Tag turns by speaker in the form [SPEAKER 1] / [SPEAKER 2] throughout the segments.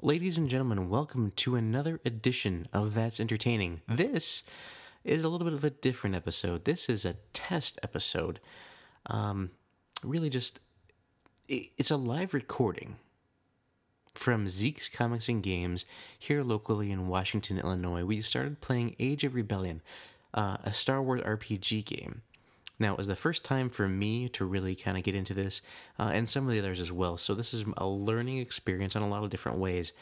[SPEAKER 1] Ladies and gentlemen, welcome to another edition of That's Entertaining. This is a little bit of a different episode. This is a test episode. Um, really, just i- it's a live recording from Zeke's Comics and Games here locally in Washington, Illinois. We started playing Age of Rebellion, uh, a Star Wars RPG game. Now, it was the first time for me to really kind of get into this, uh, and some of the others as well. So, this is a learning experience in a lot of different ways.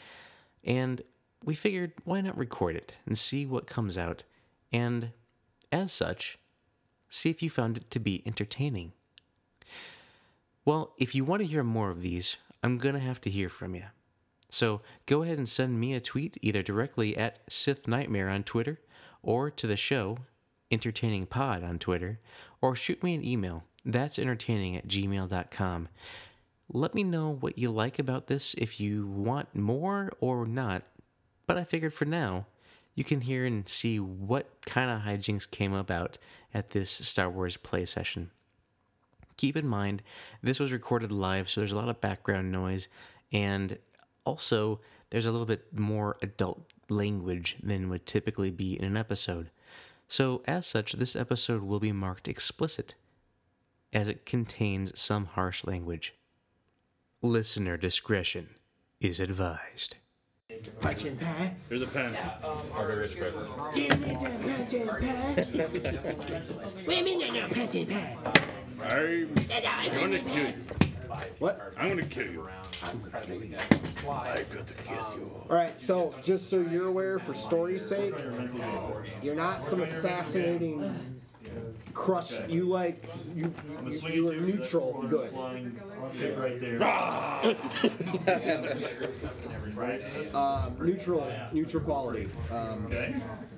[SPEAKER 1] And we figured, why not record it and see what comes out? And as such, see if you found it to be entertaining. Well, if you want to hear more of these, I'm going to have to hear from you. So go ahead and send me a tweet either directly at Sith Nightmare on Twitter or to the show, Entertaining Pod on Twitter, or shoot me an email. That's entertaining at gmail.com. Let me know what you like about this, if you want more or not. But I figured for now, you can hear and see what kind of hijinks came about at this Star Wars play session keep in mind this was recorded live so there's a lot of background noise and also there's a little bit more adult language than would typically be in an episode so as such this episode will be marked explicit as it contains some harsh language listener discretion is advised
[SPEAKER 2] Punching pie.
[SPEAKER 3] There's a pen.
[SPEAKER 2] Jim is a punching pie. Women are not punching pie.
[SPEAKER 3] I'm
[SPEAKER 2] They're not
[SPEAKER 3] gonna
[SPEAKER 2] punching
[SPEAKER 3] kill
[SPEAKER 2] pie.
[SPEAKER 3] you.
[SPEAKER 4] What?
[SPEAKER 3] I'm gonna kill you.
[SPEAKER 4] All right. So, just so you're aware, for story's sake, you're not some assassinating crush. You like you you, you are neutral good.
[SPEAKER 5] I'll sit right there.
[SPEAKER 3] Ah!
[SPEAKER 5] Right?
[SPEAKER 4] Um, neutral neutral quality. Um,
[SPEAKER 5] Okay.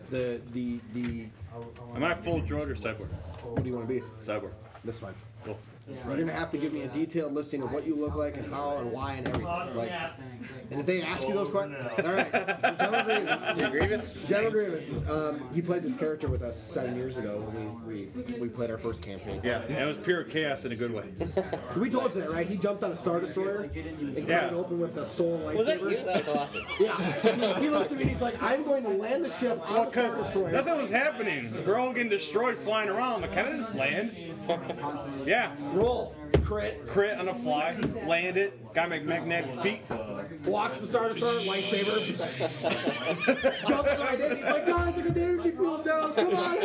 [SPEAKER 4] the the the
[SPEAKER 3] Am I full droid or cyborg?
[SPEAKER 4] what do you want to be?
[SPEAKER 3] Cyborg.
[SPEAKER 4] This one.
[SPEAKER 3] Cool.
[SPEAKER 4] You're gonna have to give me a detailed listing of what you look like and how and why and everything. Like, and if they ask you those questions, all right. General Grievous. General Grievous. Um, he played this character with us seven years ago when we, we, we played our first campaign.
[SPEAKER 3] Yeah, and it was pure chaos in a good way.
[SPEAKER 4] We told you that, right? He jumped on a star destroyer and cut
[SPEAKER 3] Yeah.
[SPEAKER 4] it open with a stolen lightsaber.
[SPEAKER 6] Was that you? That was awesome.
[SPEAKER 4] Yeah. he looks at me and he's like, "I'm going to land the ship on the star destroyer."
[SPEAKER 3] Nothing was happening. We're all getting destroyed flying around. I kind of just land. yeah,
[SPEAKER 4] Roll, crit,
[SPEAKER 3] crit on a fly, land it. Got my magnetic feet.
[SPEAKER 4] walks the star destroyer, lightsaber, jumps right in. He's like, "Guys, look at the energy pool down. Come on!"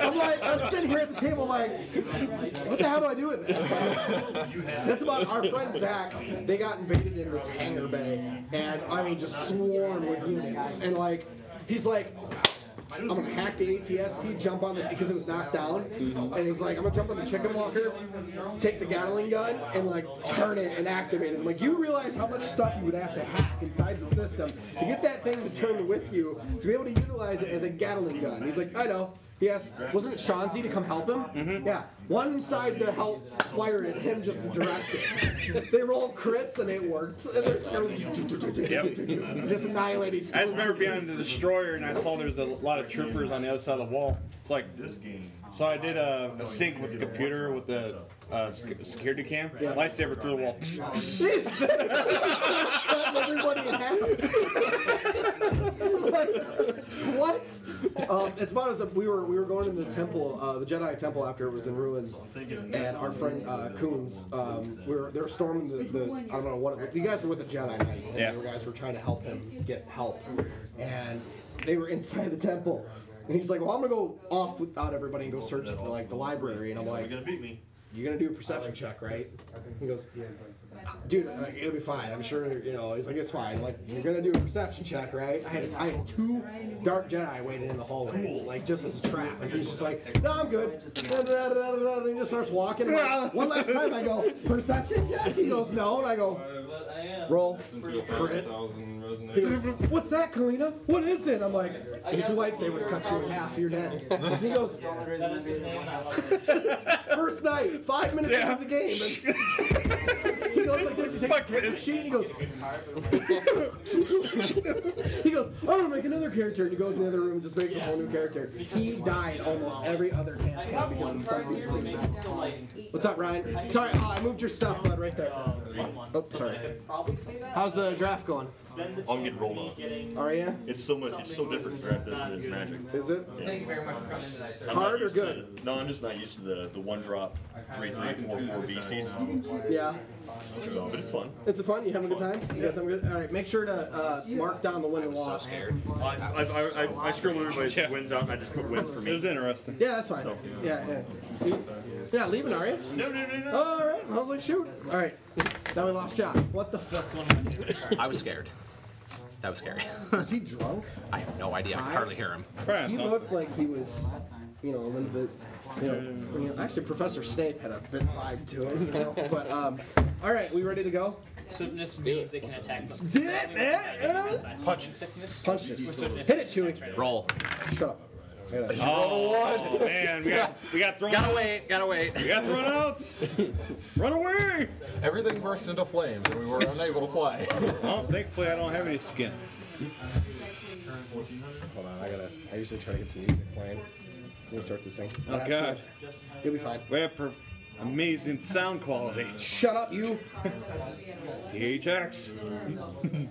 [SPEAKER 4] I'm like, I'm sitting here at the table, like, "What the hell do I do with this?" That's about our friend Zach. They got invaded in this hangar bay, and I mean, just swarmed with units, and like, he's like. I'm gonna hack the ATST, jump on this because it was knocked down, and he's like, I'm gonna jump on the chicken walker, take the Gatling gun, and like turn it and activate it. I'm like, you realize how much stuff you would have to hack inside the system to get that thing to turn with you to be able to utilize it as a Gatling gun. He's like, I know. He asked, wasn't it Shanzi to come help him? Yeah. One inside to help fire it, him just to direct it. they rolled crits and it worked. And they're just, just annihilating
[SPEAKER 3] I just remember being on the destroyer and I saw there was a lot of troopers on the other side of the wall. It's like, so I did a, a sync with the computer with the uh, sec- security cam. Lightsaber through the wall.
[SPEAKER 4] cut everybody in half. like, what? Um, it's about as if we were we were going to the temple, uh, the Jedi temple after it was in ruins,
[SPEAKER 5] Oh,
[SPEAKER 4] and our friend uh, Coons, um, we were they were storming the, the I don't know what it was. You guys were with the Jedi Knight, and
[SPEAKER 3] Yeah.
[SPEAKER 4] the guys were trying to help him get help, and they were inside the temple. And he's like, "Well, I'm gonna go off without everybody and go search for like the library." And I'm like,
[SPEAKER 5] You're gonna beat me.
[SPEAKER 4] you're gonna do a perception check, right? He goes, dude, I'm like, it'll be fine. I'm sure, you know. He's like, it's fine. I'm like, you're gonna do a perception check, right? I had, I had two dark Jedi waiting in the hallways, like just as a trap. And he's just like, no, I'm good. And he just starts walking. And I'm like, One last time, I go, perception check. He goes, no, and I go, roll, crit. He goes, What's that, Kalina? What is it? I'm like, the two lightsabers cut you in half. You're dead. And he goes, first night, five minutes
[SPEAKER 3] Yeah.
[SPEAKER 4] into the game. and he goes like this. He takes a
[SPEAKER 3] Fuck
[SPEAKER 4] character
[SPEAKER 3] this.
[SPEAKER 4] sheet. and He goes. he goes. I'm gonna make another character. And he goes in the other room and just makes a whole new character. He died almost every other campaign because of uh, suddenly sleeping. What's up, Ryan? Sorry, oh, I moved your stuff, bud, right there. Oh, sorry. How's the draft going?
[SPEAKER 6] I'm getting rolled on.
[SPEAKER 4] Are you?
[SPEAKER 6] It's so much. It's so different to draft this than it's magic.
[SPEAKER 4] Is it?
[SPEAKER 7] Thank you very much for coming tonight, sir.
[SPEAKER 6] I'm not
[SPEAKER 4] Hard or
[SPEAKER 6] used to
[SPEAKER 4] good?
[SPEAKER 6] the- no, I'm just not used to the, the one drop three three four four beasties.
[SPEAKER 4] Yeah.
[SPEAKER 6] So, but it's fun.
[SPEAKER 4] It's fun. You having a good time? You guys having a good? All right. Make sure to uh, mark down the win and loss.
[SPEAKER 6] I I, I, I, I scribble everybody's
[SPEAKER 3] Yeah.
[SPEAKER 6] wins out and I just put wins for
[SPEAKER 3] It was
[SPEAKER 6] me.
[SPEAKER 3] interesting.
[SPEAKER 4] Yeah, that's fine. Yeah, yeah. You- You're not leaving, are you?
[SPEAKER 6] No no no no.
[SPEAKER 4] E All right. I was like, shoot. All right. Now we lost Jock. What the fuck?
[SPEAKER 8] I was scared. That was scary.
[SPEAKER 4] Was he drunk?
[SPEAKER 8] I have no idea. I can hardly hear him.
[SPEAKER 3] Trying
[SPEAKER 4] He
[SPEAKER 3] something.
[SPEAKER 4] looked like he was, you know, a little bit, you know, you know, actually Professor Snape had a bit vibe to him, you know. But um, all right, we ready to go?
[SPEAKER 9] Swiftness means they can attack them.
[SPEAKER 4] Do it, man.
[SPEAKER 9] Punch. Sickness.
[SPEAKER 4] Punch this. Hit it, Chewie.
[SPEAKER 8] Roll.
[SPEAKER 4] Shut up. Hit it.
[SPEAKER 3] Oh man, we got we got thrown
[SPEAKER 8] Gotta
[SPEAKER 3] out.
[SPEAKER 8] wait. Gotta wait.
[SPEAKER 3] We got thrown out. Run away!
[SPEAKER 10] Everything burst into flames, and we were unable to play.
[SPEAKER 3] Well, Oh, thankfully I don't have any skin.
[SPEAKER 4] Hold on, I gotta. I usually try to get some music playing. Let me start this thing.
[SPEAKER 3] Oh
[SPEAKER 4] That's
[SPEAKER 3] god,
[SPEAKER 4] it. You'll be fine.
[SPEAKER 3] we have per- amazing sound quality.
[SPEAKER 4] Shut up, you.
[SPEAKER 3] THX.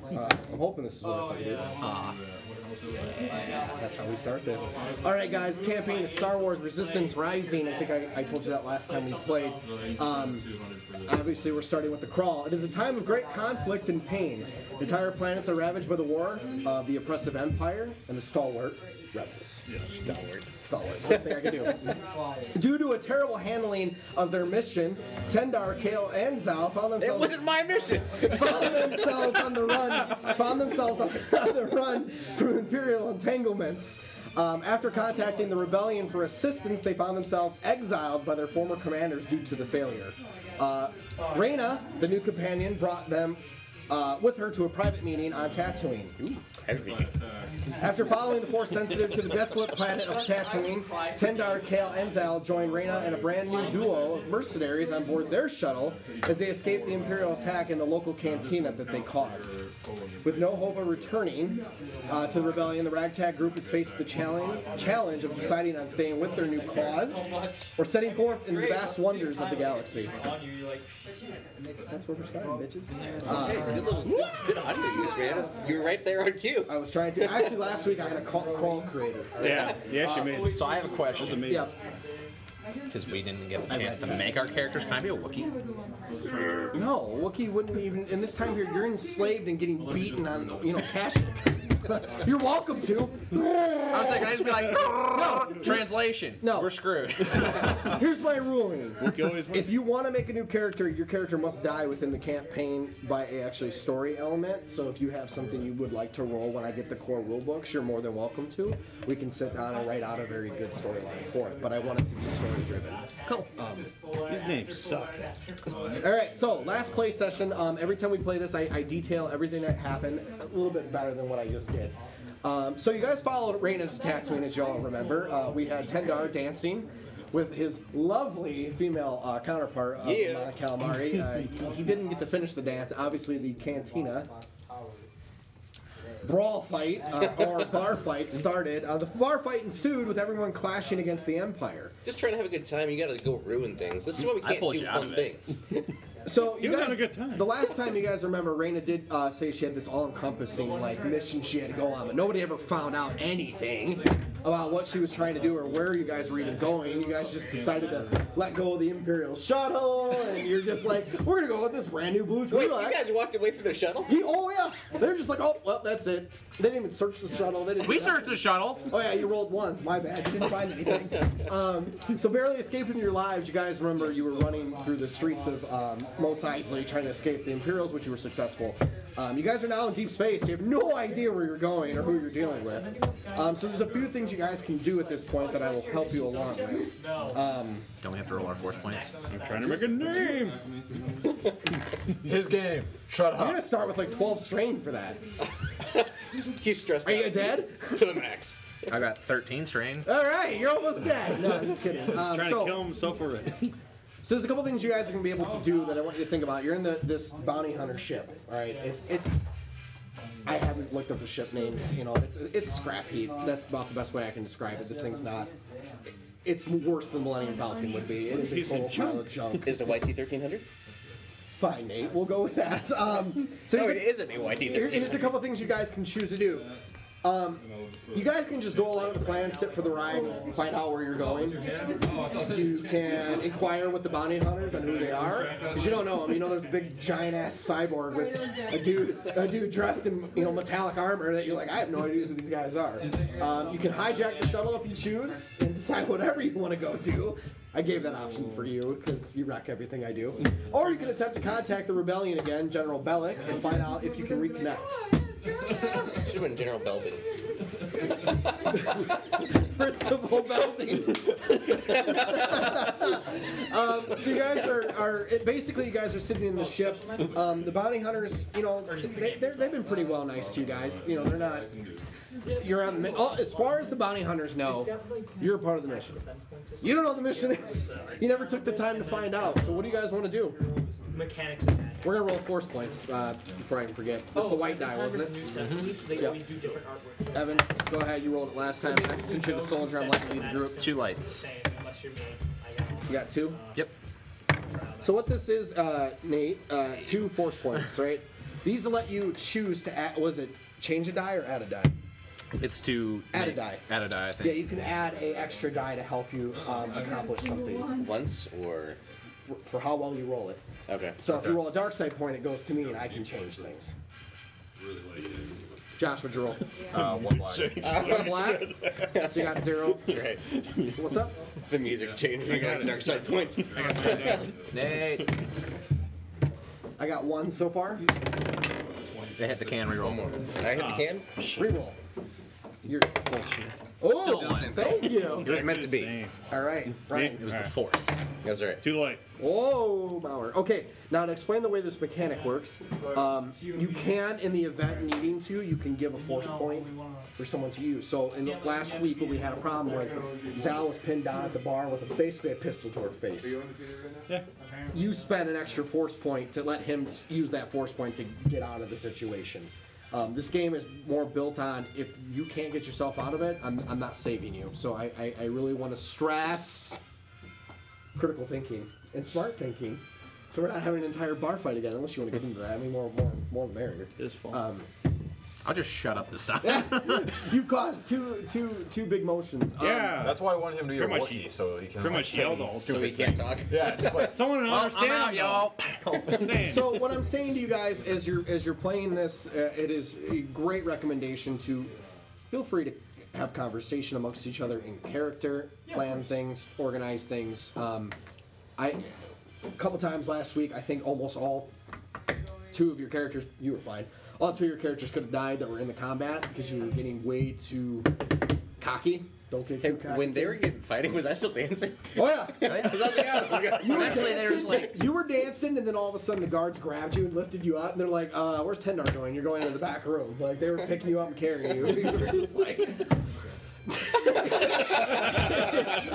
[SPEAKER 4] Uh, I'm hoping this is what it Ah. That's how we start this. All right, guys. Campaign is Star Wars Resistance Rising. I think I, I told you that last time we played. Um, obviously, we're starting with the crawl. It is a time of great conflict and pain. Entire planets are ravaged by the war, uh, the oppressive empire, and the stalwart rebels. Yes, stalwart. Stalwart. Best thing I can do. Due to a terrible handling of their mission, Tendar, Kale, and Zal found themselves. It wasn't my mission. found themselves on the run. Found themselves on the run from Imperial entanglements. Um, after contacting the rebellion for assistance, they found themselves exiled by their former commanders due to the failure. Uh, Reyna, the new companion, brought them uh, with her to a private meeting on Tatooine. After following the Force sensitive to the desolate planet of Tatooine, Tendar, Kale, and Zal join Reyna and a brand new duo of mercenaries on board their shuttle as they escape the Imperial attack in the local cantina that they caused. With no hope of returning uh, to the rebellion, the ragtag group is faced with the challenge, challenge of deciding on staying with their new cause or setting forth into the vast wonders of the galaxy.
[SPEAKER 9] On you, you're like,
[SPEAKER 4] That's where we're starting, bitches.
[SPEAKER 8] Hey, good little good audio use, man. You were right there on cue.
[SPEAKER 4] I was trying to. Actually, last week I had a call, crawl creator.
[SPEAKER 3] Yeah, yeah, she made.
[SPEAKER 8] So I have a question
[SPEAKER 3] amazing.
[SPEAKER 4] Yeah.
[SPEAKER 8] because we didn't get the chance to make our characters. Can I be a Wookiee?
[SPEAKER 4] No, Wookiee wouldn't even. In this time here, you're enslaved and getting beaten on, you know, cash. you're welcome to.
[SPEAKER 8] I was like, can I just be like, no. translation?
[SPEAKER 4] No.
[SPEAKER 8] we're screwed.
[SPEAKER 4] Here's my ruling.
[SPEAKER 3] You always win.
[SPEAKER 4] If you want to make a new character, your character must die within the campaign by a actually story element. So if you have something you would like to roll when I get the core rule books, you're more than welcome to. We can sit down and write out a very good storyline for it, but I want it to be story driven.
[SPEAKER 8] cool.
[SPEAKER 3] These names suck.
[SPEAKER 4] All right, so last play session. Um, every time we play this, I, I detail everything that happened a little bit better than what I just did. Um, so you guys followed Raina to Tatooine, as y'all remember. Uh, we had Tendar dancing with his lovely female uh, counterpart, uh,
[SPEAKER 8] Yeah.
[SPEAKER 4] Mon Calamari. Uh, he, he didn't get to finish the dance. Obviously, the cantina brawl fight uh, or bar fight started. Uh, the bar fight ensued with everyone clashing against the Empire.
[SPEAKER 11] Just trying to have a good time. You gotta go ruin things. This is why we
[SPEAKER 8] I
[SPEAKER 11] can't
[SPEAKER 8] pulled
[SPEAKER 11] do
[SPEAKER 8] you out
[SPEAKER 11] fun
[SPEAKER 8] of it.
[SPEAKER 11] things.
[SPEAKER 4] So you
[SPEAKER 3] was
[SPEAKER 4] guys,
[SPEAKER 3] having a good time.
[SPEAKER 4] The last time you guys remember, Raina did uh, say she had this all-encompassing like mission she had to go on, but nobody ever found out anything about what she was trying to do or where you guys were even going. You guys just decided to let go of the Imperial shuttle, and you're just like, we're gonna go with this brand new blue
[SPEAKER 11] Wait,
[SPEAKER 4] Twi'lek.
[SPEAKER 11] you guys walked away from the shuttle?
[SPEAKER 4] He- oh yeah, they're just like, oh well, that's it. They didn't even search the shuttle. They didn't
[SPEAKER 8] We
[SPEAKER 4] do nothing.
[SPEAKER 8] searched the shuttle.
[SPEAKER 4] Oh yeah, you rolled once. My bad. You didn't find anything. Um, so barely escaping your lives, you guys remember you were running through the streets of um, Mos Eisley trying to escape the Imperials, which you were successful. Um, you guys are now in deep space. You have no idea where you're going or who you're dealing with. Um, so there's a few things you guys can do at this point that I will help you along with.
[SPEAKER 8] Don't we have to roll our force points?
[SPEAKER 3] I'm trying to make a name.
[SPEAKER 10] His game. Shut
[SPEAKER 4] I'm
[SPEAKER 10] up.
[SPEAKER 4] gonna start with like 12 strain for that.
[SPEAKER 11] He's stressed
[SPEAKER 4] Are
[SPEAKER 11] out
[SPEAKER 4] you dead?
[SPEAKER 11] to the max.
[SPEAKER 8] I got 13 strain.
[SPEAKER 4] All right, you're almost dead. No, I'm just kidding. Um,
[SPEAKER 3] Trying
[SPEAKER 4] so-
[SPEAKER 3] to kill himself already.
[SPEAKER 4] So there's a couple things you guys are gonna be able to do that I want you to think about. You're in the this bounty hunter ship, all right? It's it's. I haven't looked up the ship names. You know, it's it's scrap heap. That's about the best way I can describe it. This thing's not. It's worse than Millennium Falcon would be. It is a
[SPEAKER 3] Piece of
[SPEAKER 4] total pile of junk.
[SPEAKER 11] Is the YT thirteen hundred?
[SPEAKER 4] Fine, Nate. We'll go with that. Um, so
[SPEAKER 11] No,
[SPEAKER 4] here's
[SPEAKER 11] Oh, it
[SPEAKER 4] a-
[SPEAKER 11] is an AYT
[SPEAKER 4] here-
[SPEAKER 11] 13.
[SPEAKER 4] here's a couple things you guys can choose to do. Um, you guys can just go along with the plan, sit for the ride, find out where you're going. You can inquire with the bounty hunters on who they are, because you don't know them. You know there's a big giant ass cyborg with a dude, a dude dressed in you know metallic armor that you're like, I have no idea who these guys are. Um, you can hijack the shuttle if you choose and decide whatever you want to go do. I gave that option for you because you wreck everything I do. Or you can attempt to contact the rebellion again, General Bellic, and find out if you can reconnect.
[SPEAKER 11] Should have been General Belden.
[SPEAKER 4] Principal Belting. um, so you guys are, are it, basically you guys are sitting in the ship. Um, the bounty hunters, you know, they, they're- they've been pretty well nice to you guys. You know, they're not. You're on. The, oh, as far as the bounty hunters know, you're a part of the mission. You don't know what the mission is. You never took the time to find out. So what do you guys want to do?
[SPEAKER 9] Mechanics and Oh, that.
[SPEAKER 4] We're gonna roll force points uh, before I even forget. That's Oh, the white die, wasn't it? Mm-hmm.
[SPEAKER 9] New set piece, they
[SPEAKER 4] Yeah.
[SPEAKER 9] always do different artwork.
[SPEAKER 4] Evan, go ahead. You rolled it last time. Since you're the soldier, I'm likely to be the group.
[SPEAKER 8] Two lights.
[SPEAKER 9] Same, unless you're me. I got
[SPEAKER 4] You got two.
[SPEAKER 8] Yep.
[SPEAKER 4] So what this is, uh, Nate, uh, two force points, right? These let you choose to add. Was it change a die or add a die?
[SPEAKER 8] It's to
[SPEAKER 4] Add a
[SPEAKER 8] make-
[SPEAKER 4] die.
[SPEAKER 8] Add a die, I
[SPEAKER 4] Yeah,
[SPEAKER 8] think.
[SPEAKER 4] you can add a extra die to help you um, accomplish something
[SPEAKER 11] Once or.
[SPEAKER 4] for, for how well you roll it.
[SPEAKER 11] Okay.
[SPEAKER 4] So if you roll a dark side point, it goes to me, and I can change things. Josh, what'd you roll?
[SPEAKER 8] Uh, one black.
[SPEAKER 4] Black. So you got zero.
[SPEAKER 11] That's right.
[SPEAKER 4] What's up?
[SPEAKER 11] The music changed. I got dark side points.
[SPEAKER 8] Nay.
[SPEAKER 4] I got one so far.
[SPEAKER 8] They hit the can reroll. more.
[SPEAKER 11] I hit the can.
[SPEAKER 4] Reroll. You're Oh,
[SPEAKER 8] Still one.
[SPEAKER 4] thank you.
[SPEAKER 8] It was meant to be. It
[SPEAKER 3] Same.
[SPEAKER 4] All right, Ryan.
[SPEAKER 8] was the force.
[SPEAKER 11] That's all right.
[SPEAKER 3] Too late.
[SPEAKER 4] Whoa, Bauer. Okay, now to explain the way this mechanic works, um, you can, in the event needing to, you can give a force point for someone to use. So in the last week, what we had a problem was Zal was pinned down at the bar with basically a pistol to her face. You spent an extra force point to let him s- use that force point to get out of the situation. Um, this game is more built on if you can't get yourself out of it, I'm, I'm not saving you. So I, I, I really want to stress critical thinking and smart thinking. So we're not having an entire bar fight again, unless you want to get into that. I mean, more, more, more the merrier.
[SPEAKER 3] It's fun.
[SPEAKER 8] I'll just shut up this time.
[SPEAKER 4] You caused two, two, two big motions. Um,
[SPEAKER 3] yeah.
[SPEAKER 10] That's why I want him to be a
[SPEAKER 3] Pretty much-
[SPEAKER 10] Wookiee, so he can.
[SPEAKER 3] pretty
[SPEAKER 10] like,
[SPEAKER 3] much
[SPEAKER 10] say
[SPEAKER 3] yelled all
[SPEAKER 10] these
[SPEAKER 11] So we
[SPEAKER 10] stupid
[SPEAKER 11] can't talk.
[SPEAKER 10] things. Yeah, just like.
[SPEAKER 3] Someone don't
[SPEAKER 8] Well, I'm
[SPEAKER 3] understand.
[SPEAKER 8] out,
[SPEAKER 3] though.
[SPEAKER 8] y'all.
[SPEAKER 3] I'm saying.
[SPEAKER 4] So what I'm saying to you guys as you're as you're playing this, uh, it is a great recommendation to feel free to have conversation amongst each other in character, plan things, organize things. Um, I a couple times last week, I think almost all two of your characters you were fine. All two of your characters could have died that were in the combat because you were getting way too cocky. Don't get
[SPEAKER 11] Hey,
[SPEAKER 4] too cocky.
[SPEAKER 11] when they were getting fighting, was I still dancing?
[SPEAKER 4] oh yeah.
[SPEAKER 11] 'Cause I was like, oh, okay.
[SPEAKER 4] You were,
[SPEAKER 8] Actually,
[SPEAKER 4] dancing,
[SPEAKER 8] there was, like-
[SPEAKER 4] you were dancing, and then all of a sudden the guards grabbed you and lifted you up, and they're like, uh, "Where's Tendar going? You're going into the back room." Like they were picking you up and carrying you. You were just like,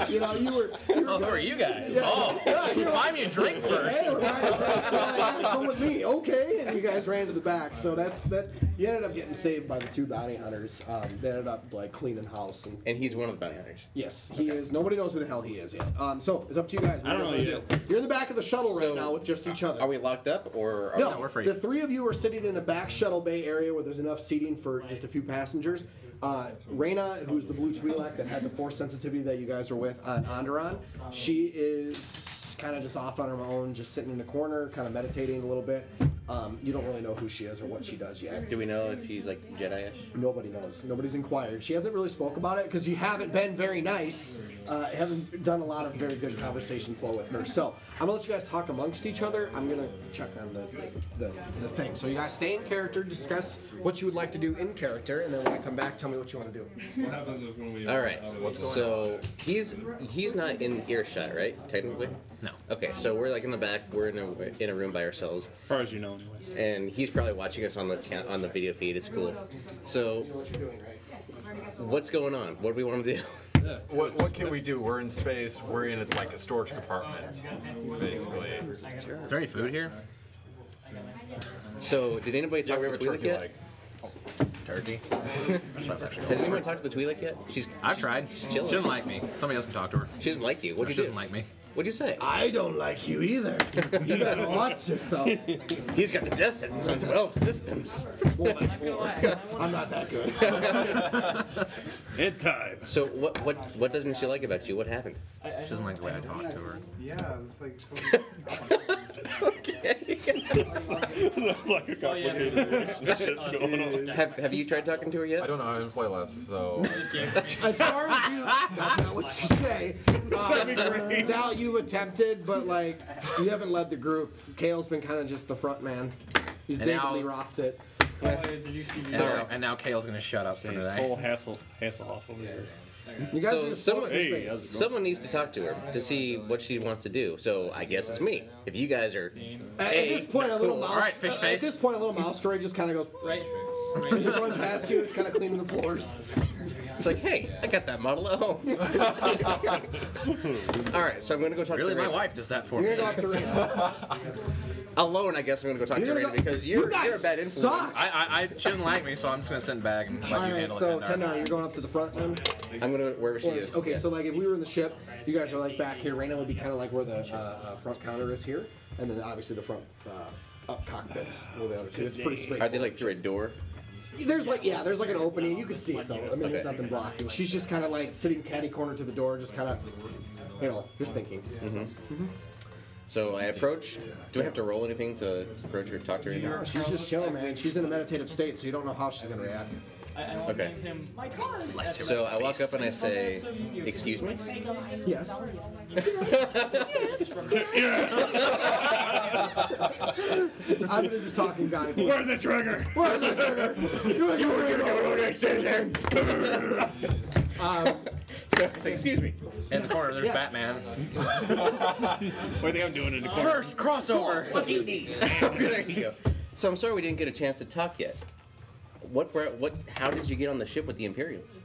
[SPEAKER 4] you know, you were. You were
[SPEAKER 8] Oh, who are you guys? Oh,
[SPEAKER 4] yeah, you know,
[SPEAKER 8] buy me a drink first.
[SPEAKER 4] Hey, we're not- we're not- we're not- come with me, okay? And you guys ran to the back, so that's that. You ended up getting saved by the two bounty hunters. Um, they ended up like cleaning house, and
[SPEAKER 11] And he's one of the bounty hunters.
[SPEAKER 4] yes, he is. Nobody knows who the hell he is yet. Um, so it's up to you guys. What
[SPEAKER 3] I don't
[SPEAKER 4] do
[SPEAKER 3] know
[SPEAKER 4] you guys wanna do?
[SPEAKER 3] yet.
[SPEAKER 4] You're in the back of the shuttle right
[SPEAKER 11] So, uh,
[SPEAKER 4] now with just each other.
[SPEAKER 11] Are we locked up or are
[SPEAKER 4] No,
[SPEAKER 8] we're free.
[SPEAKER 4] the three of you are sitting in a back shuttle bay area where there's enough seating for just a few passengers. Uh, Raina, who's the blue Twi'lek that had the force sensitivity that you guys were with on Onderon, she is kind of just off on her own, just sitting in a corner, kind of meditating a little bit. Um, you don't really know who she is or what she does yet.
[SPEAKER 11] Do we know if she's like Jedi-ish?
[SPEAKER 4] Nobody knows. Nobody's inquired. She hasn't really spoke about it because you haven't been very nice. Uh, haven't done a lot of very good conversation flow with her. So I'm gonna let you guys talk amongst each other. I'm gonna check on the the, the thing. So you guys stay in character, discuss what you would like to do in character, and then when I come back, tell me what you want to do.
[SPEAKER 11] All right.
[SPEAKER 10] Um,
[SPEAKER 11] So he's he's not in earshot, right? Technically.
[SPEAKER 8] No.
[SPEAKER 11] Okay, so we're like in the back. We're in a in a room by ourselves,
[SPEAKER 3] as far as you know, anyways.
[SPEAKER 11] and he's probably watching us on the ca- on the video feed. It's cool. So
[SPEAKER 4] What you're doing, right?
[SPEAKER 11] what's going on? What do we want to do?
[SPEAKER 10] What, what can we do? We're in space. We're in like a storage compartment, basically.
[SPEAKER 8] Is there any food here?
[SPEAKER 11] So did anybody talk
[SPEAKER 10] we
[SPEAKER 11] to
[SPEAKER 10] have
[SPEAKER 11] the
[SPEAKER 10] a
[SPEAKER 11] Twi'lek
[SPEAKER 10] turkey
[SPEAKER 11] yet?
[SPEAKER 10] leg.
[SPEAKER 8] Turkey. That's what I was actually
[SPEAKER 11] Has
[SPEAKER 8] going
[SPEAKER 11] anyone
[SPEAKER 8] for.
[SPEAKER 11] talked to the Twi'lek yet? She's
[SPEAKER 8] I've tried.
[SPEAKER 11] She's
[SPEAKER 8] She
[SPEAKER 11] chilling.
[SPEAKER 8] didn't like me. Somebody else can talk to her.
[SPEAKER 11] She doesn't like you. What'd
[SPEAKER 8] She
[SPEAKER 11] you do?
[SPEAKER 8] doesn't like me.
[SPEAKER 11] What'd you say?
[SPEAKER 4] I don't like you either. You better watch yourself.
[SPEAKER 11] He's got the death sentence on 12 systems.
[SPEAKER 4] I'm not that good.
[SPEAKER 3] In time.
[SPEAKER 11] So what what what doesn't she like about you? What happened?
[SPEAKER 8] She doesn't like the way I talk to her.
[SPEAKER 2] Yeah, it's like.
[SPEAKER 3] That's like a complicated relationship going on.
[SPEAKER 11] Have have you tried talking to her
[SPEAKER 10] I
[SPEAKER 11] yet?
[SPEAKER 10] don't know. I didn't play last, so
[SPEAKER 4] As far as you, that's not what you say. Uh,
[SPEAKER 3] great.
[SPEAKER 4] Sal, you attempted, but like you haven't led the group. Kale's been kind of just the front man. He's
[SPEAKER 8] And
[SPEAKER 4] David
[SPEAKER 8] now-
[SPEAKER 4] Lee Roth it.
[SPEAKER 8] And now, and now Kale's gonna shut up for
[SPEAKER 3] Cole
[SPEAKER 8] today.
[SPEAKER 3] Hassel, Hasselhoff over there.
[SPEAKER 4] You guys
[SPEAKER 11] So
[SPEAKER 4] are just
[SPEAKER 11] someone-
[SPEAKER 4] floating in
[SPEAKER 3] Hey,
[SPEAKER 4] space.
[SPEAKER 3] how's it
[SPEAKER 11] Someone needs to talk to her to see what she wants to do. So I guess it's me. If you guys are
[SPEAKER 4] At,
[SPEAKER 11] Hey,
[SPEAKER 4] at this point, a little
[SPEAKER 11] cool.
[SPEAKER 4] mouse.
[SPEAKER 8] All right, fish
[SPEAKER 4] at,
[SPEAKER 8] face.
[SPEAKER 4] this point, a little mouse story just kind of goes.
[SPEAKER 9] Right.
[SPEAKER 4] It just runs past you. It's kind of cleaning the floors.
[SPEAKER 11] It's like, hey, I got that model at home. All right, so I'm gonna go talk
[SPEAKER 8] Really,
[SPEAKER 11] to
[SPEAKER 8] my
[SPEAKER 11] Raina.
[SPEAKER 8] wife does that for
[SPEAKER 4] You're
[SPEAKER 8] me.
[SPEAKER 4] gonna go up to Raina.
[SPEAKER 11] Alone, I guess I'm gonna go talk
[SPEAKER 4] You're
[SPEAKER 11] to
[SPEAKER 4] gonna go-
[SPEAKER 11] Raina because
[SPEAKER 4] You
[SPEAKER 11] you're,
[SPEAKER 4] guys
[SPEAKER 11] are a bad influence.
[SPEAKER 4] suck.
[SPEAKER 8] I, I, I she doesn't like me, so I'm just gonna sit back and let
[SPEAKER 4] All
[SPEAKER 8] you
[SPEAKER 4] right,
[SPEAKER 8] handle
[SPEAKER 4] so
[SPEAKER 8] it. Tendar.
[SPEAKER 4] Tendar, you're going up to the front then.
[SPEAKER 11] I'm gonna wherever she
[SPEAKER 4] Or-
[SPEAKER 11] is.
[SPEAKER 4] okay, so like if we were in the ship, you guys are like back here. Raina would be kind of like where the uh, uh, front counter is here, and then obviously the front uh, up cockpits where the other two. It's pretty straight.
[SPEAKER 11] Are they like through a door?
[SPEAKER 4] There's like yeah, there's like an opening. You can see it though. I mean, there's
[SPEAKER 11] Okay.
[SPEAKER 4] nothing blocking. She's just kind of like sitting catty corner to the door, just kind of, you know, just thinking.
[SPEAKER 11] So I approach. Do I have to roll anything to approach her, talk to her?
[SPEAKER 4] No, she's just chilling, man. She's in a meditative state, so you don't know how she's gonna react.
[SPEAKER 11] Okay. So I walk up and I say, "Excuse me."
[SPEAKER 4] Yes. I'm gonna just talking guy. voice.
[SPEAKER 3] Where's the trigger?
[SPEAKER 4] Where's the trigger?
[SPEAKER 3] You were gonna go to the station.
[SPEAKER 11] So I say, "Excuse me."
[SPEAKER 8] in the corner, there's
[SPEAKER 4] yes.
[SPEAKER 8] Batman.
[SPEAKER 3] What do you think I'm doing in the corner?
[SPEAKER 8] First crossover.
[SPEAKER 11] There you go. So I'm sorry we didn't get a chance to talk yet. What were what? How did you get on the ship with the Imperials?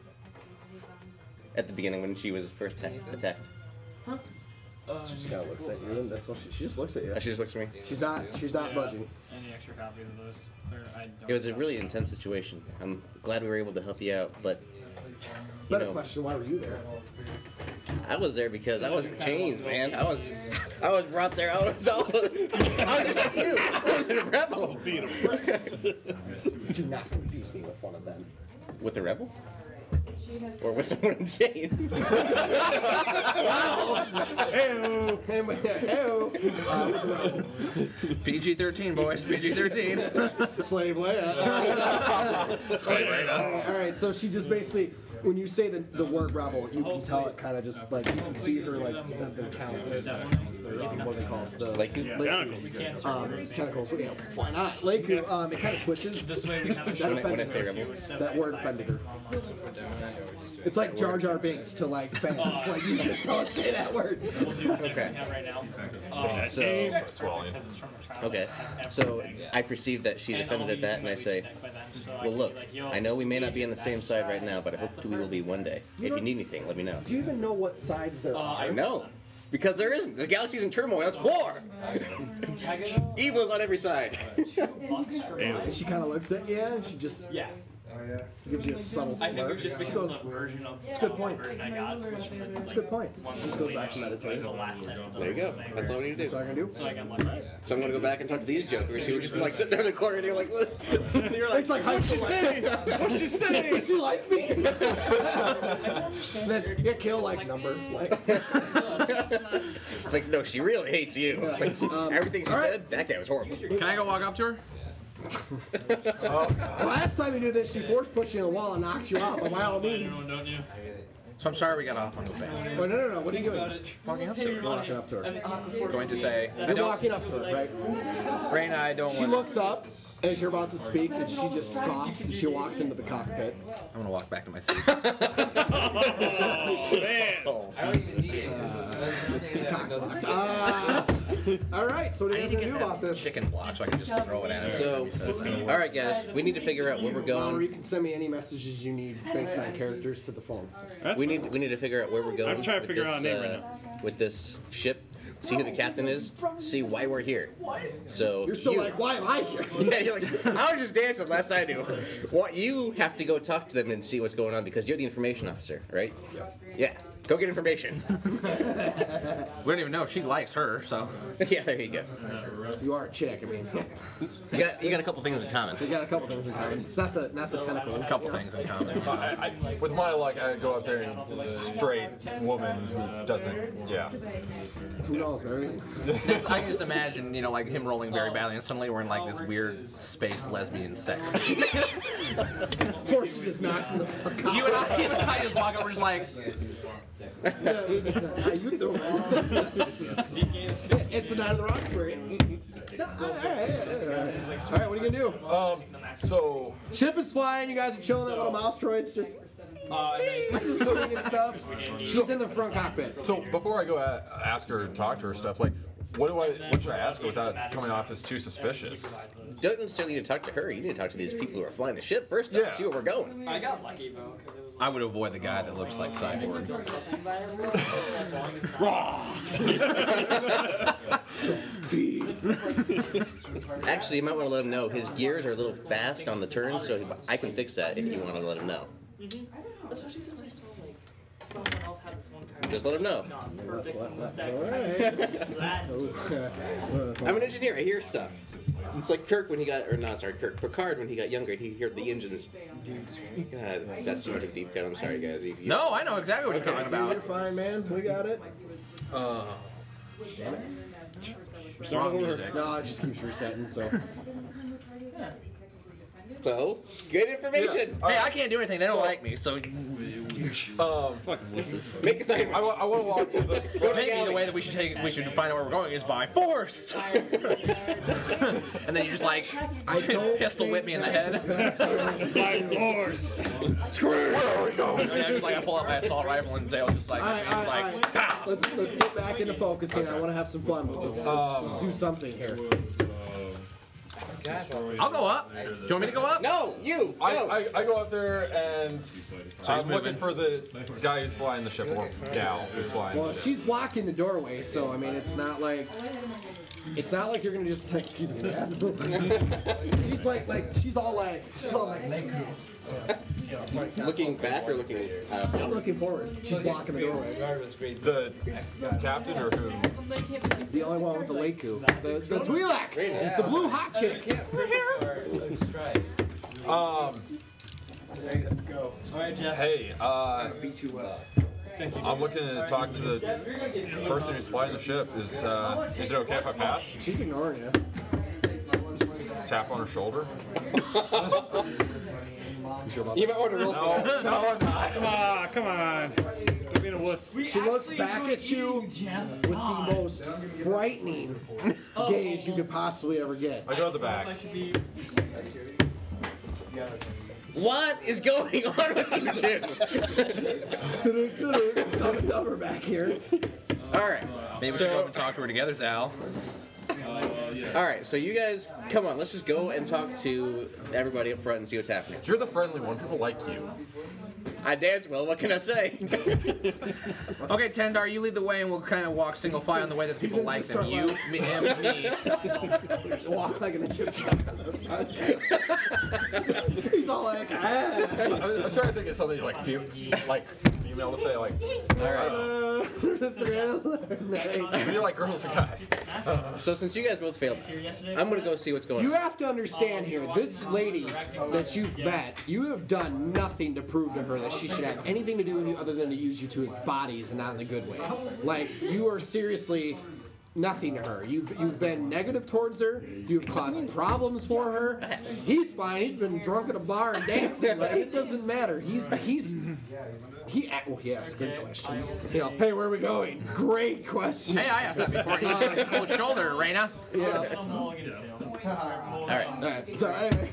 [SPEAKER 11] At the beginning, when she was first ta- attacked,
[SPEAKER 4] She just kind of looks at you. and That's all she, she just looks at you.
[SPEAKER 11] Uh, she just looks at me.
[SPEAKER 4] She's not. She's not budging.
[SPEAKER 5] Any extra copies of those? Or I don't
[SPEAKER 11] It was a really intense situation. I'm glad we were able to help you out, but you
[SPEAKER 4] Better
[SPEAKER 11] know,
[SPEAKER 4] question. Why were you there?
[SPEAKER 11] I was there because I was in chains, man. I was, I was brought there. I was all, I was just like you. I was in a rebel.
[SPEAKER 4] Do not confuse me with one of them.
[SPEAKER 11] With a rebel? Or with someone in chains?
[SPEAKER 3] Hey,
[SPEAKER 4] Hey, wait, hey,
[SPEAKER 8] PG-13, boys. PG-13.
[SPEAKER 4] slave Leia.
[SPEAKER 8] Sorry, Raina.
[SPEAKER 4] All right, so she just basically, when you say the, the word rebel, you can tell it kind of just like you can see her like the, their talent, their talents, their um, what are they called, the
[SPEAKER 11] Like
[SPEAKER 3] Oh,
[SPEAKER 11] you?
[SPEAKER 3] Tentacles.
[SPEAKER 4] um, tentacles. Well, yeah, why not? Leku, um, it kind of twitches.
[SPEAKER 5] This way we have a
[SPEAKER 4] That
[SPEAKER 11] When I, when I
[SPEAKER 4] offended
[SPEAKER 11] say
[SPEAKER 4] her.
[SPEAKER 11] rebel,
[SPEAKER 4] That word offended her. It's like Jar Jar Binks to like fans. Like you just don't say that word.
[SPEAKER 5] We'll do the next
[SPEAKER 11] Okay.
[SPEAKER 5] we have right now. Uh,
[SPEAKER 11] so
[SPEAKER 5] because it's from a child
[SPEAKER 11] okay.
[SPEAKER 5] that has
[SPEAKER 11] So
[SPEAKER 5] everything.
[SPEAKER 11] I perceive that she's
[SPEAKER 5] And all
[SPEAKER 11] offended
[SPEAKER 5] these
[SPEAKER 11] at that, and I
[SPEAKER 5] things
[SPEAKER 11] say,
[SPEAKER 5] we connect by then, so I
[SPEAKER 11] "Well,
[SPEAKER 5] can
[SPEAKER 11] look,
[SPEAKER 5] be like, yo,
[SPEAKER 11] I know
[SPEAKER 5] this
[SPEAKER 11] we
[SPEAKER 5] is
[SPEAKER 11] may not
[SPEAKER 5] easy,
[SPEAKER 11] be on the
[SPEAKER 5] that's
[SPEAKER 11] same side
[SPEAKER 5] that,
[SPEAKER 11] right now, but I
[SPEAKER 5] that's
[SPEAKER 11] hope
[SPEAKER 5] a
[SPEAKER 11] we will
[SPEAKER 5] perfect
[SPEAKER 11] be one day. If you need anything, let me know."
[SPEAKER 4] Do you even know what sides there
[SPEAKER 5] Uh,
[SPEAKER 4] are?
[SPEAKER 5] I
[SPEAKER 11] No, because there isn't. The galaxy's in turmoil. It's war. Evil is on every side.
[SPEAKER 5] box for mine.
[SPEAKER 4] Uh, She kind of looks at you and she just
[SPEAKER 5] Yeah,
[SPEAKER 4] gives you a subtle
[SPEAKER 5] I think it
[SPEAKER 4] smirk.
[SPEAKER 5] was just
[SPEAKER 4] She
[SPEAKER 5] because
[SPEAKER 4] goes,
[SPEAKER 5] of the version of it's
[SPEAKER 4] good point.
[SPEAKER 5] Version I got was from the, like,
[SPEAKER 4] It's a good point.
[SPEAKER 5] one
[SPEAKER 4] She just goes back to meditate.
[SPEAKER 5] The last set of the
[SPEAKER 11] There you go.
[SPEAKER 5] thing.
[SPEAKER 11] That's all we need to
[SPEAKER 4] So
[SPEAKER 11] do.
[SPEAKER 4] I can do.
[SPEAKER 5] So I got lucky.
[SPEAKER 11] So I'm gonna go back and talk to these jokers who would just be like sitting there in the corner and you're like, "Listen," you're like,
[SPEAKER 4] It's like high school. Like,
[SPEAKER 3] What's she saying?
[SPEAKER 4] Did you like me? then yeah, kill like number. Like,
[SPEAKER 11] It's like, no, she really hates you. Like, Everything she said, that guy was horrible.
[SPEAKER 8] Can I go walk up to her?
[SPEAKER 4] last time you do this, she force pushed you in a wall and knocks you out. But by all means.
[SPEAKER 5] Everyone, don't you?
[SPEAKER 8] So I'm sorry we got off on the bad.
[SPEAKER 4] Wait, no, no, no. What are you doing?
[SPEAKER 8] Walking up to her.
[SPEAKER 4] Walking up to
[SPEAKER 5] Uh,
[SPEAKER 4] her.
[SPEAKER 9] uh,
[SPEAKER 8] Going to say, I
[SPEAKER 4] You're
[SPEAKER 8] don't,
[SPEAKER 4] walking up to her, right?
[SPEAKER 8] Raina, I don't
[SPEAKER 4] She
[SPEAKER 8] want.
[SPEAKER 4] looks up as you're about to speak, and she just scoffs and she walks into the cockpit.
[SPEAKER 8] I'm gonna walk back to my seat.
[SPEAKER 3] Oh, Man.
[SPEAKER 4] Cockblocked. Ah. all right. So what do
[SPEAKER 8] I
[SPEAKER 4] you guys gonna
[SPEAKER 8] need to
[SPEAKER 4] do
[SPEAKER 8] get
[SPEAKER 4] about
[SPEAKER 8] that
[SPEAKER 4] this?
[SPEAKER 8] chicken block so I can just throw it at her.
[SPEAKER 11] So,
[SPEAKER 8] That'd be so sweet.
[SPEAKER 11] all right, guys, we need to figure out where we're
[SPEAKER 4] Or Um, you
[SPEAKER 11] going.
[SPEAKER 4] can send me any messages you need based on characters to the phone.
[SPEAKER 3] That's
[SPEAKER 11] We need we need to figure out where we're going.
[SPEAKER 3] I'm trying to
[SPEAKER 11] with
[SPEAKER 3] figure
[SPEAKER 11] this,
[SPEAKER 3] out a name
[SPEAKER 11] uh,
[SPEAKER 3] right
[SPEAKER 11] With this ship, see who the captain is, see why we're here. So
[SPEAKER 4] You're still
[SPEAKER 11] you-
[SPEAKER 4] like, why am I here?
[SPEAKER 11] yeah, you're like, I was just dancing last I knew. What you have to go talk to them and see what's going on because you're the information officer, right? Yeah. Go get information.
[SPEAKER 8] We don't even know if she likes her, so.
[SPEAKER 11] yeah, there you go.
[SPEAKER 4] You are a chick. I mean,
[SPEAKER 11] You got, you got a couple things in common.
[SPEAKER 4] you got a couple things in common. It's not the not the tentacles.
[SPEAKER 8] A couple things in common.
[SPEAKER 10] I, I, with my luck, I'd go up there and it's a straight woman who doesn't. Yeah.
[SPEAKER 4] Who knows, man?
[SPEAKER 8] That's- I can just imagine, you know, like him rolling very badly, and suddenly we're in like this weird space lesbian sex. scene.
[SPEAKER 4] Of course, she just knocks him the fuck out.
[SPEAKER 8] you and I, you and I just walk over, just like,
[SPEAKER 4] How you doing? it's the night of the Roxbury.
[SPEAKER 8] Mm-hmm.
[SPEAKER 4] No, all right, all right, all right. All right, what are you gonna do?
[SPEAKER 10] Um. So
[SPEAKER 4] Ship is flying. You guys are chilling at little mouse droids, just just swinging and stuff. She's in the front cockpit.
[SPEAKER 10] so before I go a- ask her and talk to her stuff, like, what do I? What should I ask her without coming off as too suspicious?
[SPEAKER 11] Don't necessarily need to talk to her. You need to talk to these people who are flying the ship first off,
[SPEAKER 10] Yeah.
[SPEAKER 11] see where we're going.
[SPEAKER 9] I got lucky though, because it was
[SPEAKER 8] I would avoid the guy that looks like Cyborg.
[SPEAKER 11] Actually, you might want to let him know his gears are a little fast on the turn, so he, I can fix that if you want to let him know.
[SPEAKER 9] like, especially since I saw like someone else had this one car.
[SPEAKER 11] Just let him know.
[SPEAKER 9] not perfect.
[SPEAKER 4] What-
[SPEAKER 9] and was
[SPEAKER 4] what-
[SPEAKER 9] that
[SPEAKER 4] all
[SPEAKER 9] great.
[SPEAKER 4] right.
[SPEAKER 9] That-
[SPEAKER 11] I'm an engineer. I hear stuff. It's like Kirk when he got, or not sorry, Kirk Picard when he got younger. He heard the engines. God, that's too much of a deep cut. I'm sorry, guys. You- you-
[SPEAKER 8] No, I know exactly what you're talking
[SPEAKER 4] You're
[SPEAKER 8] about.
[SPEAKER 4] fine, man. We got it.
[SPEAKER 8] Wrong music.
[SPEAKER 4] No, it just keeps resetting. So
[SPEAKER 11] So, good information.
[SPEAKER 8] Hey, I can't do anything. They don't
[SPEAKER 10] So-
[SPEAKER 8] like me, so
[SPEAKER 10] Um.
[SPEAKER 11] Make a sign.
[SPEAKER 10] I, wa- I want to walk to the.
[SPEAKER 8] maybe the way that we should take, we should find out where we're going is by force. and then you just like
[SPEAKER 4] I don't
[SPEAKER 8] pistol
[SPEAKER 4] think
[SPEAKER 8] whip me in the
[SPEAKER 4] that's
[SPEAKER 8] head.
[SPEAKER 4] best choice.
[SPEAKER 8] I mean, I just like I pull out my assault rifle and Zale's just like,
[SPEAKER 4] All right, all
[SPEAKER 8] just
[SPEAKER 4] right, all
[SPEAKER 8] like,
[SPEAKER 4] right.
[SPEAKER 8] pow.
[SPEAKER 4] Let's let's get back into focusing. I want to have some fun. Let's, let's, let's do something here.
[SPEAKER 8] I'll go up. Do you want me to go up?
[SPEAKER 11] No, you.
[SPEAKER 10] I,
[SPEAKER 11] no.
[SPEAKER 10] I, I go up there and I'm looking
[SPEAKER 8] moving.
[SPEAKER 10] for the guy who's flying the ship or gal who's flying.
[SPEAKER 4] Well,
[SPEAKER 10] the ship.
[SPEAKER 4] she's blocking the doorway, so I mean, it's not like it's not like you're gonna just like, excuse me. ma'am." she's like like she's all like she's all like
[SPEAKER 11] looking back or looking? Uh,
[SPEAKER 4] I'm looking forward. She's blocking the doorway.
[SPEAKER 10] the captain or who?
[SPEAKER 4] The only one with the Leku, the the Twi'lek, the blue hot chick.
[SPEAKER 10] Um,
[SPEAKER 9] All right, Jeff.
[SPEAKER 10] hey, uh,
[SPEAKER 4] Be too well.
[SPEAKER 10] I'm looking to talk to the person who's flying the ship. Is uh, is it okay if I pass?
[SPEAKER 4] She's ignoring you.
[SPEAKER 10] Tap on her shoulder?
[SPEAKER 11] you might want to roll. for
[SPEAKER 10] No, no, I'm not.
[SPEAKER 3] Ah, come on. Don't be a wuss.
[SPEAKER 4] She looks back at you with the most frightening gaze you could possibly ever get.
[SPEAKER 10] I go to the back.
[SPEAKER 11] What is going on with you two?
[SPEAKER 4] Dumb and dumber back here.
[SPEAKER 11] All right,
[SPEAKER 8] Maybe we should go up and talk to her together, Zal.
[SPEAKER 11] all right. So you guys, come on. Let's just go and talk to everybody up front and see what's happening.
[SPEAKER 10] You're the friendly one. People like you.
[SPEAKER 11] I dance well. What can I say?
[SPEAKER 8] Okay, Tendar, you lead the way, and we'll kind of walk single file in the way that people
[SPEAKER 4] He's
[SPEAKER 8] like
[SPEAKER 4] just
[SPEAKER 8] them.
[SPEAKER 4] so
[SPEAKER 8] You, me, and me.
[SPEAKER 4] Walk like an Egyptian. He's all like, ah.
[SPEAKER 10] I was, I was trying to think of something like fem- like female to say like.
[SPEAKER 11] All right.
[SPEAKER 10] But you're like girls and guys.
[SPEAKER 11] So since you guys both failed,
[SPEAKER 9] Yesterday,
[SPEAKER 11] I'm gonna go see what's going
[SPEAKER 4] You
[SPEAKER 11] on.
[SPEAKER 4] have to understand here, this lady that you've met, you have done nothing to prove to her that she should have anything to do with you other than to use you to as bodies and not in the good way. Like, you are seriously nothing to her. You've, you've been negative towards her, you've caused problems for her. He's fine, he's been drunk at a bar and dancing. Like, it doesn't matter. He's, he's, he, a- well, he asks good questions. You know, hey, where are we going? Great question.
[SPEAKER 8] Hey, I asked that before. You looked at cold shoulder, Raina.
[SPEAKER 4] You know,
[SPEAKER 9] I'm all gonna fail.
[SPEAKER 11] All right.
[SPEAKER 4] all right, so anyway.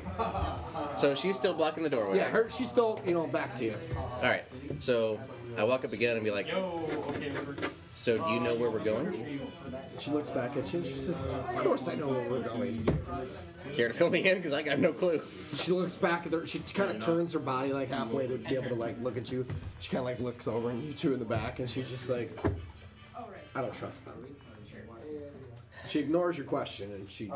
[SPEAKER 11] So she's still blocking the doorway.
[SPEAKER 4] Yeah, her. She's still, you know, back to you.
[SPEAKER 11] All right. So I walk up again and be like,
[SPEAKER 9] Yo, okay, we're-
[SPEAKER 11] "So do you know where we're going?
[SPEAKER 4] She looks back at you. and She says, "Of course I know where we're going."
[SPEAKER 11] Care to fill me in? Because I got no clue."
[SPEAKER 4] She looks back at her. She kind of turns her body like halfway to be able to like look at you. She kind of like looks over and you two in the back, and she's just like, "I don't trust them." She ignores your question and she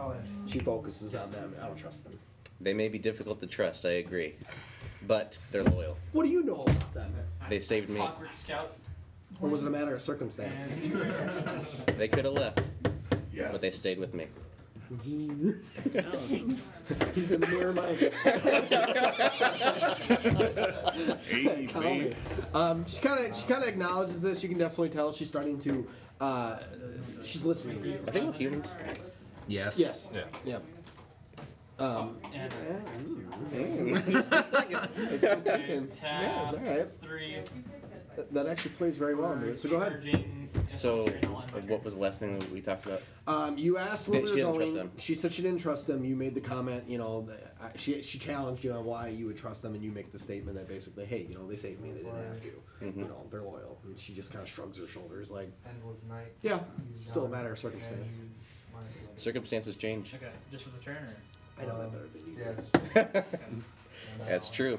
[SPEAKER 4] she focuses on them. I don't trust them.
[SPEAKER 11] They may be difficult to trust, I agree. But they're loyal.
[SPEAKER 4] What do you know about them?
[SPEAKER 11] They saved me.
[SPEAKER 5] Awkward scout.
[SPEAKER 4] Or was it a matter of circumstance?
[SPEAKER 11] They could have left,
[SPEAKER 6] Yes.
[SPEAKER 11] but they stayed with me.
[SPEAKER 4] He's in the mirror, Mike.
[SPEAKER 6] Hey, babe.
[SPEAKER 4] Um, she kind of she kind of acknowledges this. You can definitely tell she's starting to. Uh, she's listening.
[SPEAKER 11] I think with humans.
[SPEAKER 8] Yes.
[SPEAKER 4] Yes.
[SPEAKER 10] Yeah.
[SPEAKER 4] Yep. Um,
[SPEAKER 5] And
[SPEAKER 4] yeah, ooh, hey, it's good thinking. It's good thinking. Yeah, all
[SPEAKER 5] tap
[SPEAKER 4] right.
[SPEAKER 5] three.
[SPEAKER 4] That- That actually plays very well into it. So go ahead.
[SPEAKER 5] Charging, and
[SPEAKER 11] So,
[SPEAKER 5] carrying the line back.
[SPEAKER 11] what was the last thing that we talked about?
[SPEAKER 4] Um, you asked where
[SPEAKER 11] She
[SPEAKER 4] we were
[SPEAKER 11] doesn't trust
[SPEAKER 4] going.
[SPEAKER 11] them.
[SPEAKER 4] She said she didn't trust them. You made the comment. You know, that- I- she she challenged you on why you would trust them, and you make the statement that basically, hey, you know, they saved me. They didn't have to.
[SPEAKER 11] Mm-hmm.
[SPEAKER 4] You know, they're loyal. And she just kind of shrugs her shoulders, like, yeah, still a matter of circumstance.
[SPEAKER 11] Circumstances change.
[SPEAKER 5] Okay, just for the turn or?
[SPEAKER 4] I know that better than you. do.
[SPEAKER 11] That's true.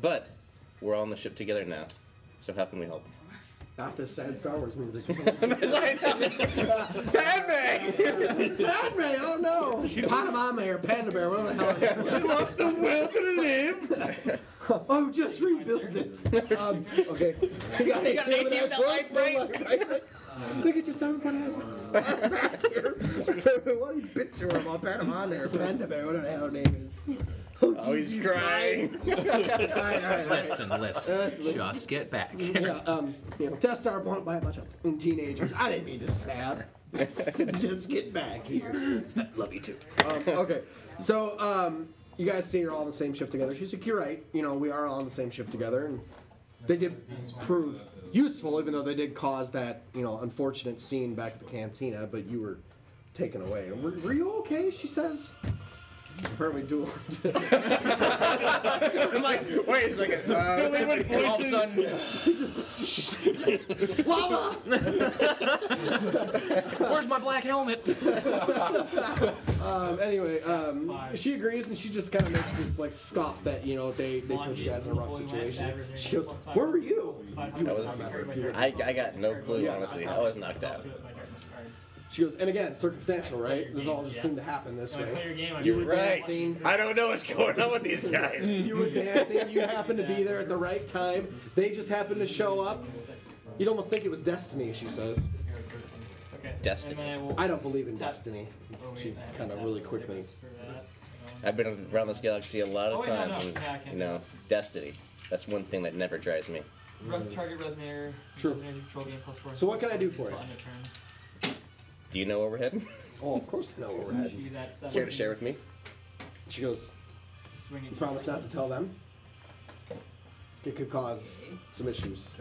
[SPEAKER 11] But we're all on the ship together now. So how can we help?
[SPEAKER 4] Not this sad Star Wars music.
[SPEAKER 11] Padme!
[SPEAKER 4] Padme, oh no! Panamame or Panda Bear, whatever the hell it was.
[SPEAKER 11] lost the will to live!
[SPEAKER 4] Oh, just rebuild it. Um, okay. You got an
[SPEAKER 11] got an ATM that life,
[SPEAKER 4] right? Look at your seven point husband. what are you bitching about? Panama there, Panda Bear, whatever the hell her name is.
[SPEAKER 11] Oh, he's
[SPEAKER 4] Jesus
[SPEAKER 11] crying.
[SPEAKER 4] Christ. All right, all right, all right.
[SPEAKER 8] Listen, listen.
[SPEAKER 4] Listen.
[SPEAKER 8] Just get back.
[SPEAKER 4] Yeah, um, you know, test our blunt by a bunch of fucking teenagers. I didn't mean to snap. Just get back here. Love you too. Um, okay, so um, you guys see you're all on the same ship together. She's like, you're right. You know, we are all on the same ship together, and they did prove useful, even though they did cause that you know unfortunate scene back at the cantina. But you were taken away. Were, were you okay? She says. Apparently, dual.
[SPEAKER 11] I'm like, wait a second. Uh, all of a sudden,
[SPEAKER 4] Lava.
[SPEAKER 8] Where's my black helmet?
[SPEAKER 4] Um, anyway, um,
[SPEAKER 5] Five.
[SPEAKER 4] she agrees and she just kind of makes this like scoff that you know they, they put you guys in a rough situation. She goes, "Where were you?"
[SPEAKER 11] I was- I, I got no clue,
[SPEAKER 4] Yeah.
[SPEAKER 11] honestly. I was knocked out.
[SPEAKER 4] She goes, and again, circumstantial, right? This all just seemed to happen this
[SPEAKER 5] So I play your
[SPEAKER 4] way.
[SPEAKER 5] game. I
[SPEAKER 4] You
[SPEAKER 5] go,
[SPEAKER 4] were
[SPEAKER 11] Right.
[SPEAKER 4] dancing.
[SPEAKER 11] I don't know what's going on with these guys.
[SPEAKER 4] You were dancing. You happened to be there at the right time. They just happened to show up. You'd almost think it was destiny, she says.
[SPEAKER 5] Okay.
[SPEAKER 11] Destiny.
[SPEAKER 5] And then I will
[SPEAKER 4] I don't believe in
[SPEAKER 5] tap-
[SPEAKER 4] destiny.
[SPEAKER 5] oh, wait,
[SPEAKER 4] She
[SPEAKER 5] I have to
[SPEAKER 4] kind of
[SPEAKER 5] tap
[SPEAKER 4] really
[SPEAKER 5] six
[SPEAKER 4] quickly.
[SPEAKER 5] for that.
[SPEAKER 11] I've been around this galaxy a lot
[SPEAKER 5] Oh,
[SPEAKER 11] of
[SPEAKER 5] wait, no,
[SPEAKER 11] times,
[SPEAKER 5] no.
[SPEAKER 11] and
[SPEAKER 5] Yeah, I can-
[SPEAKER 11] you know, destiny. That's one thing that never drives me.
[SPEAKER 5] Rust target resonator.
[SPEAKER 4] Mm-hmm. True.
[SPEAKER 5] Resonator control game plus four.
[SPEAKER 4] So what can I do for you?
[SPEAKER 5] On your turn.
[SPEAKER 11] Do you know where we're heading?
[SPEAKER 4] Oh, of course I know where we're at.
[SPEAKER 5] She's at seven.
[SPEAKER 11] Care to share with me?
[SPEAKER 4] She goes,
[SPEAKER 5] Swing it.
[SPEAKER 4] You promise not to tell them? It could cause some issues.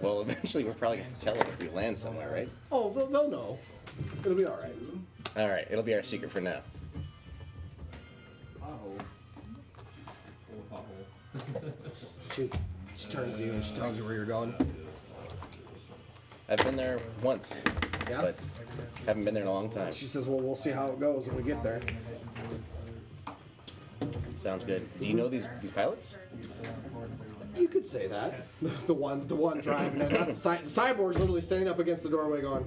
[SPEAKER 11] Well, eventually we're probably going to tell them if we land somewhere, right?
[SPEAKER 4] Oh, they'll, they'll know. It'll be all right.
[SPEAKER 11] All right, it'll be our secret for now.
[SPEAKER 4] She, she turns to you and she tells you where you're going.
[SPEAKER 11] I've been there once,
[SPEAKER 4] Yeah.
[SPEAKER 11] but haven't been there in a long time.
[SPEAKER 4] she says, "Well, we'll see how it goes when we get there."
[SPEAKER 11] Sounds good. Do you know these these pilots?
[SPEAKER 4] You could say that. The one, the one driving it. Not the, cy- the cyborg's literally standing up against the doorway, going,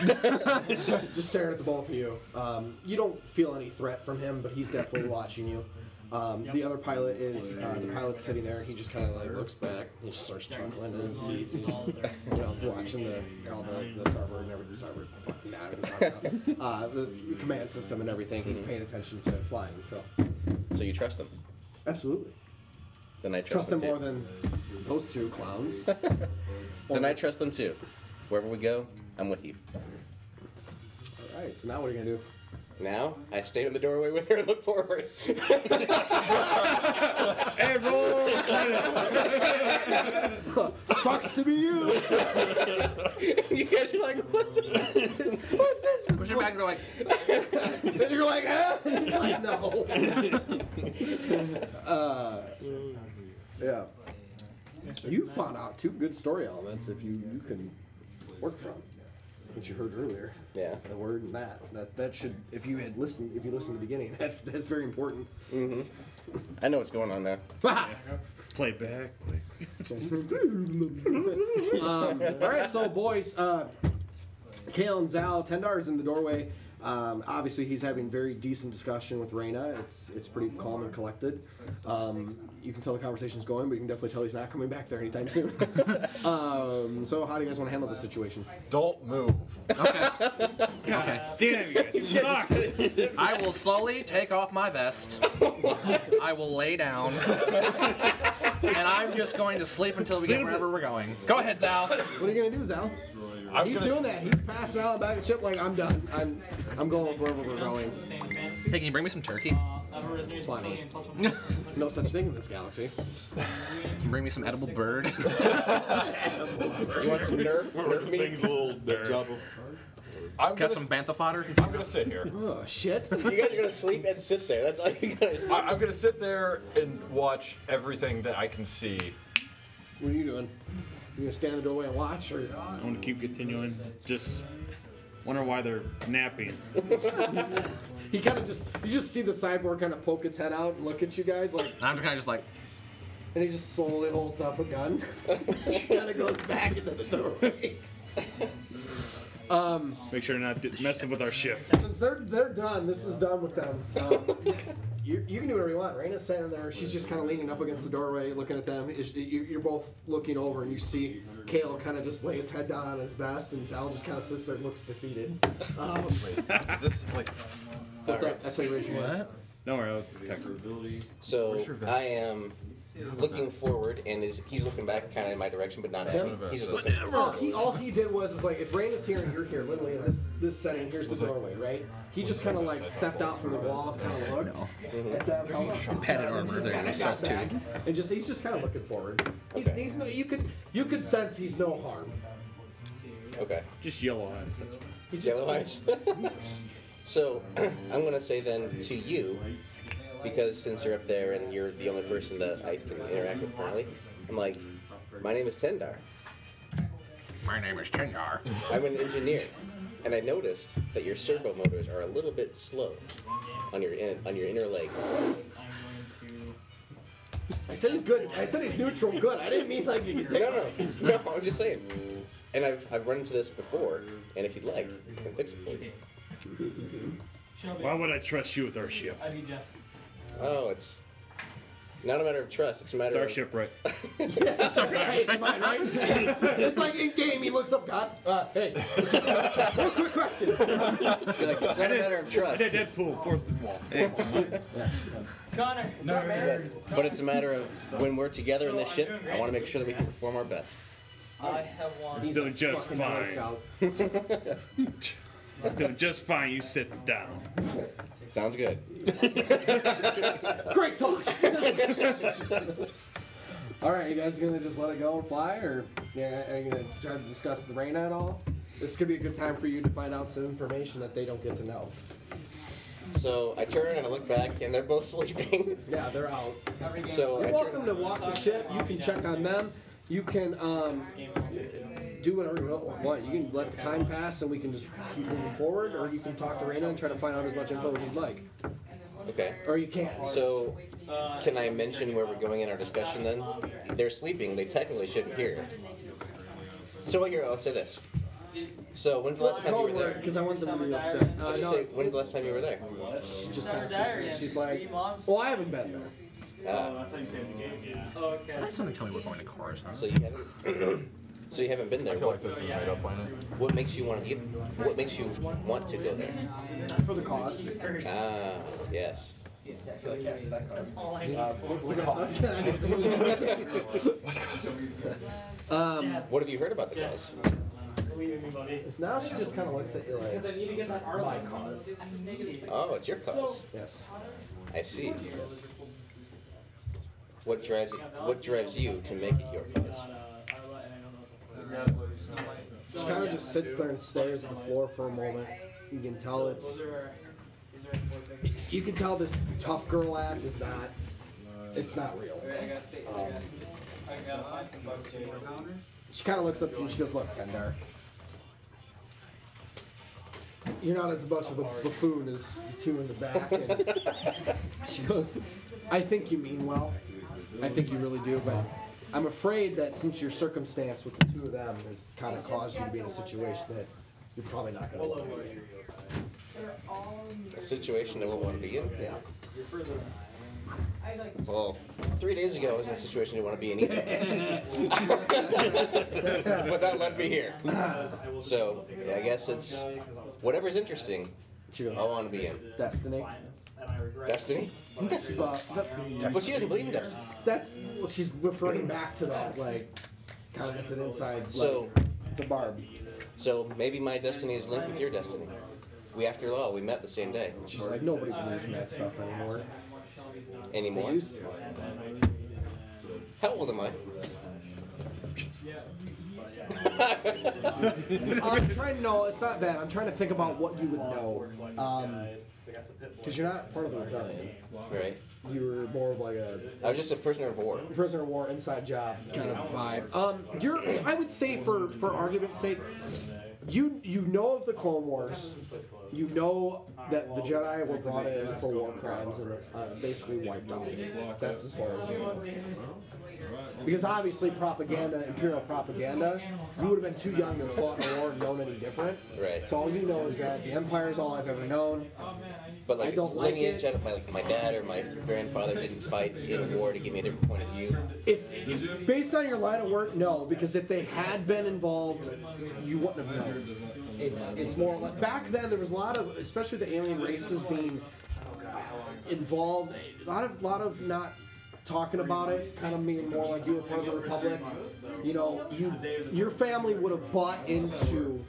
[SPEAKER 4] just staring at the both of you. Um, you don't feel any threat from him, but he's definitely watching you. Um, the other pilot is uh, the pilot's sitting there. He just kind of like looks back. He just starts chuckling in his seat. and just, you know, watching the all the, the server and everything. Server, fucking matter, fucking out. uh, the command system and everything. He's paying attention to flying. So,
[SPEAKER 11] So you trust them?
[SPEAKER 4] absolutely.
[SPEAKER 11] Then I trust,
[SPEAKER 4] Trust him
[SPEAKER 11] too.
[SPEAKER 4] more than those two clowns.
[SPEAKER 11] Then I trust them too. Wherever we go, I'm with you.
[SPEAKER 4] All right, so now what are you gonna do?
[SPEAKER 11] Now I stay in the doorway with her and look forward.
[SPEAKER 3] Hey, roll!
[SPEAKER 4] Sucks to be you.
[SPEAKER 11] you guys are like, what's
[SPEAKER 4] What's this?
[SPEAKER 8] Push it back and go like,
[SPEAKER 4] And you're like, huh? And he's like, no. uh, yeah. You found out two good story elements if you you can work from what you heard earlier.
[SPEAKER 11] Yeah.
[SPEAKER 4] The word and that that that should if you had listened if you listened to the beginning that's that's very important.
[SPEAKER 11] I know what's going on now.
[SPEAKER 3] Play back.
[SPEAKER 4] um, all right, so boys, uh, Kale and Zal, Tendar is in the doorway. Um, obviously, he's having very decent discussion with Reyna. It's it's pretty calm and collected. Um, you can tell the conversation's going, but you can definitely tell he's not coming back there anytime soon. um, so, how do you guys want to handle this situation?
[SPEAKER 10] Don't move.
[SPEAKER 8] Okay.
[SPEAKER 3] God damn, you guys suck.
[SPEAKER 8] I will slowly take off my vest. I will lay down. And I'm just going to sleep until we get wherever we're going. Go ahead, Zal.
[SPEAKER 4] What are you gonna do, Zal?
[SPEAKER 10] I'm
[SPEAKER 4] He's
[SPEAKER 10] gonna-
[SPEAKER 4] doing that. He's passing out back of the ship like I'm done. I'm I'm going wherever we're going.
[SPEAKER 5] The same advantage.
[SPEAKER 8] Hey, can you bring me some turkey?
[SPEAKER 5] Uh, I have a resume is
[SPEAKER 4] Funny.
[SPEAKER 5] between plus one.
[SPEAKER 4] No such thing in this galaxy.
[SPEAKER 8] Can you bring me some edible bird?
[SPEAKER 11] You want some nerve? nerve meat?
[SPEAKER 6] Things a little that job of
[SPEAKER 10] I'm gonna,
[SPEAKER 8] Got some
[SPEAKER 10] s-
[SPEAKER 8] bantha fodder?
[SPEAKER 10] I'm gonna sit here.
[SPEAKER 4] Oh shit.
[SPEAKER 11] You guys are gonna sleep and sit there. That's all you gotta do.
[SPEAKER 10] I, I'm gonna sit there and watch everything that I can see.
[SPEAKER 4] What are you doing? You gonna stand in the doorway and watch, or
[SPEAKER 3] I'm gonna keep continuing. Just wonder why they're napping.
[SPEAKER 4] he kind of just you just see the cyborg kind of poke its head out and look at you guys like,
[SPEAKER 8] I'm kind of just like,
[SPEAKER 4] and he just slowly holds up a gun. just kind of goes back into the doorway.
[SPEAKER 3] Make sure they're not d- messing with our ship.
[SPEAKER 4] Since they're they're done, this is done with them. Um, you, you can do whatever you want. Raina's standing there. She's just kind of leaning up against the doorway, looking at them. Is- you- You're both looking over, and you see Kale kind of just lay his head down on his vest, and Sal just kind of sits there and looks defeated. Um,
[SPEAKER 10] Is this like?
[SPEAKER 4] what's up? I saw you raise your hand.
[SPEAKER 8] what?
[SPEAKER 3] Don't worry, I'll text her.
[SPEAKER 11] So
[SPEAKER 10] Where's your vest?
[SPEAKER 11] I am looking forward, and is he's looking back kind of in my direction, but not at me.
[SPEAKER 10] Vest.
[SPEAKER 11] He's just looking.
[SPEAKER 4] All he, all he did was is like if Raina's here and you're here, literally in this this setting, here's the doorway, right? He just kind of like stepped out from the wall, kind of looked at them, how much is
[SPEAKER 8] Padded
[SPEAKER 4] that, and
[SPEAKER 8] armor,
[SPEAKER 4] just kinda
[SPEAKER 8] they're gonna
[SPEAKER 4] got
[SPEAKER 8] suck too.
[SPEAKER 4] back, And just he's just kind of looking forward. He's, he's no, you could you could sense he's no harm.
[SPEAKER 11] Okay.
[SPEAKER 3] Just yellow eyes. That's fine.
[SPEAKER 4] He just
[SPEAKER 11] Yellow eyes. so I'm gonna say then to you, because since you're up there and you're the only person that I can interact with currently, I'm like, my name is Tendar.
[SPEAKER 8] My name is Tengar.
[SPEAKER 11] I'm an engineer, and I noticed that your servo motors are a little bit slow on your in, on your inner leg.
[SPEAKER 5] I'm going to.
[SPEAKER 4] I said he's good. I said he's neutral good. I didn't mean like you could take.
[SPEAKER 11] No, no, no. I'm just saying. And I've, I've run into this before, and if you'd like, I can fix it for you.
[SPEAKER 5] Shelby,
[SPEAKER 3] Why would I trust you with our ship?
[SPEAKER 5] I need Jeff.
[SPEAKER 11] Oh, it's not a matter of trust. It's a matter
[SPEAKER 3] It's our
[SPEAKER 11] of
[SPEAKER 3] ship, right?
[SPEAKER 4] That's right. It's mine, right? it's like in game. He looks up. God, uh, hey. One quick question.
[SPEAKER 11] You're like, it's not a matter of
[SPEAKER 3] I
[SPEAKER 11] trust,
[SPEAKER 3] did Deadpool, fourth wall.
[SPEAKER 5] Connor. No.
[SPEAKER 11] but, but it's a matter of when we're together in this ship. I want to make sure that we can perform our best.
[SPEAKER 5] I have one.
[SPEAKER 3] Still just
[SPEAKER 4] Fucking Boy
[SPEAKER 3] fine.
[SPEAKER 4] Scout.
[SPEAKER 3] Still just fine. You sit down.
[SPEAKER 11] Sounds good.
[SPEAKER 4] Great talk. all right, you guys gonna just let it go and fly, or yeah, are you gonna try to discuss the rain at all? This could be a good time for you to find out some information that they don't get to know.
[SPEAKER 11] So I turn and I look back, and they're both sleeping.
[SPEAKER 4] Yeah, they're out.
[SPEAKER 11] So
[SPEAKER 4] You're
[SPEAKER 11] I turn,
[SPEAKER 4] welcome to walk the ship. You can check on them. You can um, do whatever you want. You can let the time pass, and we can just keep moving forward, or you can talk to Raina and try to find out as much info as you'd like,
[SPEAKER 11] okay.
[SPEAKER 4] or you can.
[SPEAKER 11] So
[SPEAKER 5] Uh,
[SPEAKER 11] can I mention where we're going in our discussion then? They're sleeping. They technically shouldn't hear. So what here? I'll say this. So when's the last time you were
[SPEAKER 4] Code word,
[SPEAKER 11] there?
[SPEAKER 4] because I want them to be upset.
[SPEAKER 11] I'll
[SPEAKER 4] Uh,
[SPEAKER 11] just
[SPEAKER 4] no,
[SPEAKER 11] say, when's the last time you were there?
[SPEAKER 4] she just kind of sits there. She's like, "Well, I haven't been there."
[SPEAKER 11] Uh,
[SPEAKER 5] oh, That's how you save the game. Yeah. Okay.
[SPEAKER 8] Why did somebody tell me we're going to Cars?
[SPEAKER 11] So you haven't. so you haven't been there.
[SPEAKER 10] I feel
[SPEAKER 11] What,
[SPEAKER 10] like this is a made up planet.
[SPEAKER 11] what makes you want to? Get, what makes you want to go there?
[SPEAKER 4] for the cause.
[SPEAKER 11] Ah, yes.
[SPEAKER 5] That's all I need.
[SPEAKER 4] um,
[SPEAKER 11] What have you heard about the cause?
[SPEAKER 5] Believe in me, buddy.
[SPEAKER 4] now she just kind of looks at you
[SPEAKER 5] Because
[SPEAKER 4] like,
[SPEAKER 5] I need to get that R line cause.
[SPEAKER 11] Oh, it's your cause.
[SPEAKER 4] yes.
[SPEAKER 11] I see. What drives What drives you to make it your cause?
[SPEAKER 4] She kind of just sits there and stares at the floor for a moment. You can tell it's. You can tell this tough girl act is not. It's not real.
[SPEAKER 3] Oh,
[SPEAKER 4] She kind of looks up to you and she goes, "Look, Tendar, you're not as much of a buffoon as the two in the back." And she goes, "I think you mean well. I think you really do, but I'm afraid that since your circumstance with the two of them has kind of caused you to be in a situation that You're probably not gonna. want to be.
[SPEAKER 11] A situation I wouldn't want to be in.
[SPEAKER 4] Yeah.
[SPEAKER 11] Well, three days ago I was in a situation I didn't want to be in either. but that led me here. So yeah, I guess it's whatever's interesting. I want to be in
[SPEAKER 4] Destiny.
[SPEAKER 11] Destiny.
[SPEAKER 4] Uh, that-
[SPEAKER 11] But she doesn't believe in Destiny.
[SPEAKER 4] That's well, she's referring back to that like kind of it's an inside.
[SPEAKER 11] So-
[SPEAKER 4] like, it's a barb.
[SPEAKER 11] So maybe my destiny is linked with your destiny. We, after all, we met the same day
[SPEAKER 4] She's like nobody believes in that stuff anymore. They
[SPEAKER 11] anymore.
[SPEAKER 4] used to.
[SPEAKER 11] How old am I?
[SPEAKER 4] I'm trying to no, it's not that. I'm trying to think about what you would know. Um, because you're not part of the rebellion.
[SPEAKER 11] Right.
[SPEAKER 4] You were more of like a
[SPEAKER 11] I was just a prisoner of war.
[SPEAKER 4] prisoner of war inside job kind of vibe. Um, you're I would say for for argument's sake, you you know of the Clone Wars. You know that the Jedi were brought in for war crimes and uh, basically wiped out. That's as far as you know. Because obviously, propaganda, imperial propaganda, you would have been too young to have fought in a war and known any different.
[SPEAKER 11] Right.
[SPEAKER 4] So all you know is that the Empire is all I've ever known.
[SPEAKER 11] But like
[SPEAKER 4] I don't like
[SPEAKER 11] lineage,
[SPEAKER 4] it.
[SPEAKER 11] I don't- my, like, my dad or my grandfather didn't fight in war to give me a different point of view.
[SPEAKER 4] If based on your line of work, no, because if they had been involved, you wouldn't have known. It's it's more like back then there was a lot of, especially the alien races being involved. A lot of lot of not talking about it, kind of being more like you were part of the Republic. You know, you your family would have bought into.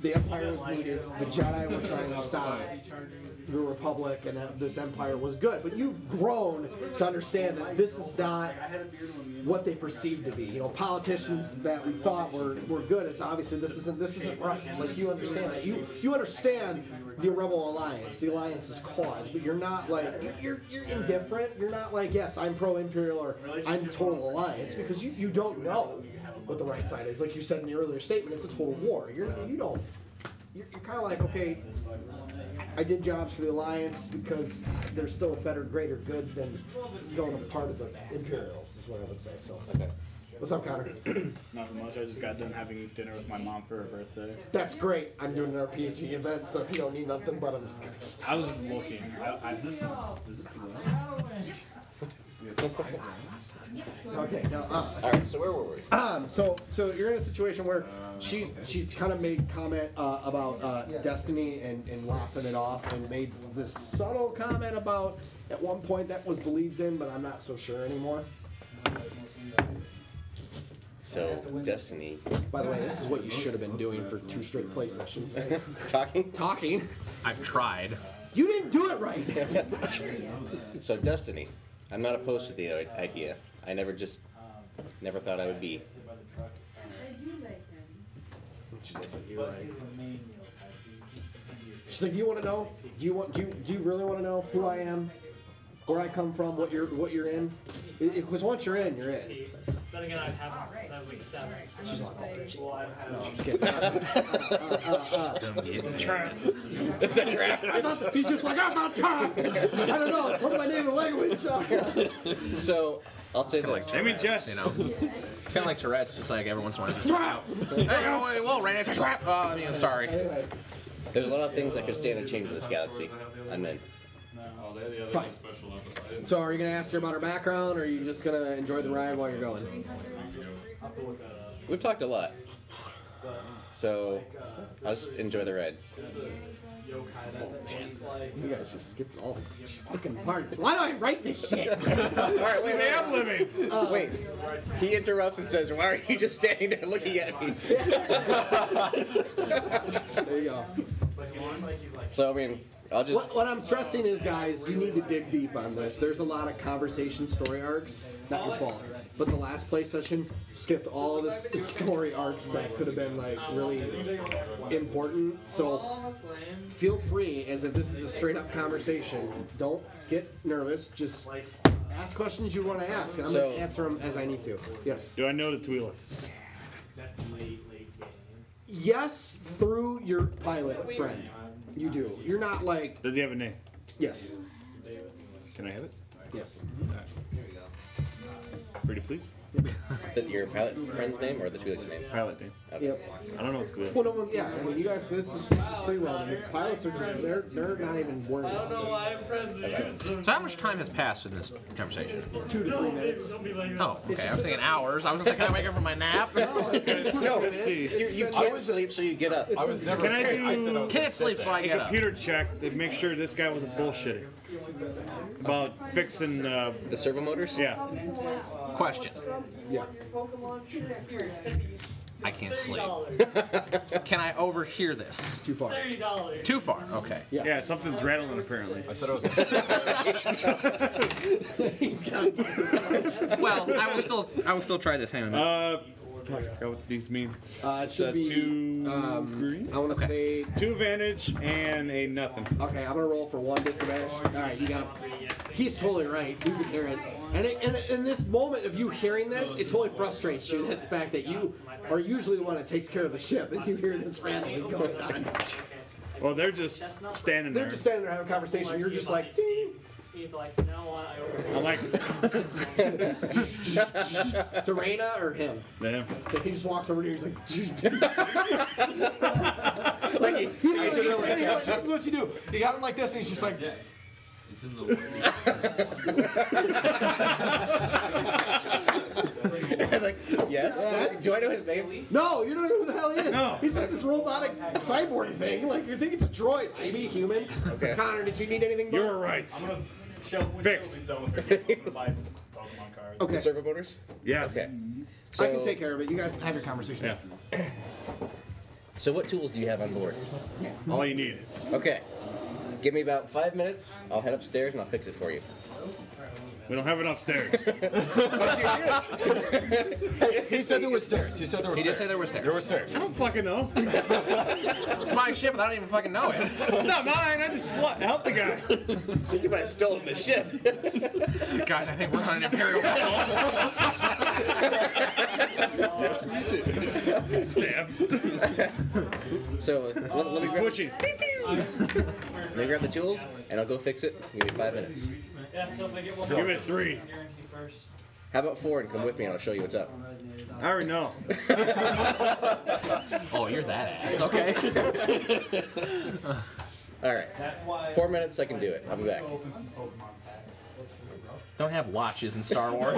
[SPEAKER 4] The Empire was needed. The Jedi were trying to stop the Republic, and that this Empire was good. But you've grown to understand that this is not what they perceive to be. You know, politicians that we thought were, were good is obviously this isn't this isn't right. Like you understand that. You you understand the Rebel Alliance, the Alliance's cause, but you're not like you're you're, you're indifferent. You're not like yes, I'm pro Imperial or I'm total Alliance because you, you don't know what the right side is. Like you said in the earlier statement, it's a total war. You're not, you don't. You're, you're kind of like okay. I did jobs for the Alliance because there's still a better, greater good than going a part of the Imperials, is what I would say. So,
[SPEAKER 11] Okay.
[SPEAKER 4] what's up, Connor?
[SPEAKER 2] Nothing much. I just got done having dinner with my mom for her birthday.
[SPEAKER 4] That's great. I'm doing an RPG event, so if you don't need nothing, but I'm just kidding.
[SPEAKER 2] I was just looking. I, I,
[SPEAKER 4] Okay, now, uh,
[SPEAKER 11] All right. So where were we?
[SPEAKER 4] Um, so so you're in a situation where she's she's kind of made comment uh, about uh, destiny and, and laughing it off and made this subtle comment about at one point that was believed in but I'm not so sure anymore.
[SPEAKER 11] So destiny,
[SPEAKER 4] By the way, this is what you should have been doing for two straight play sessions.
[SPEAKER 11] talking.
[SPEAKER 4] Talking.
[SPEAKER 8] I've tried.
[SPEAKER 4] You didn't do it right.
[SPEAKER 11] So destiny. I'm not opposed to the i- idea. I never just never thought I would be.
[SPEAKER 4] She's like, "You like-" She's like, you want to know? Do you want? Do you, do you really want to know who I am, where I come from, what you're what you're in? Because once you're in, you're in.
[SPEAKER 5] Then again, I've had since I was like seven.
[SPEAKER 4] She's like, oh, bitch.
[SPEAKER 5] Well, I've had.
[SPEAKER 4] I'm just kidding.
[SPEAKER 8] It's a trap.
[SPEAKER 11] Is that right?
[SPEAKER 4] I thought that- he's just like, I'm not trying. I don't know. It's part of my native language. Uh,
[SPEAKER 11] So I'll say
[SPEAKER 8] Like
[SPEAKER 11] this.
[SPEAKER 3] Let me
[SPEAKER 8] Tourette's,
[SPEAKER 3] just-
[SPEAKER 8] you know, it's kind of like Tourette's, just like every once in a while, just hey, oh, well, ran into a trap. Oh, I mean, I'm sorry.
[SPEAKER 4] anyway,
[SPEAKER 11] There's a lot of things I could stand and change in this galaxy. I meant.
[SPEAKER 4] fine. So, are you gonna ask her about her background, or are you just gonna enjoy the ride while you're going?
[SPEAKER 11] We've talked a lot. So I'll just enjoy the ride.
[SPEAKER 4] You guys just skipped all the fucking parts. Why do I write this shit?
[SPEAKER 11] All right, wait,
[SPEAKER 3] I am living.
[SPEAKER 11] wait. He interrupts and says, "Why are you just standing there looking at me?"
[SPEAKER 4] There you go.
[SPEAKER 11] So I mean, I'll just
[SPEAKER 4] What, what I'm stressing is, guys, you need to dig deep on this. There's a lot of conversation story arcs. Not your fault. But the last play session skipped all the s- story arcs that could have been like really important. So feel free, as if this is a straight up conversation. Don't get nervous. Just ask questions you want to ask, and I'm
[SPEAKER 11] So-
[SPEAKER 4] gonna answer them as I need to. Yes.
[SPEAKER 3] Do I know the Twila?
[SPEAKER 4] Yes, through your pilot friend, you do. You're not like
[SPEAKER 3] Does he have a name?
[SPEAKER 4] yes.
[SPEAKER 3] Can I have it?
[SPEAKER 4] Yes.
[SPEAKER 11] There we go.
[SPEAKER 3] Pretty please.
[SPEAKER 11] your pilot friend's name or the Twi'lek's name?
[SPEAKER 3] Pilot name.
[SPEAKER 11] Okay.
[SPEAKER 4] Yep.
[SPEAKER 3] I don't know what's good.
[SPEAKER 4] Well, no, yeah. I mean, you guys, this is, this is free will. The pilots are just they're they're not even worried
[SPEAKER 5] I don't know
[SPEAKER 4] about
[SPEAKER 5] why I'm friends with you.
[SPEAKER 8] So how much time has passed in this conversation?
[SPEAKER 4] this. Two to three
[SPEAKER 5] Don't be-
[SPEAKER 4] minutes.
[SPEAKER 5] don't be like that.
[SPEAKER 8] Oh, okay. I was thinking hours. I was like, can I wake up from my nap?
[SPEAKER 4] No,
[SPEAKER 3] Let's see.
[SPEAKER 11] You, you can't sleep, so you get up.
[SPEAKER 10] I was never.
[SPEAKER 3] Can I
[SPEAKER 10] sick. said I was
[SPEAKER 8] Can't sleep, so I
[SPEAKER 3] A
[SPEAKER 8] get up.
[SPEAKER 3] computer check to make sure this guy wasn't bullshitting about fixing. Uh,
[SPEAKER 11] The servo motors?
[SPEAKER 3] yeah.
[SPEAKER 8] Question.
[SPEAKER 4] Yeah.
[SPEAKER 8] I can't
[SPEAKER 5] Thirty
[SPEAKER 8] sleep.
[SPEAKER 5] dollars.
[SPEAKER 8] Can I overhear this?
[SPEAKER 4] Too far.
[SPEAKER 5] Thirty dollars.
[SPEAKER 8] Too far. Okay.
[SPEAKER 3] Yeah, something's rattling apparently.
[SPEAKER 10] I said I was.
[SPEAKER 8] Well, I will still. I will still try this. Hang on. A minute.
[SPEAKER 3] Uh, fuck, I forgot what these mean.
[SPEAKER 4] Uh, it
[SPEAKER 3] It's a
[SPEAKER 4] should be.
[SPEAKER 3] two
[SPEAKER 4] um,
[SPEAKER 3] green?
[SPEAKER 4] I want to say.
[SPEAKER 3] Two advantage and a nothing.
[SPEAKER 4] Okay, I'm gonna roll for one disadvantage. All right, you got. He's totally right. You can hear it, and, it, and in this moment of you hearing this, it totally frustrates you that the fact that you are usually the one that takes care of the ship, and you hear this rattling going on.
[SPEAKER 3] Well, they're just standing
[SPEAKER 4] They're
[SPEAKER 3] there.
[SPEAKER 4] just standing there having a conversation. You're just like, "Ding."
[SPEAKER 5] He's like, you know what? I
[SPEAKER 3] I like
[SPEAKER 4] to Raina or him.
[SPEAKER 3] them.
[SPEAKER 4] So he just walks over to you. He's like, "Gee, dude."
[SPEAKER 11] Like, you-
[SPEAKER 4] He doesn't even say anything, like, this is what you do. You got him like this, and he's just like,
[SPEAKER 11] I was like, yes?
[SPEAKER 4] Yes?
[SPEAKER 11] Do I know his name?
[SPEAKER 4] no, you don't know who the hell he is.
[SPEAKER 3] No.
[SPEAKER 4] He's just this robotic cyborg thing. Like you think it's a droid, maybe human.
[SPEAKER 11] Okay.
[SPEAKER 4] Connor, did you need anything? bud?
[SPEAKER 3] You were right.
[SPEAKER 6] Show, when
[SPEAKER 3] Fix.
[SPEAKER 6] Shelby's done with her game, I'm gonna buy some Pokemon cards.
[SPEAKER 4] okay.
[SPEAKER 11] The servo motors?
[SPEAKER 3] Yes.
[SPEAKER 11] Okay.
[SPEAKER 4] I can take care of it. You guys have your conversation.
[SPEAKER 3] Yeah.
[SPEAKER 11] So, what tools do you have on board?
[SPEAKER 3] All you need.
[SPEAKER 11] Okay. Give me about five minutes. I'll head upstairs and I'll fix it for you.
[SPEAKER 3] We don't have it upstairs.
[SPEAKER 10] he said there were stairs. He said there were
[SPEAKER 8] He did
[SPEAKER 10] stairs.
[SPEAKER 8] say there were stairs.
[SPEAKER 10] There were stairs.
[SPEAKER 3] I don't fucking know.
[SPEAKER 8] It's my ship, and I don't even fucking know it.
[SPEAKER 3] It's not mine. I just fl- helped the guy.
[SPEAKER 11] You might have stolen the ship.
[SPEAKER 8] Guys, I think we're on an imperial vessel.
[SPEAKER 3] Stab.
[SPEAKER 11] So, uh, let, let me grab,
[SPEAKER 3] Twitching.
[SPEAKER 11] let me grab the tools and I'll go fix it. Give me five minutes.
[SPEAKER 5] Yeah, so if I get one
[SPEAKER 3] Give
[SPEAKER 5] more,
[SPEAKER 3] it three.
[SPEAKER 5] guarantee first.
[SPEAKER 11] How about four and come with me and I'll show you what's up?
[SPEAKER 3] I already know.
[SPEAKER 8] Oh, you're that ass. Okay.
[SPEAKER 11] All right.
[SPEAKER 5] That's why.
[SPEAKER 11] Four minutes, I can do it. I'll be back.
[SPEAKER 8] Don't have watches in Star Wars.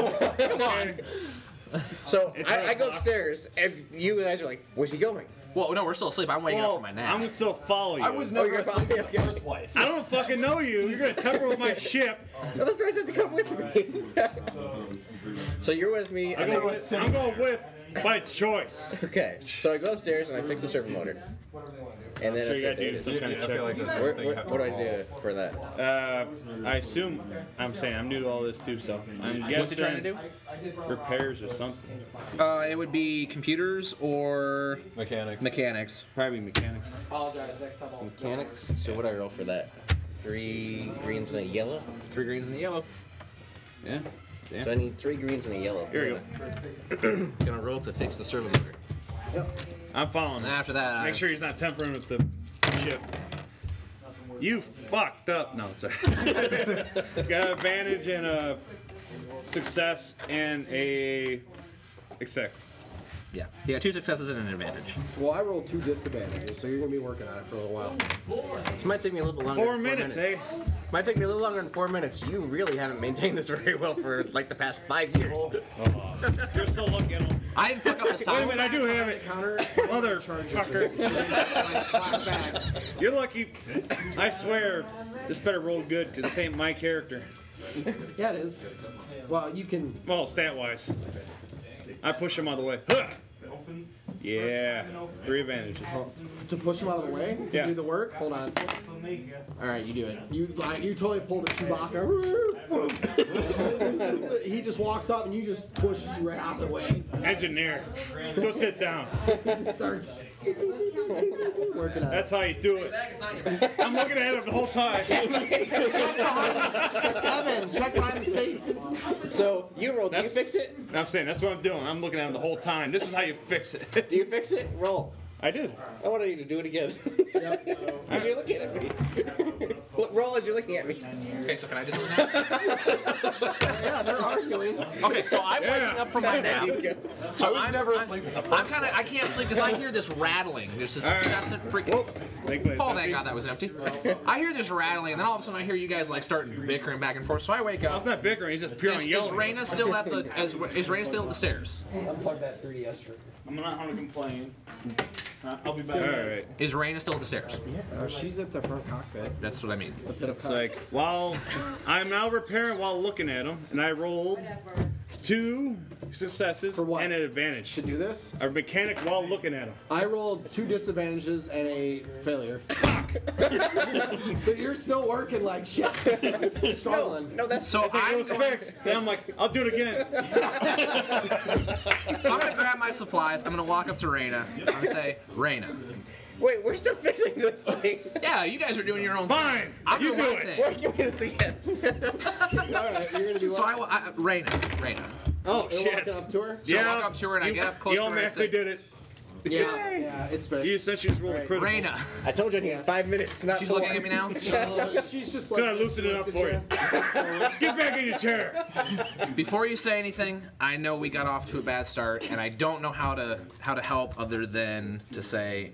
[SPEAKER 11] So
[SPEAKER 3] It's
[SPEAKER 11] I, I go
[SPEAKER 3] o'clock.
[SPEAKER 11] upstairs, and you guys are like, "Where's he going?"
[SPEAKER 8] Well, no, we're still asleep. I'm waking up
[SPEAKER 3] Well,
[SPEAKER 8] from my
[SPEAKER 3] I'm
[SPEAKER 8] nap.
[SPEAKER 3] gonna still follow you.
[SPEAKER 10] I was
[SPEAKER 11] Oh, you're
[SPEAKER 10] never asleep in the
[SPEAKER 11] probably- okay.
[SPEAKER 10] first place.
[SPEAKER 3] I don't fucking know you. You're gonna cover with my ship.
[SPEAKER 11] No, that's why I said to come with me. so you're with me.
[SPEAKER 3] I'm
[SPEAKER 11] I
[SPEAKER 3] going
[SPEAKER 11] go-
[SPEAKER 3] with, I'm going with by choice.
[SPEAKER 11] okay. So I go upstairs and I fix the servo motor. And then
[SPEAKER 3] So you
[SPEAKER 11] I sit
[SPEAKER 3] gotta
[SPEAKER 11] there.
[SPEAKER 3] do
[SPEAKER 11] and-
[SPEAKER 3] some kind of
[SPEAKER 10] I feel like
[SPEAKER 3] check.
[SPEAKER 10] that's
[SPEAKER 11] Where-
[SPEAKER 10] something you
[SPEAKER 11] where-
[SPEAKER 10] have to
[SPEAKER 11] what do I
[SPEAKER 10] roll.
[SPEAKER 11] do for that?
[SPEAKER 3] Uh, I assume I'm saying I'm new to all this too, so I'm guessing
[SPEAKER 8] What's he trying to do?
[SPEAKER 3] repairs or something.
[SPEAKER 8] Uh, it would be computers or
[SPEAKER 10] Mechanics.
[SPEAKER 8] mechanics.
[SPEAKER 3] Probably mechanics.
[SPEAKER 4] Apologize next time. I'll-
[SPEAKER 11] Mechanics. So what do I roll for that? Three greens and a yellow.
[SPEAKER 8] Three greens and a yellow.
[SPEAKER 3] Yeah. Yeah.
[SPEAKER 11] So I need three greens and a yellow.
[SPEAKER 3] Here we go.
[SPEAKER 11] Gonna roll to fix the servo motor.
[SPEAKER 3] I'm following.
[SPEAKER 8] And
[SPEAKER 3] him.
[SPEAKER 8] after that,
[SPEAKER 3] Make sure he's not tempering with the ship. You fucked up. No, sorry. Got an advantage and a success and a success.
[SPEAKER 8] yeah, yeah, two successes and an advantage.
[SPEAKER 4] Well, I rolled two disadvantages, so you're gonna be working on it for a little while.
[SPEAKER 11] This might take me a little bit longer.
[SPEAKER 3] Four
[SPEAKER 11] than
[SPEAKER 3] minutes, eh?
[SPEAKER 11] Might take me a little longer than four minutes. You really haven't maintained this very well for like the past five years.
[SPEAKER 3] You're still looking.
[SPEAKER 8] I didn't fuck up this time.
[SPEAKER 3] Wait a minute, I do have it.
[SPEAKER 4] Counter
[SPEAKER 3] Motherfucker. You're lucky. I swear, this better roll good because this ain't my character.
[SPEAKER 4] Yeah, it is. Well, you can.
[SPEAKER 3] Well, stat wise, I push him out of the way. Huh! Yeah, three advantages.
[SPEAKER 4] To push him out of the way to
[SPEAKER 3] Yeah.
[SPEAKER 4] do the work. Hold on. All right, you do it. You like you totally pull the Chewbacca. he just walks up and you just push you right out of the way.
[SPEAKER 3] Engineer, go sit down.
[SPEAKER 4] He just starts working on it.
[SPEAKER 3] That's how you do it. I'm looking at him the whole time.
[SPEAKER 4] Evan, check behind the safe.
[SPEAKER 11] So you roll. Do you
[SPEAKER 3] That's-
[SPEAKER 11] fix it?
[SPEAKER 3] And I'm saying that's what I'm doing. I'm looking at him the whole time. This is how you fix it.
[SPEAKER 11] Do you fix it? Roll.
[SPEAKER 3] I I did.
[SPEAKER 11] I wanted you to do it again. Because you're looking at me. Look, Roll as you're looking at me.
[SPEAKER 8] Okay, so can I just? yeah, they're arguing. Okay, so I'm waking up from my nap. So
[SPEAKER 10] I was
[SPEAKER 8] I'm,
[SPEAKER 10] never
[SPEAKER 8] I'm,
[SPEAKER 10] asleep in the
[SPEAKER 8] I'm kind of I can't sleep because I hear this rattling. There's this
[SPEAKER 3] All right.
[SPEAKER 8] incessant freaking.
[SPEAKER 3] Thankfully,
[SPEAKER 8] Oh,
[SPEAKER 3] empty.
[SPEAKER 8] thank God that was empty. I hear this rattling, and then all of a sudden I hear you guys like starting bickering back and forth. So I wake
[SPEAKER 3] I was
[SPEAKER 8] up.
[SPEAKER 3] not bickering. He's just pure
[SPEAKER 8] Is,
[SPEAKER 3] on
[SPEAKER 8] is
[SPEAKER 3] yelling.
[SPEAKER 8] Raina still at the? Is, is Raina still at the stairs?
[SPEAKER 4] Unplug that 3DS trick.
[SPEAKER 5] I'm not gonna complain. Uh, I'll be
[SPEAKER 3] All
[SPEAKER 5] back.
[SPEAKER 3] right.
[SPEAKER 8] Is Raina still at the stairs?
[SPEAKER 4] Uh, she's at the front cockpit.
[SPEAKER 8] That's what I mean.
[SPEAKER 4] The pit of
[SPEAKER 3] It's like while I'm now repairing while looking at him, and I rolled two successes
[SPEAKER 4] For what?
[SPEAKER 3] and an advantage.
[SPEAKER 4] to do this.
[SPEAKER 3] A mechanic while looking at him.
[SPEAKER 4] I rolled two disadvantages and a failure. so you're still working like shit. Struggling.
[SPEAKER 11] No, that's
[SPEAKER 8] So
[SPEAKER 3] It
[SPEAKER 8] I'm
[SPEAKER 3] was
[SPEAKER 8] going,
[SPEAKER 3] fixed. Then I'm like, I'll do it again.
[SPEAKER 8] so I'm gonna grab my supplies. I'm gonna walk up to Raina. I'm gonna say, Raina.
[SPEAKER 11] Wait, we're still fixing this thing.
[SPEAKER 8] Yeah, you guys are doing your own.
[SPEAKER 3] Fine.
[SPEAKER 8] I'm
[SPEAKER 3] you do
[SPEAKER 8] doing my
[SPEAKER 3] it.
[SPEAKER 8] thing.
[SPEAKER 11] We're doing this again.
[SPEAKER 4] All right, you're gonna do
[SPEAKER 8] So
[SPEAKER 4] what?
[SPEAKER 8] I, wa- I Raina, Raina.
[SPEAKER 3] Oh
[SPEAKER 4] You're
[SPEAKER 3] shit.
[SPEAKER 4] walking up to her.
[SPEAKER 8] So I walk up to her and I
[SPEAKER 3] you,
[SPEAKER 8] get up close
[SPEAKER 3] you
[SPEAKER 8] to her and I
[SPEAKER 3] automatically
[SPEAKER 8] say-
[SPEAKER 3] did it.
[SPEAKER 4] Yeah, yeah, it's fixed.
[SPEAKER 3] You essentially just rolled a
[SPEAKER 4] Right.
[SPEAKER 3] critical.
[SPEAKER 8] Raina.
[SPEAKER 11] I told you I needed
[SPEAKER 4] Yes.
[SPEAKER 11] five minutes, not
[SPEAKER 8] She's
[SPEAKER 11] four.
[SPEAKER 8] looking at me now.
[SPEAKER 4] Uh, she's just like.
[SPEAKER 3] Good, I loosened it up for you. Get back in your chair.
[SPEAKER 8] Before you say anything, I know we got off to a bad start, and I don't know how to how to help other than to say,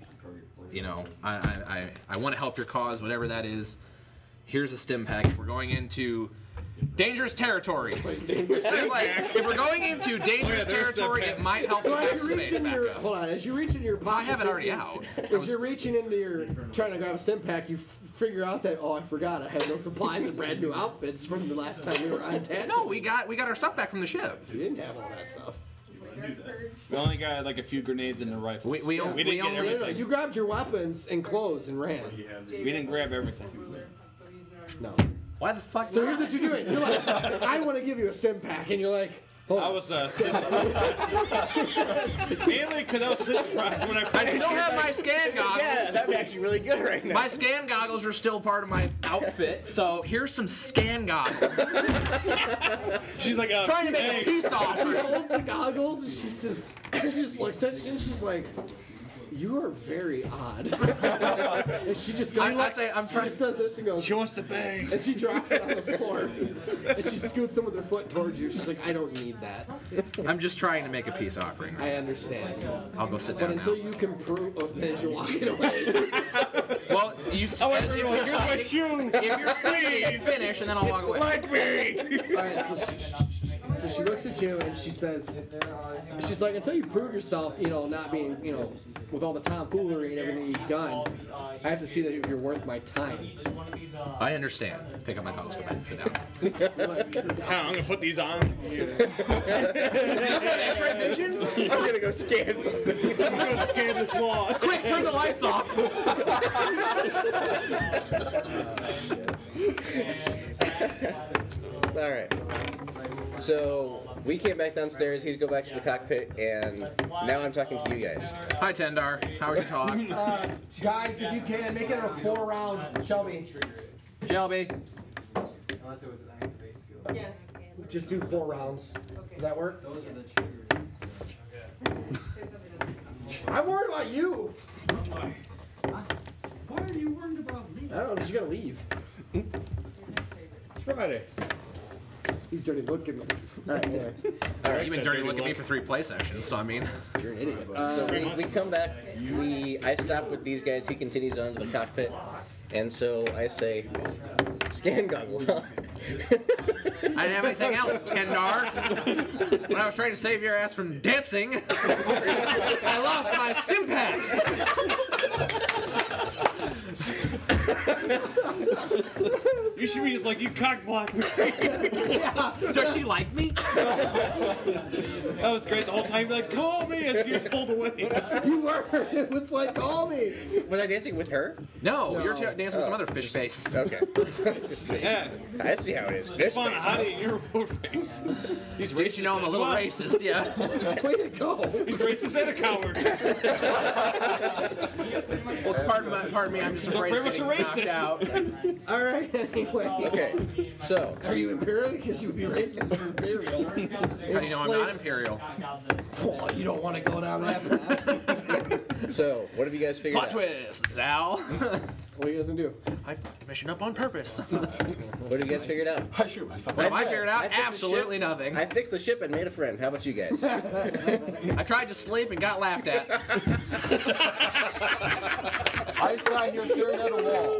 [SPEAKER 8] you know, I I, I, I want to help your cause, whatever that is. Here's a stim pack. We're going into dangerous territory. It's like, if we're going into dangerous
[SPEAKER 3] Oh, yeah, there's stim
[SPEAKER 8] territory, it
[SPEAKER 3] packs.
[SPEAKER 8] might help
[SPEAKER 4] So
[SPEAKER 8] to
[SPEAKER 4] as you
[SPEAKER 8] estimate
[SPEAKER 4] reach
[SPEAKER 8] it
[SPEAKER 4] in
[SPEAKER 8] back
[SPEAKER 4] your
[SPEAKER 8] up.
[SPEAKER 4] hold on, as you reach in your pocket,
[SPEAKER 8] I have it already out.
[SPEAKER 4] As you're reaching into your trying to grab a stim pack, you f- figure out that oh, I forgot I have no supplies and brand new outfits from the last time we were on Tanzania.
[SPEAKER 8] No, we got we got our stuff back from the ship.
[SPEAKER 4] you didn't have all that stuff.
[SPEAKER 6] We only got like a few grenades in the rifle.
[SPEAKER 8] We we,
[SPEAKER 6] we
[SPEAKER 8] we,
[SPEAKER 6] didn't get
[SPEAKER 8] only
[SPEAKER 4] No, no, no,
[SPEAKER 6] everything.
[SPEAKER 4] you grabbed your weapons and clothes and ran.
[SPEAKER 6] we didn't grab everything.
[SPEAKER 4] No.
[SPEAKER 8] why the fuck?
[SPEAKER 4] So here's what you're doing. You're like, I want to give you a stim pack, and you're like, hold
[SPEAKER 6] I
[SPEAKER 4] on.
[SPEAKER 6] was uh, sitting- mainly because I was sitting right when I.
[SPEAKER 8] I still have my scan goggles.
[SPEAKER 11] Yeah, that'd be actually really good right now.
[SPEAKER 8] My scan goggles are still part of my outfit, so here's some scan goggles.
[SPEAKER 3] She's like, uh,
[SPEAKER 8] Trying to make a
[SPEAKER 3] hey,
[SPEAKER 8] peace offering.
[SPEAKER 4] holds the goggles, and she says, she just looks at you, and she's like, you are very odd. and she just goes,
[SPEAKER 8] I- I say, I'm
[SPEAKER 4] she
[SPEAKER 8] sorry.
[SPEAKER 4] just does this and goes,
[SPEAKER 3] she wants to bang.
[SPEAKER 4] and she drops it on the floor, and she scoots them with her foot towards you. She's like, I don't need that.
[SPEAKER 8] I'm just trying to make a peace offering.
[SPEAKER 4] I understand.
[SPEAKER 8] I'll go sit
[SPEAKER 4] But
[SPEAKER 8] down
[SPEAKER 4] until
[SPEAKER 8] now.
[SPEAKER 4] you can prove, oh, as you're walking away,
[SPEAKER 8] Well, you.
[SPEAKER 3] Oh, wait,
[SPEAKER 8] if,
[SPEAKER 3] wait,
[SPEAKER 8] you're,
[SPEAKER 3] wait, here's my
[SPEAKER 8] if,
[SPEAKER 3] shoe.
[SPEAKER 8] if you're speaking, finish, and then I'll walk away.
[SPEAKER 3] Like me.
[SPEAKER 4] all right. So she, so she looks at you and she says, she's like, until you prove yourself, you know, not being, you know, with all the tomfoolery and everything you've done, I have to see that you're worth my time.
[SPEAKER 8] I understand. Pick up my goggles, go back and sit down.
[SPEAKER 3] I'm gonna put these on.
[SPEAKER 8] X-ray vision?
[SPEAKER 11] I'm gonna go scan something.
[SPEAKER 3] I'm gonna scan this wall.
[SPEAKER 8] Quick, turn the lights off.
[SPEAKER 11] All right. So we came back downstairs. He's go back to the cockpit, and now I'm talking to you guys.
[SPEAKER 8] Hi, Tendar. How are you talking?
[SPEAKER 4] Uh, guys, if you can, make it a four round Shelby.
[SPEAKER 8] Shelby.
[SPEAKER 5] Unless it was an activate skill.
[SPEAKER 9] Yes.
[SPEAKER 4] Just do four rounds. Does that work?
[SPEAKER 5] Those are the triggers.
[SPEAKER 4] I'm worried about you.
[SPEAKER 5] Why are you worried about me?
[SPEAKER 4] I don't know, because you gotta leave.
[SPEAKER 3] It's Friday.
[SPEAKER 4] He's dirty looking. Alright, anyway.
[SPEAKER 8] You've been dirty looking at me for three play sessions, so I mean.
[SPEAKER 4] You're an idiot.
[SPEAKER 11] So
[SPEAKER 4] Uh,
[SPEAKER 11] we, we come back. We I stop with these guys. He continues on to the cockpit, and so I say, scan goggles on.
[SPEAKER 8] I didn't have anything else, Tendar. When I was trying to save your ass from dancing, I lost my stim packs.
[SPEAKER 3] You should be just like you cockblock.
[SPEAKER 8] Does she like me?
[SPEAKER 3] That was great the whole time. You're like, call me as you pulled away.
[SPEAKER 4] you were. It was like, call me.
[SPEAKER 11] Was I dancing with her?
[SPEAKER 8] No, you're
[SPEAKER 4] No.
[SPEAKER 8] ta- dancing with some other fish face.
[SPEAKER 11] Okay.
[SPEAKER 3] Yeah.
[SPEAKER 11] I see how it is. Fish
[SPEAKER 3] Fun,
[SPEAKER 11] face.
[SPEAKER 3] how do you your face? He's
[SPEAKER 8] Did
[SPEAKER 3] racist.
[SPEAKER 8] you know I'm a
[SPEAKER 3] as
[SPEAKER 8] little
[SPEAKER 3] well.
[SPEAKER 8] racist? Yeah.
[SPEAKER 4] Way to go.
[SPEAKER 3] He's racist and a coward.
[SPEAKER 8] Well, pardon, my, pardon me. I'm just
[SPEAKER 3] So
[SPEAKER 8] afraid of
[SPEAKER 3] pretty
[SPEAKER 8] getting
[SPEAKER 3] much a
[SPEAKER 8] knocked out.
[SPEAKER 4] Alright, anyway.
[SPEAKER 11] Okay. So
[SPEAKER 4] Are you imperial? Because you would be racist for imperial.
[SPEAKER 8] How do you know I'm not imperial?
[SPEAKER 4] Oh, you don't want to go down that path.
[SPEAKER 11] So, what have you guys figured
[SPEAKER 8] Plot
[SPEAKER 11] out?
[SPEAKER 8] twist, Zal.
[SPEAKER 4] What are you guys gonna do?
[SPEAKER 8] I mission up on purpose.
[SPEAKER 11] What have you guys figured out?
[SPEAKER 10] I shoot myself.
[SPEAKER 8] What have I figured out?
[SPEAKER 11] I fixed the
[SPEAKER 8] Absolutely
[SPEAKER 11] ship.
[SPEAKER 8] nothing.
[SPEAKER 11] I fixed the ship and made a friend. How about you guys?
[SPEAKER 8] I tried to sleep and got laughed at.
[SPEAKER 10] I sat here staring at a wall.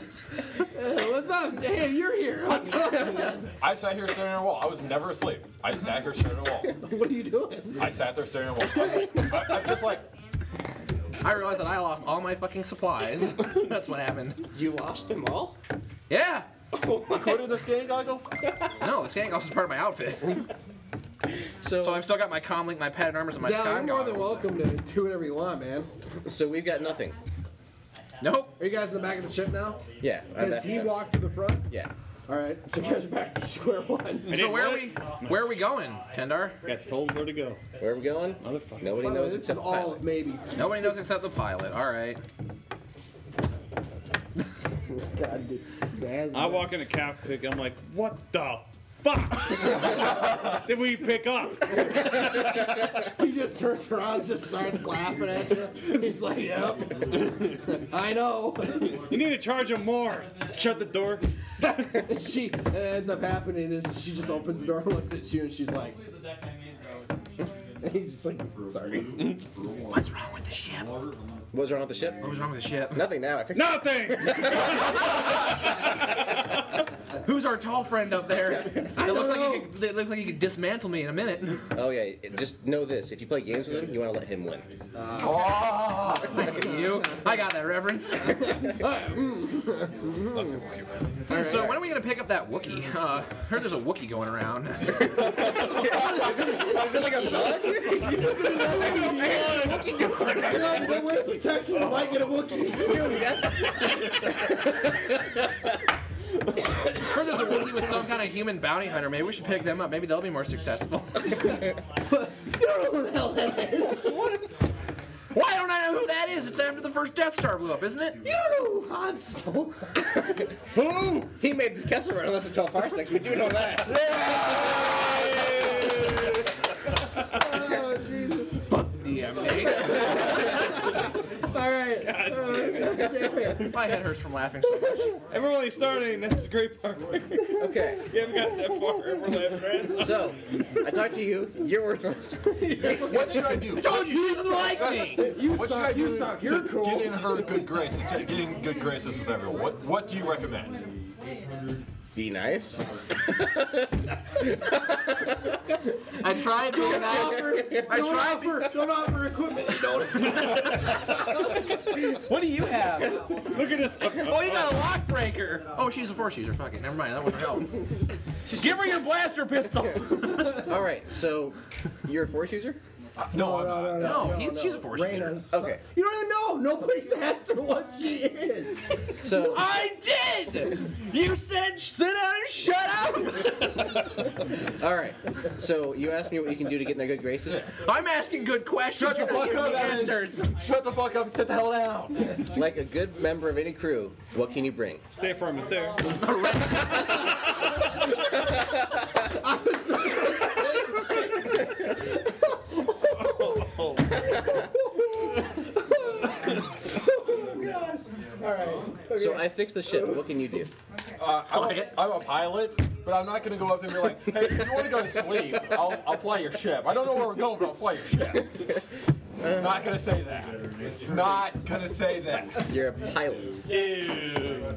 [SPEAKER 4] What's up? Hey, you're here. What's up?
[SPEAKER 10] I sat here staring at a wall. I was never asleep. I sat here staring at a wall.
[SPEAKER 4] what are you doing?
[SPEAKER 10] I sat there staring at a wall. I'm, like, I, I'm just like,
[SPEAKER 8] I realized that I lost all my fucking supplies. That's what happened.
[SPEAKER 11] you lost them all?
[SPEAKER 8] Yeah.
[SPEAKER 10] including the skating goggles.
[SPEAKER 8] No, this gang also is part of my outfit.
[SPEAKER 11] So,
[SPEAKER 8] So
[SPEAKER 11] so,
[SPEAKER 8] I've still got my comlink, my padded armors, and my
[SPEAKER 4] Zal,
[SPEAKER 8] sky
[SPEAKER 4] you're more than
[SPEAKER 8] goggles.
[SPEAKER 4] welcome to do whatever you want, man.
[SPEAKER 11] we've got nothing.
[SPEAKER 8] Nope.
[SPEAKER 4] Are you guys in the back of the ship now?
[SPEAKER 11] Yeah. I'm
[SPEAKER 4] Has
[SPEAKER 11] back-
[SPEAKER 4] he walked to the front?
[SPEAKER 11] Yeah.
[SPEAKER 4] All right, so you guys are back to square one.
[SPEAKER 8] So
[SPEAKER 3] did
[SPEAKER 8] where are
[SPEAKER 3] what?
[SPEAKER 8] we? Where are we going, Tendar?
[SPEAKER 3] Got told where to go.
[SPEAKER 11] Where are we going? Nobody
[SPEAKER 4] By the way,
[SPEAKER 11] knows
[SPEAKER 4] this is
[SPEAKER 11] except the
[SPEAKER 4] all
[SPEAKER 11] pilot.
[SPEAKER 4] maybe.
[SPEAKER 8] Nobody knows except the pilot. All right.
[SPEAKER 4] God, dude. Zaz,
[SPEAKER 3] I walk in a cap pick. I'm like, what the fuck did we pick up?
[SPEAKER 4] He just turns around, just starts laughing at you. He's like, "Yep, I know."
[SPEAKER 3] You need to charge him more. Shut the door.
[SPEAKER 4] she it ends up happening is she just opens the door, looks at you, and she's like, "He's just like, sorry."
[SPEAKER 8] What's wrong with the ship? What
[SPEAKER 11] What's wrong with the ship?
[SPEAKER 8] was wrong with the ship?
[SPEAKER 11] Nothing now. I fixed
[SPEAKER 3] Nothing.
[SPEAKER 8] Who's our tall friend up there? It looks
[SPEAKER 4] don't
[SPEAKER 8] like he
[SPEAKER 4] know.
[SPEAKER 8] could, it looks like he could dismantle me in a minute.
[SPEAKER 11] it. Oh yeah. it- Just know this: if you play games with him, you want to let him win.
[SPEAKER 8] you, I got that reference. so when are we gonna pick up that Wookie? Uh, heard there's a Wookie going around.
[SPEAKER 11] Is it like a bug?
[SPEAKER 4] You're like, but with protection, I might get a Wookiee.
[SPEAKER 8] Heard there's a Wookie with some kind of human bounty hunter. Maybe we should pick them up. Maybe they'll be more successful.
[SPEAKER 4] You don't know who the hell that is. What?
[SPEAKER 8] Why don't I know who that is? It's after the first Death Star blew up, isn't it?
[SPEAKER 4] You don't know who Han Solo?
[SPEAKER 11] He made the castle run unless it's 12 parsecs. We do know that.
[SPEAKER 4] Oh Jesus!
[SPEAKER 8] Damn, Nate.
[SPEAKER 4] All right. Uh, damn.
[SPEAKER 8] My head hurts from laughing so much.
[SPEAKER 3] And we're only starting. That's the great part. we
[SPEAKER 11] Okay.
[SPEAKER 3] haven't got that far. We're laughing our asses off.
[SPEAKER 11] So, I talked to you. You're worthless.
[SPEAKER 10] What should I do?
[SPEAKER 8] Told you she doesn't like me.
[SPEAKER 4] You
[SPEAKER 10] What should
[SPEAKER 4] suck.
[SPEAKER 10] I
[SPEAKER 4] You
[SPEAKER 10] do
[SPEAKER 4] suck.
[SPEAKER 10] to
[SPEAKER 4] You're cool.
[SPEAKER 10] get in her good graces? To get in good graces with everyone. What What do you recommend?
[SPEAKER 11] Be nice.
[SPEAKER 8] I tried to
[SPEAKER 4] Don't offer, don't offer equipment. You don't.
[SPEAKER 8] What do you have?
[SPEAKER 3] Look at this.
[SPEAKER 8] Oh, you got a lock breaker. Oh, she's a force user. Fuck it. Never mind. That wouldn't help. Give her your blaster pistol.
[SPEAKER 11] All right. So, you're a force user?
[SPEAKER 10] No, I'm not.
[SPEAKER 8] No, he's, she's a force user.
[SPEAKER 4] Raina's.
[SPEAKER 11] Okay.
[SPEAKER 4] You don't even know. Nobody's asked her what she is.
[SPEAKER 11] So,
[SPEAKER 8] I did. You said sit down and shut up.
[SPEAKER 11] all right. So, you asked me what you can do to get in their good graces.
[SPEAKER 8] I'm asking good questions.
[SPEAKER 10] Shut the
[SPEAKER 8] You're not
[SPEAKER 10] fuck
[SPEAKER 8] giving
[SPEAKER 10] up,
[SPEAKER 8] me
[SPEAKER 10] Aaron.
[SPEAKER 8] answers.
[SPEAKER 10] Shut the fuck up and sit the hell down.
[SPEAKER 11] Like a good member of any crew, what can you bring?
[SPEAKER 3] Stay for him. It's there.
[SPEAKER 11] So, I fixed the ship. What can you do?
[SPEAKER 10] Uh, I'm, a, I'm a pilot, but I'm not gonna go up there and be like, "Hey, if you want to go to sleep? I'll, I'll fly your ship. I don't know where we're going, but I'll fly your ship." Not gonna say that. Not gonna say that.
[SPEAKER 11] You're a pilot.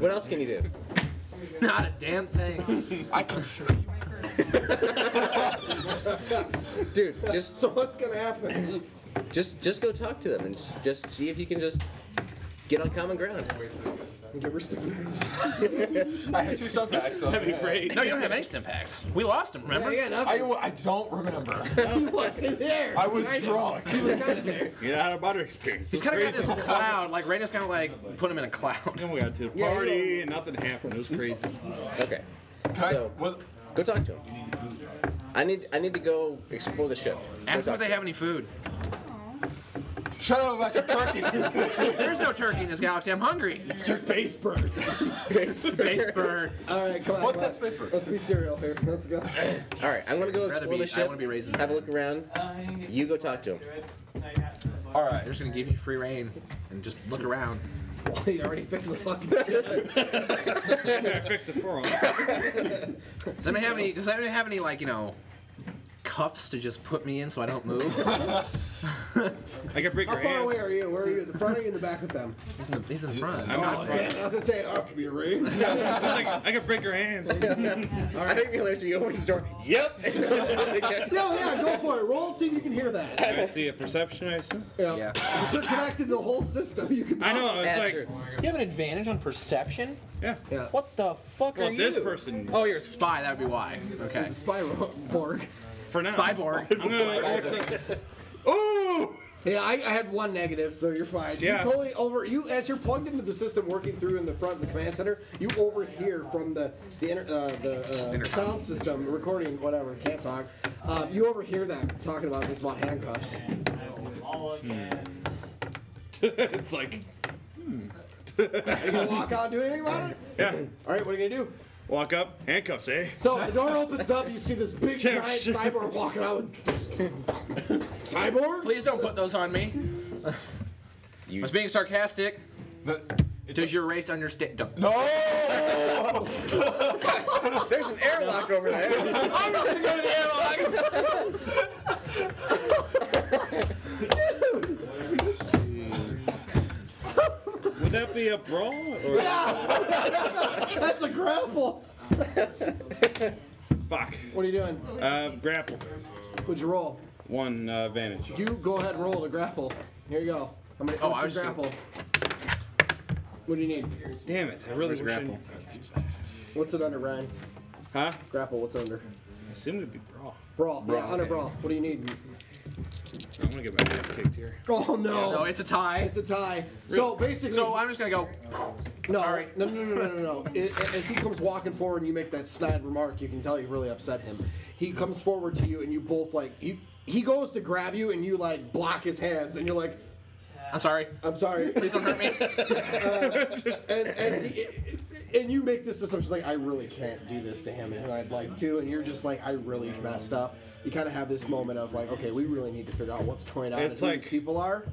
[SPEAKER 11] What else can you do?
[SPEAKER 8] Not a damn thing.
[SPEAKER 10] I can assure you.
[SPEAKER 11] Dude, just
[SPEAKER 4] So what's gonna happen?
[SPEAKER 11] just just go talk to them and s- just see if you can just get on common ground.
[SPEAKER 4] Give her stuff.
[SPEAKER 10] I had two stuff back, so that'd be great.
[SPEAKER 8] No, you don't have any stim packs. We lost him. Remember?
[SPEAKER 4] Yeah,
[SPEAKER 10] I,
[SPEAKER 4] nothing.
[SPEAKER 10] I don't remember.
[SPEAKER 4] He wasn't there.
[SPEAKER 10] I was drunk.
[SPEAKER 4] He was kind of there.
[SPEAKER 3] Get out of our experience.
[SPEAKER 8] He's kind of got this cloud. Like Raina's kind of like put him in a cloud.
[SPEAKER 3] Then we got to the
[SPEAKER 4] you
[SPEAKER 3] party and nothing happened. It was crazy.
[SPEAKER 11] Okay.
[SPEAKER 10] Can I-
[SPEAKER 11] So-
[SPEAKER 10] was-
[SPEAKER 11] Go talk to them. I need I need to go explore the ship. Go
[SPEAKER 8] Ask them
[SPEAKER 11] talk
[SPEAKER 8] if they
[SPEAKER 11] to
[SPEAKER 8] have any food.
[SPEAKER 10] Shut up about your turkey.
[SPEAKER 8] There's no turkey in this galaxy. I'm hungry.
[SPEAKER 10] Space bird.
[SPEAKER 8] Space bird.
[SPEAKER 4] All right, come on.
[SPEAKER 10] What's
[SPEAKER 4] come
[SPEAKER 10] that
[SPEAKER 4] on.
[SPEAKER 10] space bird?
[SPEAKER 4] Let's be serial here. Let's go.
[SPEAKER 11] All right, I'm gonna go
[SPEAKER 8] I'd rather
[SPEAKER 11] explore
[SPEAKER 8] be-
[SPEAKER 11] the
[SPEAKER 8] I
[SPEAKER 11] ship.
[SPEAKER 8] wanna be raising-
[SPEAKER 11] have a look around. You go talk to him.
[SPEAKER 10] All
[SPEAKER 8] They're
[SPEAKER 10] right.
[SPEAKER 8] just gonna give you free reign and just look around.
[SPEAKER 4] he already fixed the fucking shit.
[SPEAKER 3] I fixed it for him.
[SPEAKER 8] Does anybody have any? Does anybody have any like you know? Cuffs to just put me in so I don't move.
[SPEAKER 3] I can break
[SPEAKER 4] How
[SPEAKER 3] your
[SPEAKER 4] far
[SPEAKER 3] hands.
[SPEAKER 4] away are you? Where are you? At the front or you in the back with them?
[SPEAKER 8] He's in the, he's in the front.
[SPEAKER 3] I'm not
[SPEAKER 4] Damn,
[SPEAKER 3] front.
[SPEAKER 4] I was gonna say, oh, could be a ring.
[SPEAKER 3] I can- I can break your hands.
[SPEAKER 11] I think realize when you open his door. Yep.
[SPEAKER 4] no, yeah, go for it. Roll and see if you can hear that.
[SPEAKER 3] I see a perception, I assume.
[SPEAKER 4] Yeah.
[SPEAKER 8] Yeah.
[SPEAKER 4] If you're connected to the whole system, you can.
[SPEAKER 3] I know, it's
[SPEAKER 11] Yeah,
[SPEAKER 3] like,
[SPEAKER 11] sure.
[SPEAKER 2] You have an advantage on perception?
[SPEAKER 3] yeah.
[SPEAKER 2] What the fuck
[SPEAKER 3] Well,
[SPEAKER 2] are
[SPEAKER 3] this
[SPEAKER 2] you?
[SPEAKER 3] person,
[SPEAKER 8] Oh, you're a spy. That would be why. Okay.
[SPEAKER 4] It's a spy ro- Borg.
[SPEAKER 3] for now.
[SPEAKER 8] Spyborg.
[SPEAKER 3] I'm gonna also, Ooh!
[SPEAKER 4] Yeah, I, I had one negative, so you're fine.
[SPEAKER 3] Yeah.
[SPEAKER 4] You totally over. You as you're plugged into the system, working through in the front of the command center, you overhear from the the inter, uh, the uh, sound system recording, whatever. Can't talk. Uh, you overhear them talking about this about handcuffs. Hmm.
[SPEAKER 3] it's like,
[SPEAKER 4] Are you gonna walk out and do anything about it?
[SPEAKER 3] yeah.
[SPEAKER 4] All right, what are you gonna do?
[SPEAKER 3] Walk up, handcuffs, eh?
[SPEAKER 4] So the door opens up. You see this big
[SPEAKER 3] Yeah,
[SPEAKER 4] giant
[SPEAKER 3] shit.
[SPEAKER 4] cyborg walking out. With... cyborg?
[SPEAKER 8] Please don't put those on me. I was being sarcastic. Does your race understand?
[SPEAKER 10] No!
[SPEAKER 11] There's an airlock over there.
[SPEAKER 8] I'm just gonna go to the airlock.
[SPEAKER 3] Would that be a brawl? Or
[SPEAKER 4] That's a grapple.
[SPEAKER 3] fuck.
[SPEAKER 4] What are you doing?
[SPEAKER 3] Uh, grapple.
[SPEAKER 4] Would you roll?
[SPEAKER 3] One uh, advantage.
[SPEAKER 4] You go ahead and roll to grapple. Here you go. I'm gonna
[SPEAKER 8] Oh,
[SPEAKER 4] what's
[SPEAKER 8] I was
[SPEAKER 4] your
[SPEAKER 8] just
[SPEAKER 4] grapple. What do you need?
[SPEAKER 3] Damn it, I really wish I-
[SPEAKER 4] What's it under, Ryan?
[SPEAKER 3] Huh?
[SPEAKER 4] Grapple, what's under?
[SPEAKER 3] I assume it'd be brawl.
[SPEAKER 4] Brawl.
[SPEAKER 8] Brawl,
[SPEAKER 4] yeah, under
[SPEAKER 8] okay.
[SPEAKER 4] brawl. What do you need?
[SPEAKER 3] I'm gonna get my ass kicked here.
[SPEAKER 4] Oh no.
[SPEAKER 8] No, it's a tie.
[SPEAKER 4] it's a tie. So basically,
[SPEAKER 8] So I'm just gonna go.
[SPEAKER 4] no,
[SPEAKER 8] sorry.
[SPEAKER 4] no, no, no, no, no, no. I- I- As he comes walking forward and you make that snide remark, you can tell you really upset him. He comes forward to you and you both like you. He goes to grab you and you like block his hands and you're like,
[SPEAKER 8] I'm sorry.
[SPEAKER 4] I'm sorry. Uh,
[SPEAKER 8] Please don't hurt me.
[SPEAKER 4] as, as he, and you make this assumption like I really can't do this to him and I'd like to and you're just like I really messed up. You kind of have this moment of like okay we really need to figure out what's going on
[SPEAKER 3] It's
[SPEAKER 4] and who
[SPEAKER 3] like-
[SPEAKER 4] these people are.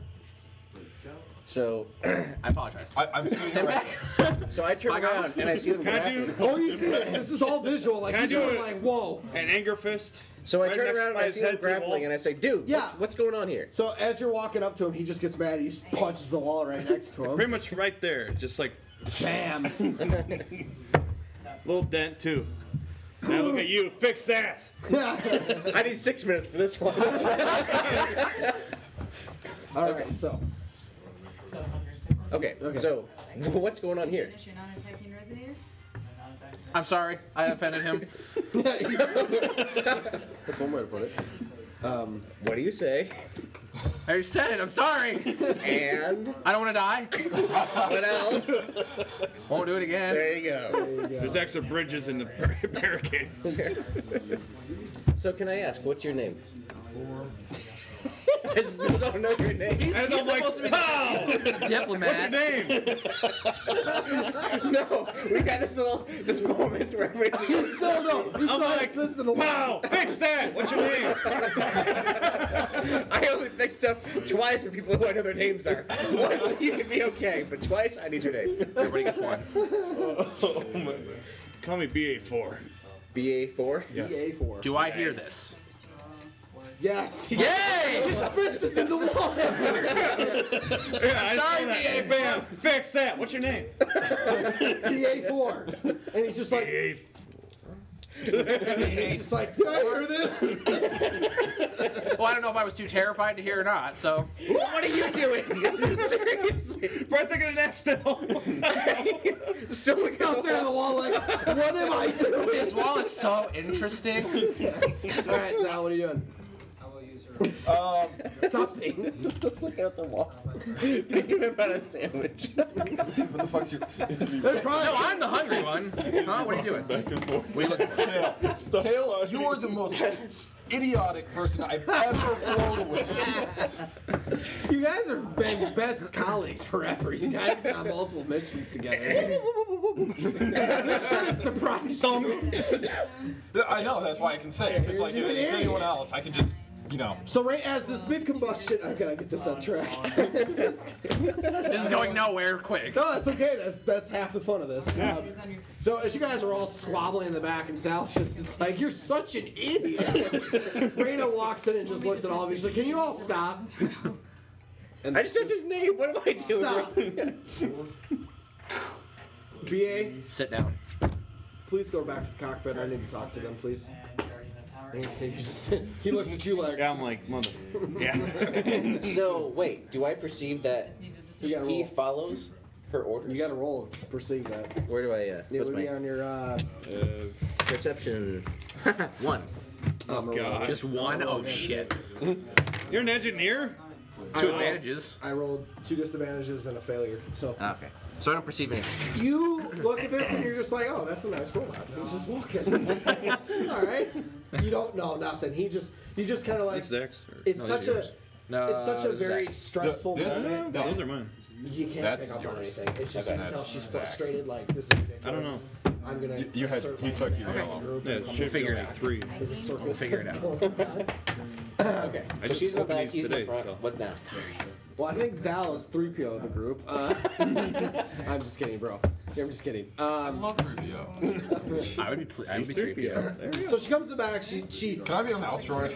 [SPEAKER 11] So,
[SPEAKER 8] I apologize.
[SPEAKER 10] I, I'm sitting
[SPEAKER 8] Stand
[SPEAKER 10] right
[SPEAKER 8] back.
[SPEAKER 11] so I turn
[SPEAKER 8] Bye, guys.
[SPEAKER 11] around and I see them.
[SPEAKER 3] Can I
[SPEAKER 11] grappling.
[SPEAKER 3] do
[SPEAKER 4] All Oh, you see is this is all visual like
[SPEAKER 3] Can I
[SPEAKER 4] he's
[SPEAKER 3] do
[SPEAKER 4] just
[SPEAKER 3] it?
[SPEAKER 4] like whoa.
[SPEAKER 3] an anger fist?
[SPEAKER 11] So I
[SPEAKER 3] right
[SPEAKER 11] turn
[SPEAKER 3] next
[SPEAKER 11] around and
[SPEAKER 3] by
[SPEAKER 11] I
[SPEAKER 3] his
[SPEAKER 11] see them
[SPEAKER 3] head to the wall?
[SPEAKER 11] grappling and I say, "Dude,
[SPEAKER 4] Yeah.
[SPEAKER 11] yeah. what's going on here?"
[SPEAKER 4] So as you're walking up to him, he just gets mad. He just punches the wall right next to him.
[SPEAKER 3] Pretty much right there, just like
[SPEAKER 4] Bam!
[SPEAKER 3] little dent too. Now look at you, fix that.
[SPEAKER 11] I need six minutes for this one.
[SPEAKER 4] All right, so
[SPEAKER 11] Okay,
[SPEAKER 4] Okay.
[SPEAKER 11] so what's going on here?
[SPEAKER 2] You're not attacking Resonator?
[SPEAKER 8] I'm sorry. I offended him.
[SPEAKER 4] that's one way to put it.
[SPEAKER 11] What do you say?
[SPEAKER 8] I already said it. I'm sorry.
[SPEAKER 11] And
[SPEAKER 8] I don't want to die.
[SPEAKER 11] what else?
[SPEAKER 8] Won't do it again.
[SPEAKER 11] There you go.
[SPEAKER 3] There's extra bridges in the bar- barricades.
[SPEAKER 11] So can I ask, what's your name? I still don't know your name.
[SPEAKER 8] He's,
[SPEAKER 3] As
[SPEAKER 8] he's
[SPEAKER 3] I'm
[SPEAKER 8] supposed
[SPEAKER 3] like,
[SPEAKER 8] to be
[SPEAKER 3] "Pow!"
[SPEAKER 8] the diplomat.
[SPEAKER 3] Name.
[SPEAKER 11] No, we got this little this moment where everybody's like,
[SPEAKER 4] You still know. You
[SPEAKER 3] I'm
[SPEAKER 4] saw
[SPEAKER 3] like,
[SPEAKER 4] his fist in the wall.
[SPEAKER 3] Wow, fix that. What's your name?
[SPEAKER 11] I only fix stuff twice for people who I know their names are. Once you can be okay, but twice I need your name.
[SPEAKER 8] Everybody gets one. Oh
[SPEAKER 3] Call me BA4.
[SPEAKER 11] BA4.
[SPEAKER 4] EA four.
[SPEAKER 8] Do I hear this?
[SPEAKER 4] Yes.
[SPEAKER 8] Yay!
[SPEAKER 4] His fist is in the wall.
[SPEAKER 3] Yeah, I
[SPEAKER 8] Sorry,
[SPEAKER 3] saw that.
[SPEAKER 8] BA4.
[SPEAKER 3] Bam, fix that. What's your name?
[SPEAKER 4] PA4. And he's just like,
[SPEAKER 3] BA4.
[SPEAKER 4] he's just like, did I hear this?
[SPEAKER 8] Well, I don't know if I was too terrified to hear or not. So
[SPEAKER 11] What are you doing? Seriously.
[SPEAKER 3] Right taking a nap still.
[SPEAKER 11] Still
[SPEAKER 4] He's out there on the wall like, what am I doing?
[SPEAKER 8] this wall is so interesting.
[SPEAKER 4] All right, Sal, what are you doing? Um, something.
[SPEAKER 11] looking at the wall. Thinking about a sandwich.
[SPEAKER 10] What the fuck's your? Is he
[SPEAKER 4] They're probably.
[SPEAKER 8] No, I'm the hungry one. Huh? What are you doing?
[SPEAKER 6] Back and forth.
[SPEAKER 8] We look-
[SPEAKER 10] tail? You're the most idiotic person I've ever flown with.
[SPEAKER 4] You guys are best, best colleagues forever. You guys have been on multiple missions together. this shouldn't surprise you.
[SPEAKER 10] I know that's why I can say it. It's like if
[SPEAKER 4] You're an
[SPEAKER 10] it's anyone
[SPEAKER 4] idiot.
[SPEAKER 10] else, I can just you know.
[SPEAKER 4] So right as this big combustion, I gotta get this on track.
[SPEAKER 8] This is going nowhere quick.
[SPEAKER 4] No, that's okay. That's that's half the fun of this. Um,
[SPEAKER 7] He's on your-
[SPEAKER 4] so as you guys are all squabbling in the back, and Sal's just, just like, "You're such an idiot." Rena walks in and just looks at all of you. She's like, "Can you all stop?" And
[SPEAKER 11] I just said his name. What am I doing?
[SPEAKER 4] stop. BA,
[SPEAKER 8] Sit down.
[SPEAKER 4] please go back to the cockpit. I need to talk to them, please. And he just- he looks at you like,
[SPEAKER 3] Yeah, I'm like, mother. Yeah.
[SPEAKER 11] So wait, do I perceive that
[SPEAKER 7] just needed to
[SPEAKER 4] You
[SPEAKER 7] see.
[SPEAKER 4] gotta
[SPEAKER 11] he
[SPEAKER 4] roll.
[SPEAKER 11] follows her orders?
[SPEAKER 4] You gotta roll. to Perceive that.
[SPEAKER 11] Where do I? Uh,
[SPEAKER 4] It
[SPEAKER 11] what's
[SPEAKER 4] would be
[SPEAKER 11] my
[SPEAKER 4] on your uh,
[SPEAKER 11] perception? One.
[SPEAKER 4] armor Oh, roll.
[SPEAKER 3] God.
[SPEAKER 8] Just one. Oh shit.
[SPEAKER 3] You're an engineer?
[SPEAKER 4] I
[SPEAKER 8] Two
[SPEAKER 4] rolled-
[SPEAKER 8] advantages.
[SPEAKER 4] I rolled two disadvantages and a failure. So
[SPEAKER 8] Ah.
[SPEAKER 11] Okay. So I don't perceive anything.
[SPEAKER 4] you look at this and you're just like, oh, that's a nice robot. He's just walking. All right. You don't know nothing. He just, you just kind of like.
[SPEAKER 3] That's Zach's. or-
[SPEAKER 4] It's
[SPEAKER 3] no,
[SPEAKER 4] such
[SPEAKER 3] those are
[SPEAKER 4] a,
[SPEAKER 3] yours.
[SPEAKER 8] No,
[SPEAKER 4] it's such a
[SPEAKER 8] this is
[SPEAKER 4] very
[SPEAKER 8] Zach's.
[SPEAKER 4] stressful
[SPEAKER 10] Th- this-
[SPEAKER 4] moment.
[SPEAKER 10] no.
[SPEAKER 3] Those are mine.
[SPEAKER 4] You can't
[SPEAKER 10] That's
[SPEAKER 4] pick up on
[SPEAKER 10] yours.
[SPEAKER 4] anything. It's just
[SPEAKER 10] Okay.
[SPEAKER 4] you can tell
[SPEAKER 10] That's
[SPEAKER 4] she's
[SPEAKER 10] Zach's.
[SPEAKER 4] frustrated. Like this is ridiculous.
[SPEAKER 3] I don't
[SPEAKER 4] I'm gonna.
[SPEAKER 10] You had
[SPEAKER 4] assert
[SPEAKER 10] you
[SPEAKER 4] my
[SPEAKER 10] took your
[SPEAKER 4] own
[SPEAKER 10] yellow.
[SPEAKER 4] group.
[SPEAKER 3] Yeah,
[SPEAKER 8] We'll
[SPEAKER 3] it should
[SPEAKER 8] figure
[SPEAKER 3] be
[SPEAKER 8] it
[SPEAKER 3] like
[SPEAKER 8] out.
[SPEAKER 3] three.
[SPEAKER 4] There's a circus
[SPEAKER 8] We'll figure it
[SPEAKER 4] that's
[SPEAKER 8] out.
[SPEAKER 4] going on.
[SPEAKER 11] Okay.
[SPEAKER 3] I
[SPEAKER 11] so
[SPEAKER 3] just
[SPEAKER 11] she's in the
[SPEAKER 3] opened
[SPEAKER 11] back,
[SPEAKER 3] these
[SPEAKER 11] he's in
[SPEAKER 3] today,
[SPEAKER 11] the front.
[SPEAKER 3] so-
[SPEAKER 11] What now?
[SPEAKER 4] Well, I think Zal is 3PO of the group. Uh, I'm just kidding, bro. Yeah, I'm just kidding.
[SPEAKER 10] I
[SPEAKER 4] Um,
[SPEAKER 10] love Rubio.
[SPEAKER 8] I would be. Ple- I would
[SPEAKER 3] He's
[SPEAKER 8] be
[SPEAKER 3] three
[SPEAKER 8] three.
[SPEAKER 3] PO. There you
[SPEAKER 4] so she comes to the back. She she
[SPEAKER 10] Can I be a mouse droid?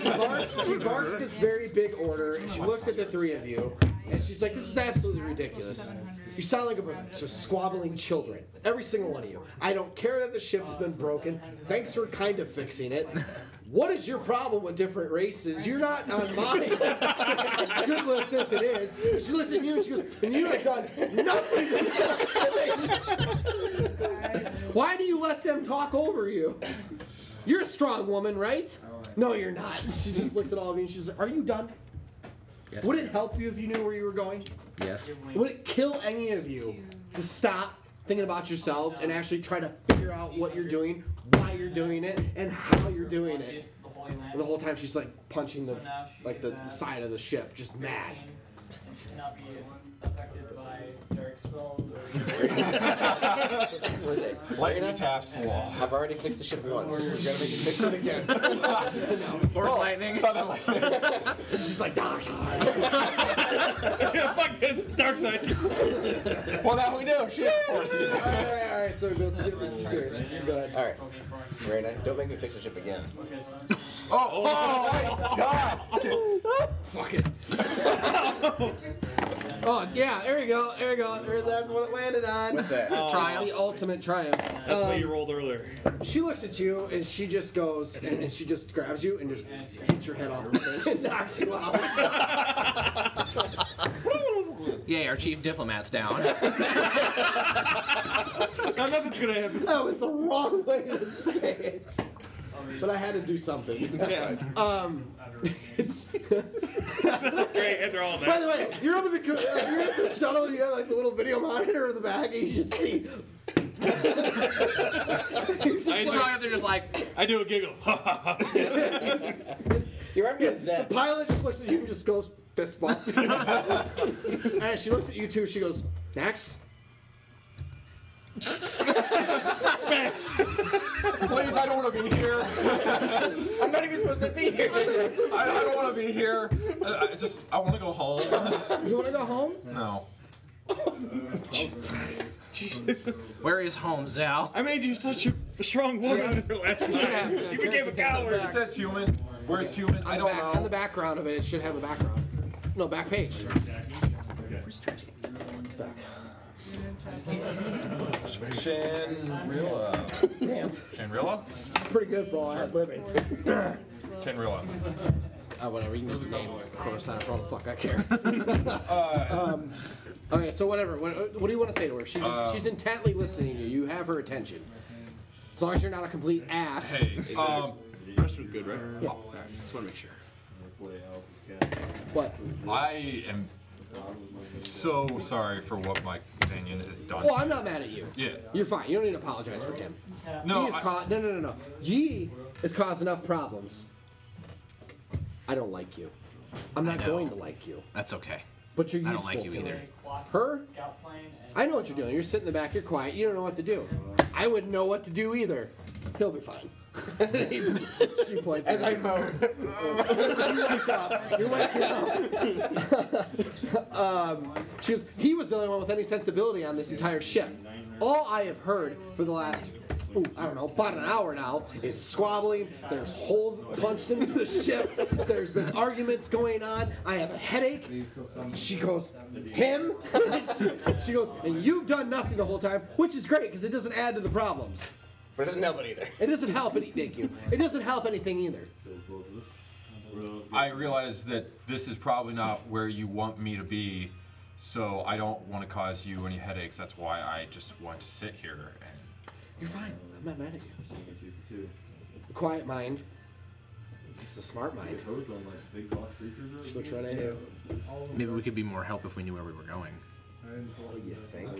[SPEAKER 4] she barks, she barks this very big order, and she looks at the three of you, and she's like, "This is absolutely ridiculous. You sound like a bunch of squabbling children, every single one of you. I don't care that the ship's been broken. Thanks for kind of fixing it." What is your problem with different races? You're not on mine. Goodness, as it is. She looks at you and she goes, and you have done nothing. Why do you let them talk over you? You're a strong woman, right? No, you're not. She just looks at all of you and she's like, Are you done?
[SPEAKER 8] Yes.
[SPEAKER 4] Would it help you if you knew where you were going?
[SPEAKER 8] Yes.
[SPEAKER 4] Would it kill any of you to stop thinking about yourselves and actually try to figure out what you're doing, why you're doing it, and how you're doing it? And the whole time she's like punching the like the side of the ship, just mad.
[SPEAKER 5] Should not be affected by dark spells or.
[SPEAKER 11] What is it?
[SPEAKER 10] Lightning taps the wall.
[SPEAKER 11] I've already fixed the ship once. We're gonna make it
[SPEAKER 4] Fix
[SPEAKER 11] fix
[SPEAKER 4] it again.
[SPEAKER 8] Or lightning.
[SPEAKER 4] She's like, Doc.
[SPEAKER 3] go. Fuck this dark side.
[SPEAKER 10] Well, now we know. She has forces.
[SPEAKER 4] Alright, alright, so go get this is serious. Go ahead.
[SPEAKER 11] All right. Marina, don't make me fix the ship again.
[SPEAKER 10] Oh, oh my God!
[SPEAKER 4] Fuck it. oh yeah, there you go, there you go. There- that's what it landed on.
[SPEAKER 11] What's that?
[SPEAKER 4] It's
[SPEAKER 8] Triumph.
[SPEAKER 4] the ultimate triumph.
[SPEAKER 3] That's what
[SPEAKER 4] Um,
[SPEAKER 3] you rolled earlier.
[SPEAKER 4] she looks at you and she just goes and, and she just grabs you and just hits your head off the thing and knocks you out.
[SPEAKER 8] Yay! Our chief diplomat's down.
[SPEAKER 3] No, nothing's gonna happen.
[SPEAKER 4] That was the wrong way to say it. But I had to do something.
[SPEAKER 3] Yeah,
[SPEAKER 4] Um, it's-
[SPEAKER 3] that's great. After all
[SPEAKER 4] by
[SPEAKER 3] that,
[SPEAKER 4] the way, you're up in the co- uh, you're at the shuttle. and You have like the little video monitor in the back, and you just see. You're just
[SPEAKER 3] I
[SPEAKER 8] It's
[SPEAKER 4] like-
[SPEAKER 8] not like they're just like.
[SPEAKER 3] I do a giggle.
[SPEAKER 11] You remind me of Zed.
[SPEAKER 4] Pilot just looks at you and just goes, fist bump. and she looks at you too, she goes, next.
[SPEAKER 10] Please, I don't want to be here.
[SPEAKER 11] I'm not even supposed to be here.
[SPEAKER 10] I, I don't want to be here. I, I just, I want to go home.
[SPEAKER 4] You wanna go home?
[SPEAKER 10] No.
[SPEAKER 8] Where is home, Zal?
[SPEAKER 3] I made you such a strong woman in her last
[SPEAKER 4] Yeah.
[SPEAKER 3] night. You became a coward.
[SPEAKER 10] It says human. Where's human? I don't
[SPEAKER 4] Back- On the
[SPEAKER 10] know.
[SPEAKER 4] background of it, it should have a background. No, back page.
[SPEAKER 10] Shanrilla. Shanrilla?
[SPEAKER 4] Pretty good for all I had living.
[SPEAKER 10] Shanrilla.
[SPEAKER 4] Oh, whatever, you can just name Coruscant for all the fuck I care. Um, okay, so whatever, what, what do you wanna say to her? She just, she's intently listening to you, you have her attention. As long as you're not a complete ass.
[SPEAKER 10] Hey, um,
[SPEAKER 3] Rest was good, right?
[SPEAKER 4] What?
[SPEAKER 10] I am
[SPEAKER 7] so sorry for what my companion has done.
[SPEAKER 4] Well, I'm not mad at you.
[SPEAKER 7] Yeah.
[SPEAKER 4] You're fine. You don't need to apologize for him.
[SPEAKER 7] No,
[SPEAKER 4] He is
[SPEAKER 7] I-
[SPEAKER 4] ca- no, no, no, no. Ye has caused enough problems. I don't like you. I'm
[SPEAKER 8] I
[SPEAKER 4] not
[SPEAKER 8] know.
[SPEAKER 4] going to like you.
[SPEAKER 8] That's okay.
[SPEAKER 4] But you're
[SPEAKER 8] I
[SPEAKER 4] useful
[SPEAKER 8] don't like you
[SPEAKER 4] to
[SPEAKER 8] either.
[SPEAKER 4] me. Her? I know what you're doing. You're sitting in the back. You're quiet. You don't know what to do. I wouldn't know what to do either. He'll be fine. she points
[SPEAKER 2] As
[SPEAKER 4] at
[SPEAKER 2] I
[SPEAKER 4] him.
[SPEAKER 2] moan.
[SPEAKER 4] You wake up. You're waking up. um, she goes, he was the only one with any sensibility on this entire ship. All I have heard for the last, ooh, I don't know, about an hour now is squabbling. There's holes punched into the ship. There's been arguments going on. I have a headache. She goes, him? she, she goes, and you've done nothing the whole time, which is great because it doesn't add to the problems.
[SPEAKER 11] But it doesn't help it either.
[SPEAKER 4] It doesn't help any. Thank you. It doesn't help anything either.
[SPEAKER 7] I realize that this is probably not where you want me to be, so I don't want to cause you any headaches. That's why I just want to sit here and.
[SPEAKER 4] You're fine. I'm not mad at you. A quiet mind. It's a smart mind. Just looks right at you.
[SPEAKER 8] Maybe we could be more help if we knew where we were going.
[SPEAKER 4] Oh, you think?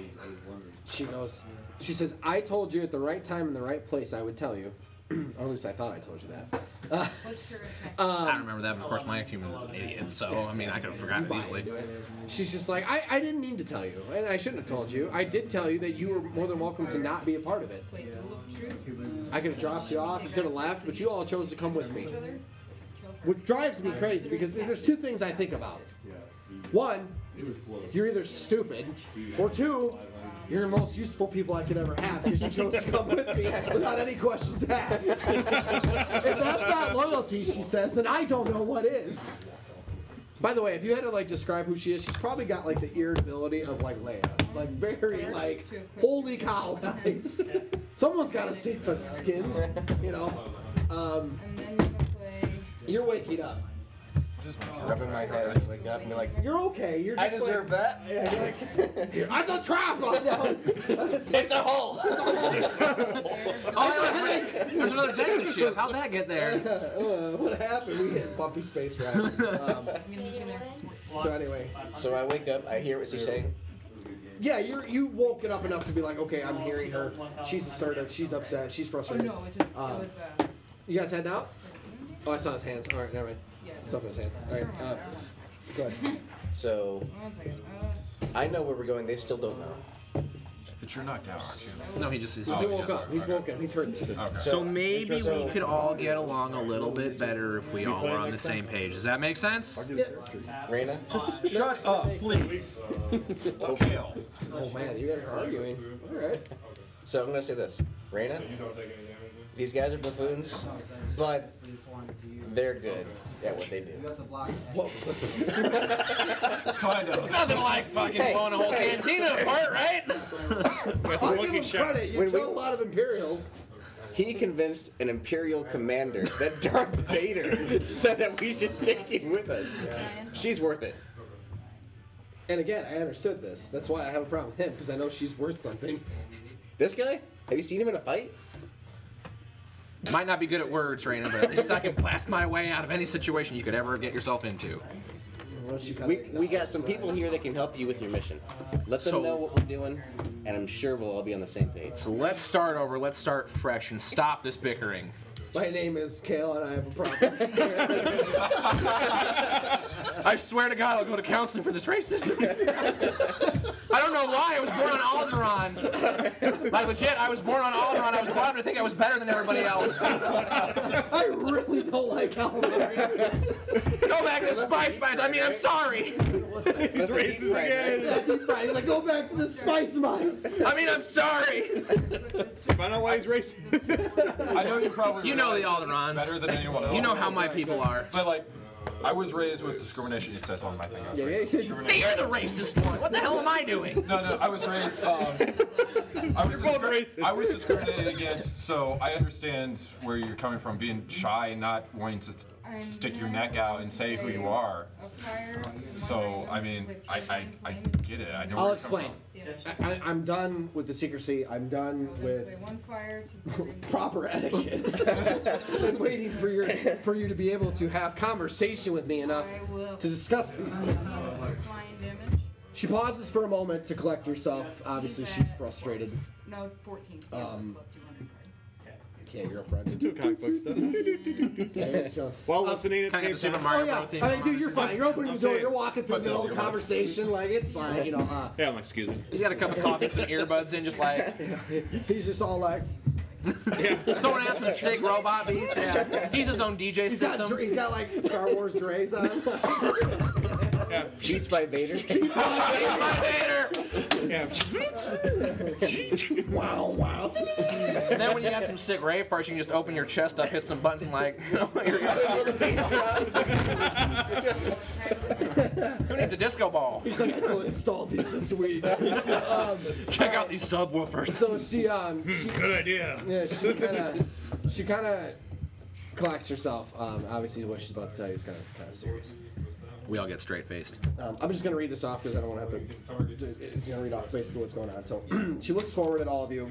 [SPEAKER 4] She goes. She says, "I told you at the right time in the right place. I would tell you, or at least I thought I told you that." Uh,
[SPEAKER 8] I don't remember that, but of course my human was an idiot, so I mean I could have forgotten it easily.
[SPEAKER 4] She's just like, I, I didn't need to tell you, and I shouldn't have told you. I did tell you that you were more than welcome to not be a part of it. I could have dropped you off, could have left, but you all chose to come with me. Which drives me crazy because there's two things I think about. One, you're either stupid, or two, you're the most useful people I could ever have because you chose to come with me without any questions asked. if that's not loyalty, she says, then I don't know what is. By the way, if you had to like describe who she is, she's probably got like the irritability of like Leia, like very like holy cow, guys. Someone's got to save the skins, you know. Um, you're waking up.
[SPEAKER 10] Just rubbing my head as I wake up and be like,
[SPEAKER 4] You're okay. You're.
[SPEAKER 10] I
[SPEAKER 4] just
[SPEAKER 10] deserve
[SPEAKER 4] like,
[SPEAKER 10] that.
[SPEAKER 4] Yeah, you're like, it's a trap. Oh, no.
[SPEAKER 10] It's a hole.
[SPEAKER 8] Oh, There's another day in the ship. How'd that get there?
[SPEAKER 4] Uh, what happened? We hit bumpy space right. Um, so anyway,
[SPEAKER 11] So I wake up, I hear what she's saying.
[SPEAKER 4] yeah, you're you woke it up enough to be like, okay, I'm hearing her. She's assertive. She's upset. She's frustrated.
[SPEAKER 12] Oh, no, it's just,
[SPEAKER 4] Um,
[SPEAKER 12] it was, uh,
[SPEAKER 4] You guys heading out? Oh, I saw his hands. All right, never mind. Stuff in his hands. All right, uh, go ahead.
[SPEAKER 11] So
[SPEAKER 12] one second. Uh,
[SPEAKER 11] I know where we're going. They still don't know.
[SPEAKER 7] But you're knocked out, aren't you?
[SPEAKER 8] No, Oh, he just is.
[SPEAKER 4] He woke up. He's woken. He's heard this.
[SPEAKER 8] So maybe we could all get along a little bit better if we all were on the same page. Does that make sense?
[SPEAKER 11] Raina?
[SPEAKER 4] Just
[SPEAKER 7] shut up, please.
[SPEAKER 4] Oh man, you guys are arguing. All right.
[SPEAKER 11] So I'm gonna say this, Raina. These guys are buffoons, but they're good at what they do.
[SPEAKER 7] kind of.
[SPEAKER 8] Nothing like fucking
[SPEAKER 11] Hey,
[SPEAKER 8] blowing a whole
[SPEAKER 11] hey.
[SPEAKER 8] cantina apart, right?
[SPEAKER 4] I'll give him credit. You
[SPEAKER 11] When we-
[SPEAKER 4] killed a lot of Imperials.
[SPEAKER 11] He convinced an Imperial commander that Darth Vader said that we should take him with us. She's worth it.
[SPEAKER 4] And again, I understood this. That's why I have a problem with him because I know she's worth something.
[SPEAKER 11] This guy? Have you seen him in a fight?
[SPEAKER 8] Might not be good at words, Raina, but at least I can blast my way out of any situation you could ever get yourself into.
[SPEAKER 11] We, we got some people here that can help you with your mission. Let them
[SPEAKER 8] So-
[SPEAKER 11] know what we're doing, and I'm sure we'll all be on the same page.
[SPEAKER 8] So let's start over. Let's start fresh and stop this bickering.
[SPEAKER 4] My name is Kale, and I have a problem.
[SPEAKER 8] I swear to God, I'll go to counseling for this racism. I don't know why I was born on Alderaan. Like legit, I was born on Alderaan. I was born to think I was better than everybody else.
[SPEAKER 4] I really don't like Almari.
[SPEAKER 8] Go back to the Spice Mines. I mean, I'm sorry.
[SPEAKER 4] He's
[SPEAKER 3] racist again.
[SPEAKER 4] He's like, go back to the spice mines.
[SPEAKER 8] I mean, I'm sorry.
[SPEAKER 3] Find out why he's racist.
[SPEAKER 7] I know you probably.
[SPEAKER 8] You know the
[SPEAKER 7] realize this
[SPEAKER 8] Alderans.
[SPEAKER 7] Better than anyone else.
[SPEAKER 8] You know how my people are.
[SPEAKER 7] But like, I was raised with discrimination. It says on my thing. I was
[SPEAKER 4] Yeah,
[SPEAKER 7] raised with
[SPEAKER 4] yeah, yeah.
[SPEAKER 8] Hey,
[SPEAKER 7] discrimination.
[SPEAKER 8] you're the racist one. What the hell am I doing?
[SPEAKER 7] No, no, I was raised. Um, I was
[SPEAKER 3] You're both
[SPEAKER 7] discri-
[SPEAKER 3] racist.
[SPEAKER 7] I was discriminated against, so I understand where you're coming from. Being shy, not wanting to, to stick your neck out and say who you are. So I mean, I, I, I get it. I know.
[SPEAKER 4] I'll
[SPEAKER 7] where you're coming
[SPEAKER 4] explain.
[SPEAKER 7] from.
[SPEAKER 4] I, I, I'm done with the secrecy. I'm done with
[SPEAKER 12] one fire to
[SPEAKER 4] proper etiquette. I've been waiting for your for you to be able to have conversation with me enough to discuss these things.
[SPEAKER 12] uh, flying damage.
[SPEAKER 4] She pauses for a moment to collect herself. Obviously, she's frustrated.
[SPEAKER 12] No, 14. so yes,
[SPEAKER 4] Um,
[SPEAKER 12] plus 200 card.
[SPEAKER 4] yeah, you're up front.
[SPEAKER 3] Do comic book stuff.
[SPEAKER 4] Yeah, you're strong.
[SPEAKER 3] While listening at the
[SPEAKER 4] Kind
[SPEAKER 3] same
[SPEAKER 4] of a Super
[SPEAKER 3] time.
[SPEAKER 4] Mario Oh, yeah. Bros. theme I mean, dude, you're fine. You're opening
[SPEAKER 3] I'm
[SPEAKER 4] the door.
[SPEAKER 3] saying-
[SPEAKER 4] You're walking through the
[SPEAKER 3] What's up,
[SPEAKER 4] middle of the
[SPEAKER 3] your box?
[SPEAKER 4] conversation. Like, it's fine, you know. Uh,
[SPEAKER 3] Yeah, I'm like, excuse me.
[SPEAKER 8] He's got a cup of coffee, some earbuds in, just like
[SPEAKER 4] he's just all like.
[SPEAKER 8] throwing out some sick robot beats. Yeah. He's his own DJ
[SPEAKER 4] He's got,
[SPEAKER 8] system.
[SPEAKER 4] dr- he's got like Star Wars Dre's on.
[SPEAKER 11] Beats by Vader.
[SPEAKER 3] Yeah. Oh,
[SPEAKER 4] wow, wow.
[SPEAKER 8] and then when you got some sick rave parts, you can just open your chest up, hit some buttons, and like, here Who needs a disco ball?
[SPEAKER 4] He's like, I totally installed these this week. um,
[SPEAKER 8] Check out these subwoofers.
[SPEAKER 4] So she, um, she,
[SPEAKER 3] Good idea.
[SPEAKER 4] yeah, she kind of, she kind of collects herself. Um, obviously, what she's about to tell you is kind of kind of serious.
[SPEAKER 8] We all get straight faced.
[SPEAKER 4] Um, I'm just going to read this off because I don't want to have to. It's going to read off basically what's going on. So she looks forward at all of you,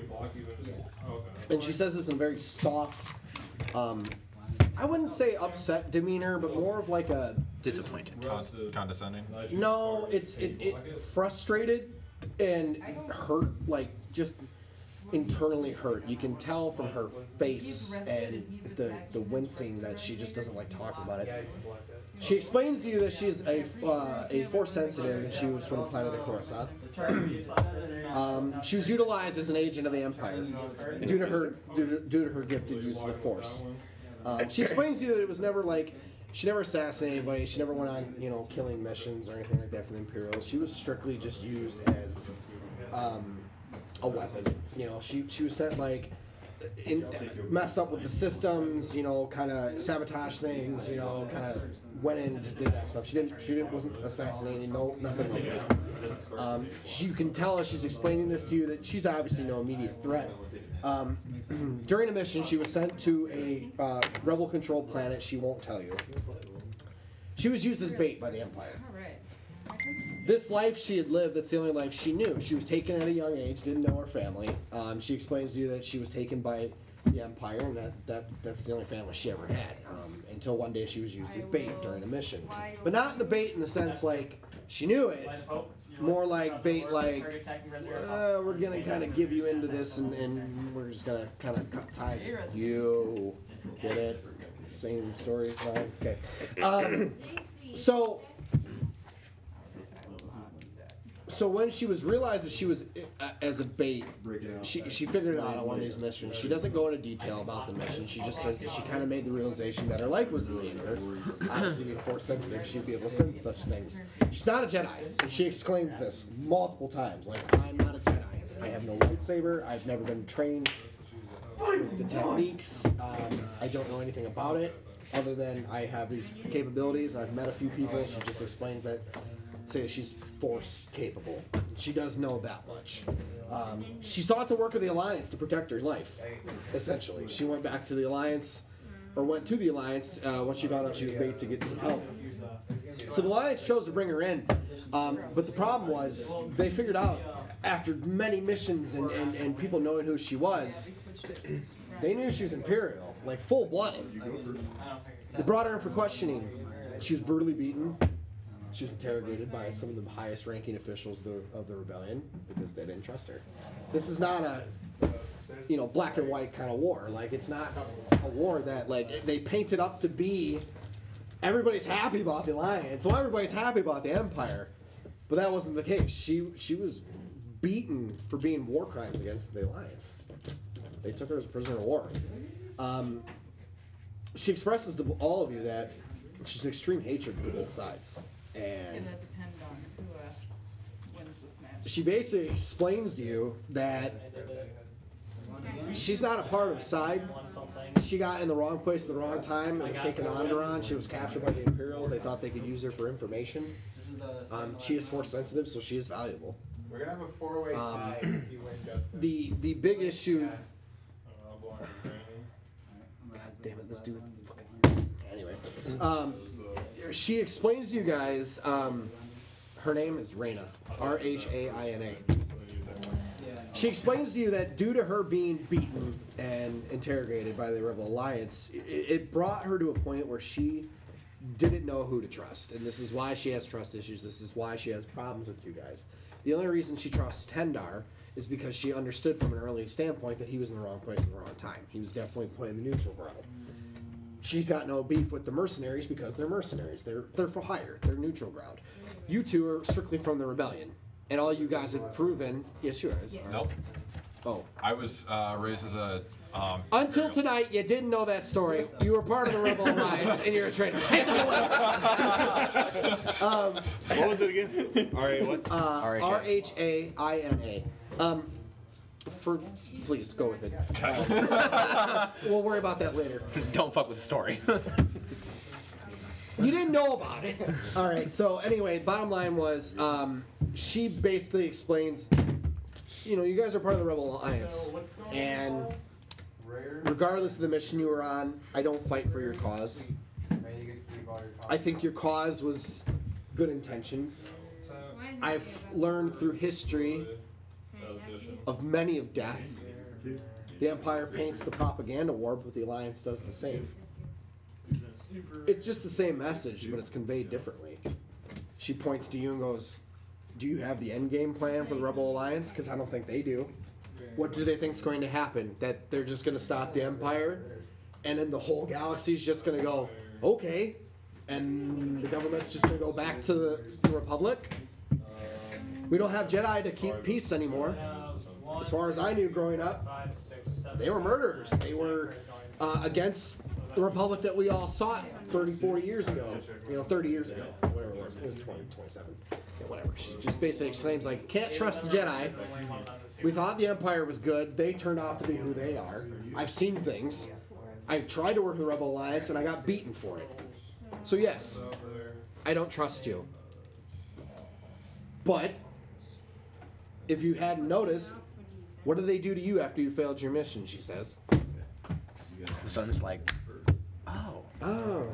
[SPEAKER 4] and she says this in a very soft, um, I wouldn't say upset demeanor, but more of like a
[SPEAKER 8] Disappointed.
[SPEAKER 7] condescending.
[SPEAKER 4] no. It's it, it frustrated and hurt, like just internally hurt. You can tell from her face and the the wincing that she just doesn't like talking about it. She explains to you that she is a, uh, a force sensitive and she was from the planet of Coruscant. um, she was utilized as an agent of the Empire due to her due to, due to her gifted use of the force. Um, she explains to you that it was never like she never assassinated anybody. She never went on you know killing missions or anything like that for the Imperials. She was strictly just used as um, a weapon. You know, she she was sent like in, mess up with the systems, you know, kind of sabotage things, you know, kind of went in and just did that stuff. She didn't, she didn't, wasn't assassinated, no, nothing like that. Um, she, you can tell as she's explaining this to you that she's obviously no immediate threat. Um, during a mission, she was sent to a uh, rebel-controlled planet. She won't tell you. She was used as bait by the Empire.
[SPEAKER 12] All right.
[SPEAKER 4] This life she had lived, that's the only life she knew. She was taken at a young age, didn't know her family. Um, she explains to you that she was taken by the Empire, and that, that that's the only family she ever had. Um, until one day she was used as bait during a mission. But not the bait in the sense like she knew it, more like bait like, uh, we're gonna kind of give you into this, and, and we're just gonna kind of cut ties with you. Get it? Same story. Right? Okay. Um, so so when she was realized that she was uh, as a bait, she, she figured it out on one of these missions. She doesn't go into detail about the mission. She just says that she kind of made the realization that her life was in danger. Obviously, being force sensitive, she'd be able to sense such things. She's not a Jedi, and she exclaims this multiple times, like, "I'm not a Jedi. I have no lightsaber. I've never been trained with the techniques. Um, I don't know anything about it, other than I have these capabilities. I've met a few people. She just explains that, say she's force capable. She does know that much. Um, she sought to work with the Alliance to protect her life. Essentially, she went back to the Alliance, or went to the Alliance uh, once she found out she was bait to get some help. So the Lions chose to bring her in, um, but the problem was they figured out after many missions and, and, and people knowing who she was, they knew she was Imperial, like full blooded. They brought her in for questioning. She was brutally beaten. She was interrogated by some of the highest ranking officials of the, of the rebellion because they didn't trust her. This is not a you know black and white kind of war. Like it's not a war that like they paint it up to be everybody's happy about the alliance. Well, everybody's happy about the empire, but that wasn't the case. She she was beaten for being war crimes against the alliance. They took her as a prisoner of war. Um, she expresses to all of you that she's an extreme hatred for both sides,
[SPEAKER 12] It's going
[SPEAKER 4] and
[SPEAKER 12] to depend on who uh, wins this match.
[SPEAKER 4] she basically explains to you that she's not a part of a side. She got in the wrong place at the wrong time and was taken on. She was captured by the Imperials. They thought they could use her for information. Um, she is force sensitive, so she is valuable.
[SPEAKER 2] We're gonna have a four-way
[SPEAKER 4] Um,
[SPEAKER 2] tie if you win, Justin.
[SPEAKER 4] The the big issue. God damn it, this dude. fucking- Anyway, um, she explains to you guys. Um, her name is Raina. R H A I N A. She explains to you that due to her being beaten and interrogated by the Rebel Alliance, it, it brought her to a point where she didn't know who to trust, and this is why she has trust issues. This is why she has problems with you guys. The only reason she trusts Tendar is because she understood from an early standpoint that he was in the wrong place at the wrong time. He was definitely playing the neutral ground. She's got no beef with the mercenaries because they're mercenaries. They're they're for hire. They're neutral ground. You two are strictly from the rebellion, and all you guys have proven. Yes, you guys. are.
[SPEAKER 7] Nope.
[SPEAKER 4] Oh.
[SPEAKER 7] I was uh, raised as a. Um,
[SPEAKER 4] Until tonight, you didn't know that story. You were part of the Rebel Alliance, and you're a traitor. Take it away. um,
[SPEAKER 3] What was it again? All right, what?
[SPEAKER 4] uh, R H A I N A. Um, for please go with it. Uh, we'll worry about that later.
[SPEAKER 8] Don't fuck with the story.
[SPEAKER 4] You didn't know about it. All right. So anyway, bottom line was, um, she basically explains, you know, you guys are part of the Rebel Alliance, and regardless of the mission you were on, I don't fight for your cause. I think your cause was good intentions. I've learned through history of many of death. The Empire paints the propaganda war, but the Alliance does the same. It's just the same message, but it's conveyed differently. She points to you and goes, Do you have the end game plan for the Rebel Alliance? Because I don't think they do. What do they think's going to happen? That they're just going to stop the Empire? And then the whole galaxy's just going to go, Okay. And the government's just going to go back to the the Republic? We don't have Jedi to keep peace anymore. As far as I knew growing up, they were murderers. They were uh, against the republic that we all sought 30, 40 years ago. You know, 30 years ago, whatever it was. It was 20, 27, yeah, whatever. She just basically exclaims like, "Can't trust the Jedi." We thought the Empire was good. They turned out to be who they are. I've seen things. I've tried to work with the Rebel Alliance, and I got beaten for it. So yes, I don't trust you. But if you hadn't noticed, what did they do to you after you failed your mission? She says.
[SPEAKER 8] The son's like,
[SPEAKER 4] Oh. Oh.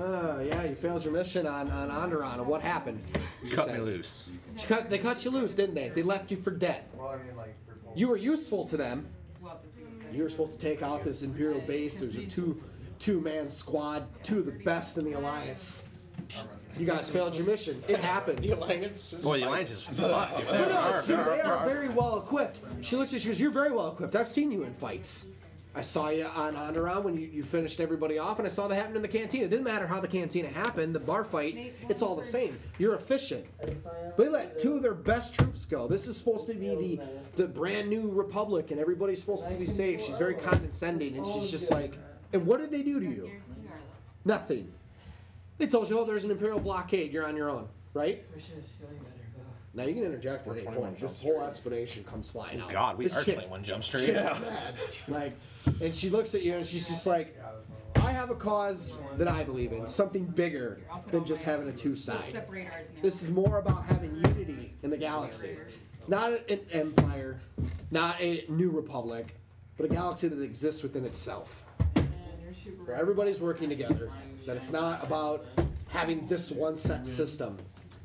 [SPEAKER 4] Oh, yeah, you failed your mission on, on Onderon. What happened? She
[SPEAKER 8] cut me
[SPEAKER 4] says.
[SPEAKER 8] loose.
[SPEAKER 4] She cut, they cut you loose, didn't they? They left you for dead. You were useful to them. You were supposed to take out this Imperial base. It was a two two man squad, two of the best in the Alliance. You guys failed your mission. It happens.
[SPEAKER 11] The Alliance is
[SPEAKER 8] Boy, the Alliance is fucked. If
[SPEAKER 4] No,
[SPEAKER 8] they're-
[SPEAKER 4] no, it's true. They are very well equipped. She looks at you. She goes, "You're very well equipped. I've seen you in fights. I saw you on Onderon when you, you finished everybody off, and I saw that happen in the canteen. It didn't matter how the cantina happened. The bar fight, it's all the same. You're efficient. They let two of their best troops go. This is supposed to be the the brand new republic, and everybody's supposed to be safe. She's very condescending, and she's just like, "And what did they do to you? Nothing. They told you, oh, there's an imperial blockade. You're on your own, right?" Now you can interject at any point. This whole explanation comes flying out.
[SPEAKER 8] Oh, God, we
[SPEAKER 4] This
[SPEAKER 8] are
[SPEAKER 4] chick-
[SPEAKER 8] 21 Jump Street.
[SPEAKER 4] chick is mad. Like, and she looks at you and she's just like, I have a cause that I believe in, something bigger than just having a two
[SPEAKER 12] Let's
[SPEAKER 4] side.
[SPEAKER 12] separate ours now.
[SPEAKER 4] This is more about having unity in the galaxy, not an empire, not a new republic, but a galaxy that exists within itself where everybody's working together. That it's not about having this one set system,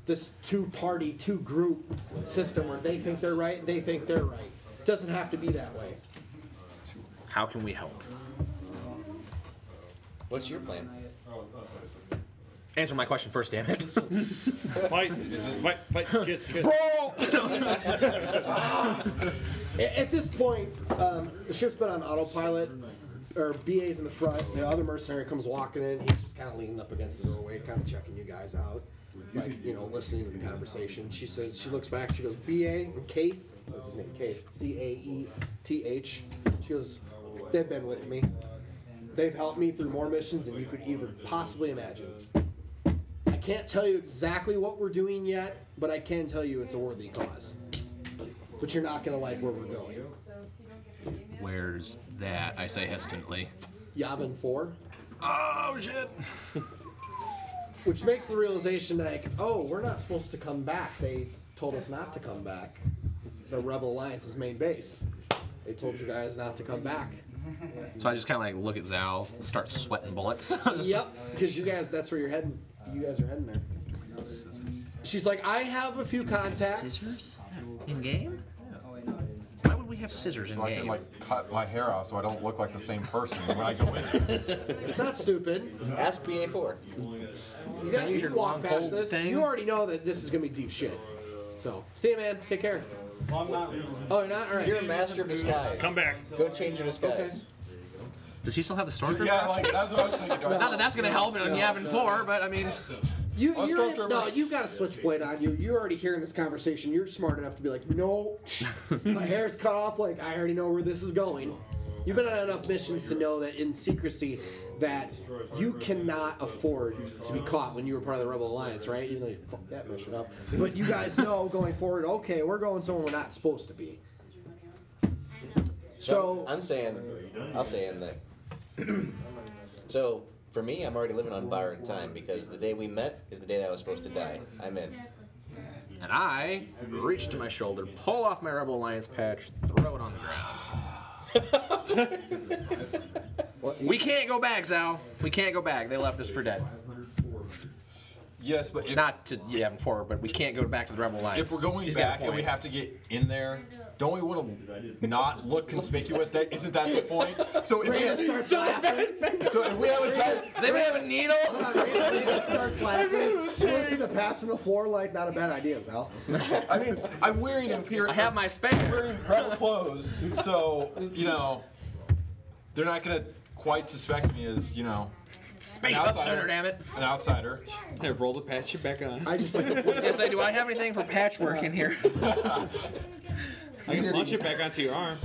[SPEAKER 4] this two party, two group system where they think they're right, they think they're right. It doesn't have to be that way.
[SPEAKER 8] How can we help?
[SPEAKER 11] What's your plan?
[SPEAKER 8] Answer my question first, damn it.
[SPEAKER 3] Fight, fight, fight, kiss, kiss.
[SPEAKER 4] A- At this point, um, the ship's been on autopilot. Or BA's in the front. The other mercenary comes walking in. He's just kind of leaning up against the doorway, kind of checking you guys out, like you know, listening to the conversation. She says she looks back. She goes, BA and Kaith. What's his name? Kaith. C A E T H. She goes, they've been with me. They've helped me through more missions than you could even possibly imagine. I can't tell you exactly what we're doing yet, but I can tell you it's a worthy cause. But you're not gonna like where we're going.
[SPEAKER 8] Where's that? I say hesitantly.
[SPEAKER 4] Yavin 4,
[SPEAKER 8] Oh, shit.
[SPEAKER 4] which makes the realization like, oh, we're not supposed to come back. They told us not to come back. The Rebel Alliance's main base. They told you guys not to come back.
[SPEAKER 8] So I just kind of like look at Zal, start sweating bullets.
[SPEAKER 4] yep, because you guys, that's where you're heading. You guys are heading there. She's like, I have a few contacts.
[SPEAKER 8] In game? Why would we
[SPEAKER 1] have scissors in
[SPEAKER 7] So
[SPEAKER 1] the
[SPEAKER 7] I can
[SPEAKER 1] game?
[SPEAKER 7] like cut my hair off so I don't look like the same person when I go in.
[SPEAKER 4] It's not stupid.
[SPEAKER 11] Ask BA4.
[SPEAKER 4] You got
[SPEAKER 11] Can I use
[SPEAKER 4] you
[SPEAKER 11] your
[SPEAKER 4] walk
[SPEAKER 11] long
[SPEAKER 4] past
[SPEAKER 11] pole
[SPEAKER 4] this.
[SPEAKER 11] thing?
[SPEAKER 4] You already know that this is gonna be deep shit. So see you, man. Take care. Oh, you're not. All right.
[SPEAKER 11] You're a master of disguise.
[SPEAKER 3] Come back.
[SPEAKER 11] Go change your disguise.
[SPEAKER 1] Does he still have the stormtrooper?
[SPEAKER 7] Yeah, like that's what I was thinking.
[SPEAKER 8] Not that that's gonna help on
[SPEAKER 4] No,
[SPEAKER 8] Yavin
[SPEAKER 4] no.
[SPEAKER 8] Four, but I mean,
[SPEAKER 4] You,
[SPEAKER 8] Oh,
[SPEAKER 4] you're
[SPEAKER 8] Stormtrooper.
[SPEAKER 4] no, you got a switchblade on you. You're already hearing this conversation. You're smart enough to be like, no, my hair's cut off. Like I already know where this is going. You've been on enough missions to know that in secrecy that you cannot afford to be caught when you were part of the Rebel Alliance, right? Even though you fucked that mission up, but you guys know going forward, okay, we're going somewhere we're not supposed to be. So
[SPEAKER 11] I'm saying, I'll say in that. so for me, I'm already living on borrowed time because the day we met is the day that I was supposed to die. I'm in.
[SPEAKER 8] and I reach to my shoulder, pull off my Rebel Alliance patch, throw it on the ground. we can't go back, Zal. We can't go back. They left us for dead.
[SPEAKER 7] Yes, but
[SPEAKER 8] not to Yavin Four, but we can't go back to the Rebel Alliance.
[SPEAKER 7] If we're going
[SPEAKER 8] He's got a
[SPEAKER 7] back and we
[SPEAKER 8] point.
[SPEAKER 7] have to get in there, don't we want to not look conspicuous? That isn't that the point? So if
[SPEAKER 4] Rita
[SPEAKER 7] we,
[SPEAKER 4] starts laughing.
[SPEAKER 7] so if we have a giant,
[SPEAKER 8] Does anybody have a needle?
[SPEAKER 4] Rita starts laughing. She looks at the patch on the floor like, not a bad idea, Zal.
[SPEAKER 7] I mean, I'm wearing imperial.
[SPEAKER 8] I have my spare.
[SPEAKER 7] wearing rebel clothes, so you know they're not gonna quite suspect me as you know
[SPEAKER 8] Make up, Senator, damn it.
[SPEAKER 7] an outsider.
[SPEAKER 13] Yeah, roll the patch it back on.
[SPEAKER 4] I just like to point
[SPEAKER 8] Yes, I do. I have anything for patchwork in here.
[SPEAKER 13] You can punch it back onto your arm.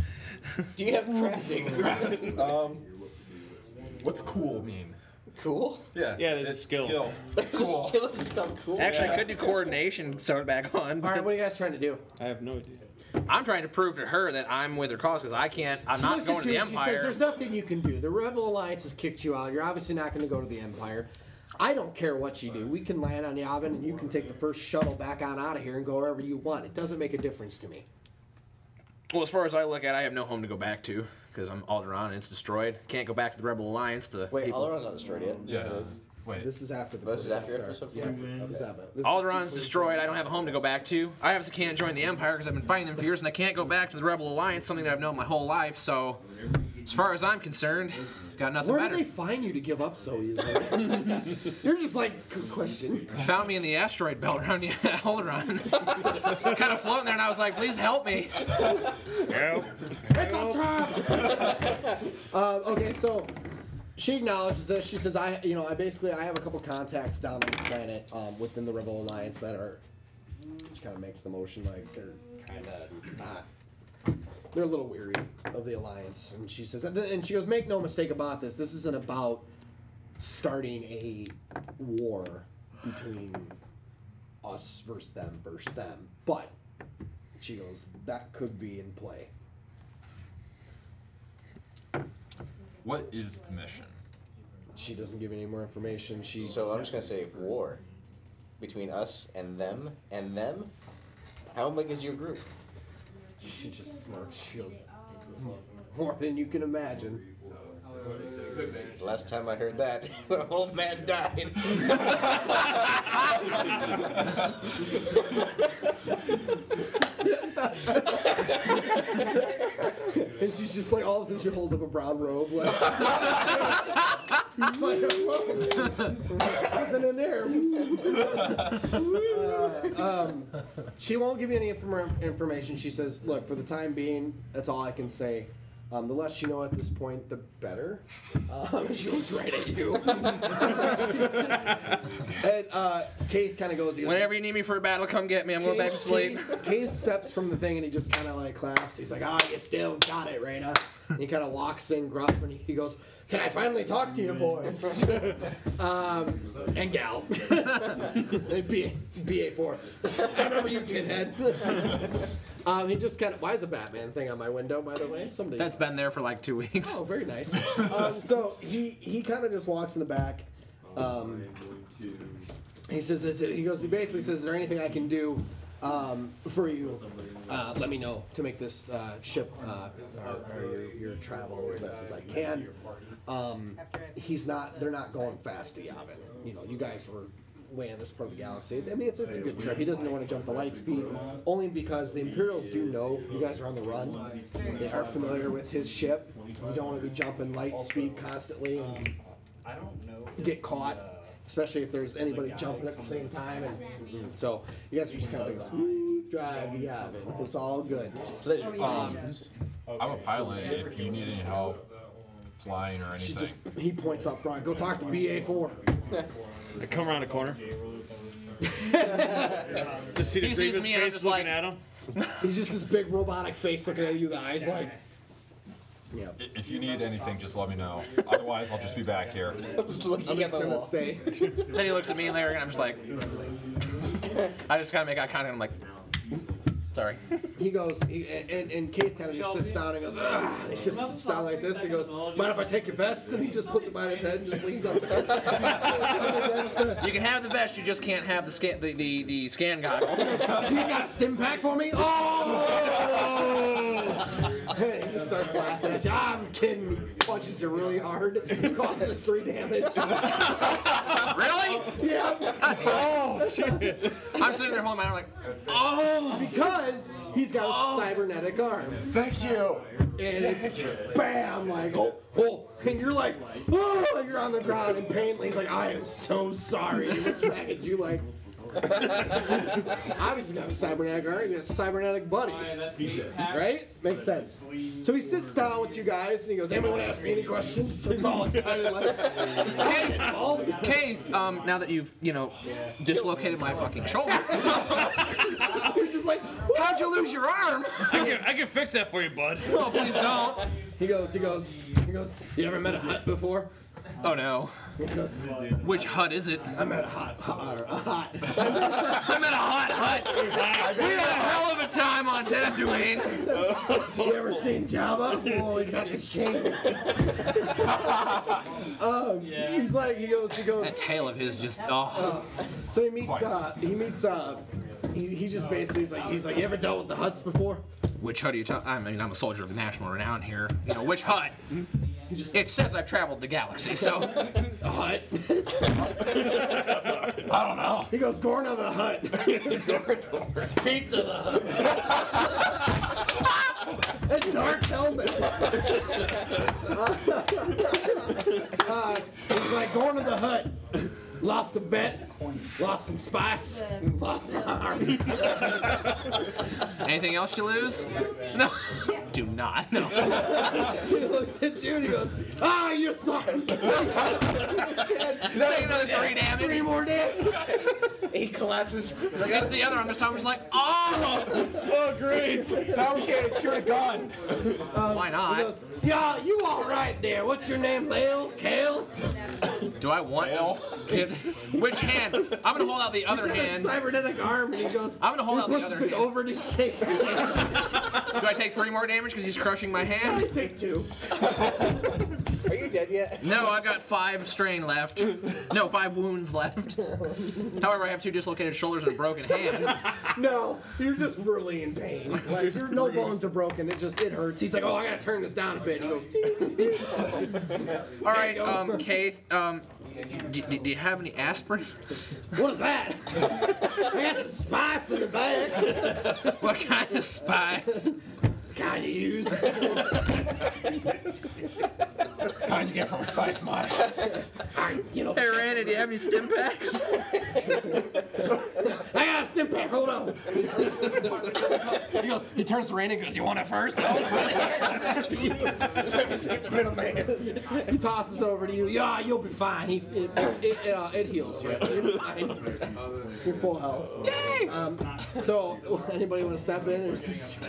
[SPEAKER 11] Do you have crafting?
[SPEAKER 7] Um, what's cool mean?
[SPEAKER 11] cool.
[SPEAKER 7] Yeah,
[SPEAKER 13] Yeah, that's a skill.
[SPEAKER 11] Cool. Skill is called cool.
[SPEAKER 8] Actually, I could do coordination, start back on.
[SPEAKER 4] All right,
[SPEAKER 8] But
[SPEAKER 4] what are you guys trying to do?
[SPEAKER 13] I have no idea.
[SPEAKER 8] I'm trying to prove to her that I'm with her cause because I can't. I'm
[SPEAKER 4] She
[SPEAKER 8] not
[SPEAKER 4] looks
[SPEAKER 8] going
[SPEAKER 4] at
[SPEAKER 8] to the
[SPEAKER 4] you and She says,
[SPEAKER 8] Empire.
[SPEAKER 4] "There's nothing you can do. The Rebel Alliance has kicked you out. You're obviously not going to go to the Empire. I don't care what you do. We can land on Yavin, and you can take the first shuttle back on out of here and go wherever you want. It doesn't make a difference to me.
[SPEAKER 8] Well, as far as I look at, it, I have no home to go back to because I'm Alderaan and it's destroyed. Can't go back to the Rebel Alliance. The
[SPEAKER 11] Wait,
[SPEAKER 8] people-
[SPEAKER 11] Alderon's not destroyed yet.
[SPEAKER 7] Yeah. Wait.
[SPEAKER 4] This is after the.
[SPEAKER 11] This is after
[SPEAKER 4] sorry.
[SPEAKER 11] episode
[SPEAKER 4] Yeah,
[SPEAKER 11] four?
[SPEAKER 4] this is after- this is
[SPEAKER 8] Alderaan's
[SPEAKER 4] before-
[SPEAKER 8] destroyed. I don't have a home to go back to. I obviously can't join the Empire because I've been fighting them for years, and I can't go back to the Rebel Alliance, something that I've known my whole life. So, as far as I'm concerned, I've got nothing
[SPEAKER 4] Where
[SPEAKER 8] better.
[SPEAKER 4] did they find you to give up so easily? You're just like, good question.
[SPEAKER 8] Found me in the asteroid belt around the- Alderaan, kind of floating there, and I was like, "Please help me."
[SPEAKER 3] Yeah.
[SPEAKER 4] It's on top. um, okay, so she acknowledges this. She says, "I, you know, I basically I have a couple contacts down on the planet um, within the Rebel Alliance that are." Which kind of makes the motion like they're kind of not. They're a little weary of the alliance, and she says, and she goes, "Make no mistake about this. This isn't about starting a war between us versus them versus them, but." She goes, that could be in play.
[SPEAKER 7] What is the mission?
[SPEAKER 4] She doesn't give any more information. She
[SPEAKER 11] So I'm just gonna say war between us and them and them. How big is your group?
[SPEAKER 4] she just smirks. She goes more than you can imagine.
[SPEAKER 11] Last time I heard that, the old man died.
[SPEAKER 4] And she's just like all of a sudden she holds up a brown robe. Like, she's like "Whoa, nothing in there. Uh, um, she won't give you any inform- information. She says, "Look, for the time being, that's all I can say. Um, the less you know at this point, the better." Um, she looks right at you. She says- and uh, Keith kind of goes. he goes,
[SPEAKER 8] Whenever you need me for a battle, come get me. I'm going back to sleep.
[SPEAKER 4] Keith- Keith steps from the thing and he just kind of like claps. He's like, "Ah, you still got it, Raina." And he kind of walks in gruff and he goes, "Can I finally talk to you, boys?" um, and gal, B BA four. I remember you, tinhead. um, he just kind of. Why is a Batman thing on my window? By the way, somebody.
[SPEAKER 8] That's been there for like two weeks.
[SPEAKER 4] Oh, very nice. um, so he he kind of just walks in the back. Um, he says, is it, he goes, he basically says, is there anything I can do um, for you? Uh, let me know to make this uh, ship uh, or, or your, your travel as best as I can. Um, he's not. They're not going fast to Yavin. You know, you guys were way on this part of the galaxy. I mean, it's, it's a good trip. He doesn't want to jump the light speed, only because the Imperials do know you guys are on the run. They are familiar with his ship. You don't want to be jumping light speed constantly and
[SPEAKER 2] I don't know.
[SPEAKER 4] get caught, especially if there's anybody jumping at the same time. And, so you guys are just kind of like a smooth drive. You have it. It's all good. It's a pleasure.
[SPEAKER 7] Um, I'm a pilot. If you need any help flying or
[SPEAKER 4] she
[SPEAKER 7] anything,
[SPEAKER 4] just he points up front. Go talk to BA four.
[SPEAKER 3] I come around a corner. just see the
[SPEAKER 4] He sees
[SPEAKER 3] grievous
[SPEAKER 4] me, I'm
[SPEAKER 3] face
[SPEAKER 4] just
[SPEAKER 3] looking
[SPEAKER 4] like-
[SPEAKER 3] at him.
[SPEAKER 4] He's just this big robotic face looking at you. The eyes like Yeah.
[SPEAKER 7] if you need anything, just let me know. Otherwise, I'll just be back here.
[SPEAKER 4] just looking I'm just gonna stay.
[SPEAKER 8] then he looks at me and Larry, and I'm just like, I just kind of make eye contact. I'm like, sorry.
[SPEAKER 4] He goes, he, and, and- and Keith kind of just sits down and goes, Ugh. He just sits down like this. He goes, mind if I take your vest? And he just puts it behind his head and just leans up.
[SPEAKER 8] You can have the vest, you just can't have the scan the, the, the scan goggles.
[SPEAKER 4] you got a stim pack for me? Oh! he just starts laughing. at you. I'm kidding. He punches you really hard. It costs us three damage.
[SPEAKER 8] really?
[SPEAKER 4] Yeah.
[SPEAKER 8] oh shit. I'm sitting there holding my arm like
[SPEAKER 4] Oh! Because he's got a
[SPEAKER 8] Oh.
[SPEAKER 4] cybernetic arm.
[SPEAKER 10] Thank you.
[SPEAKER 4] And it's bam, like oh, oh, and you're like, oh, you're on the ground in pain. He's like, I am so sorry. He looks back at you like. Obviously, he's got a cybernetic arm. He's got a cybernetic buddy, right? Makes sense. So he sits down with you guys and he goes, "Anyone ask me any questions?" He's all excited, like,
[SPEAKER 8] Keith, um, now that you've, you know, dislocated my fucking shoulder.
[SPEAKER 4] You're just like,
[SPEAKER 8] how'd you lose your arm?
[SPEAKER 3] I can, I can fix that for you, bud.
[SPEAKER 8] No, please don't.
[SPEAKER 4] He goes, he goes, he goes. You ever met a hut before?
[SPEAKER 8] Oh no. Which hut is it?
[SPEAKER 4] I'm at a hot, hot, a hot.
[SPEAKER 8] I'm at a hot hut. We had a hell of a time on Tatooine.
[SPEAKER 4] you ever seen Jabba? Oh, he's got this chain. um, He's like, he goes, he goes.
[SPEAKER 8] That tail of his just oh.
[SPEAKER 4] So he meets, uh, he meets, uh, he, he just basically is like, he's like, you ever dealt with the huts before?
[SPEAKER 8] Which hut are you talking? I mean, I'm a soldier of national renown here. You know, which hut? It says I've traveled the galaxy, so a hut. I don't know.
[SPEAKER 4] He goes, Gorna the hut.
[SPEAKER 2] Pizza the hut.
[SPEAKER 4] A dark helmet. uh, he's like, Gorna the hut. Lost a bet, lost some spice, lost an arm.
[SPEAKER 8] Anything else you lose? No. Do not. No.
[SPEAKER 4] he looks at you and he goes, Ah, you suck!
[SPEAKER 8] Take another three damage.
[SPEAKER 4] Three more damage.
[SPEAKER 11] He collapses.
[SPEAKER 8] That's the other arm. This time I'm just like, oh.
[SPEAKER 3] Oh, great.
[SPEAKER 10] Now we can't shoot a gun.
[SPEAKER 8] Why
[SPEAKER 4] He
[SPEAKER 8] not?
[SPEAKER 4] goes, Yeah, you all right there? What's your name, Lale? Kale?
[SPEAKER 8] Do I want? Hit- Which hand? I'm gonna hold out the other
[SPEAKER 4] He's got
[SPEAKER 8] hand.
[SPEAKER 4] a cybernetic arm, and he goes.
[SPEAKER 8] I'm gonna hold
[SPEAKER 4] he
[SPEAKER 8] out the
[SPEAKER 4] pushes
[SPEAKER 8] other
[SPEAKER 4] it
[SPEAKER 8] hand.
[SPEAKER 4] over to shakes. the hand.
[SPEAKER 8] Do I take three more damage because he's crushing my
[SPEAKER 4] I
[SPEAKER 8] hand?
[SPEAKER 4] take two.
[SPEAKER 11] Are you dead yet?
[SPEAKER 8] No, I got five strain left. No, five wounds left. However, I have two dislocated shoulders and a broken hand.
[SPEAKER 4] No, you're just really in pain. Like your no bones are broken. It just it hurts. He's like, oh, I gotta turn this down a bit. And he goes,
[SPEAKER 8] All right, um, Keith, um, do, do, do you have any aspirin?
[SPEAKER 4] what is that? I got some spice in the bag.
[SPEAKER 8] What kind of spice?
[SPEAKER 4] Kind of use.
[SPEAKER 10] Time to get from a spice mine.
[SPEAKER 4] You know,
[SPEAKER 8] Hey, Randy, do you have any stim packs?
[SPEAKER 4] I got a stim pack. Hold on. he goes. He turns to Rain and goes, you want it first?
[SPEAKER 11] Let me skip the middleman.
[SPEAKER 4] He tosses over to you. Yeah, you'll be fine. He, it, it, it, uh, it heals you. You're fine. You're full health.
[SPEAKER 8] Yay!
[SPEAKER 4] Um, so, anybody want to step in? Or is this-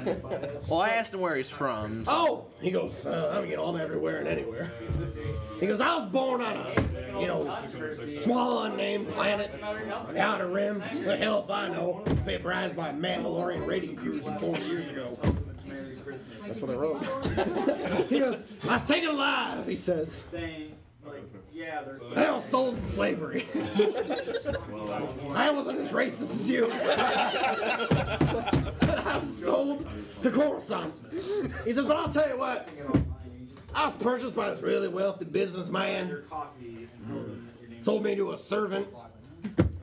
[SPEAKER 8] Well, I asked him where he's from. so-
[SPEAKER 4] oh, he goes. Uh, I'm getting all everywhere and anywhere. He goes. I was born on a, you know, small unnamed planet, the outer rim. The hell if I know. Vaporized by Mandalorian raiding crews four years ago. That's what I wrote. he goes. I was taken alive. He says.
[SPEAKER 5] Saying, like, yeah, there's.
[SPEAKER 4] I was sold in slavery. I wasn't as racist as you. but I was sold to Coruscant. He says, but I'll tell you what. I was purchased by this really wealthy businessman. Sold me to a servant.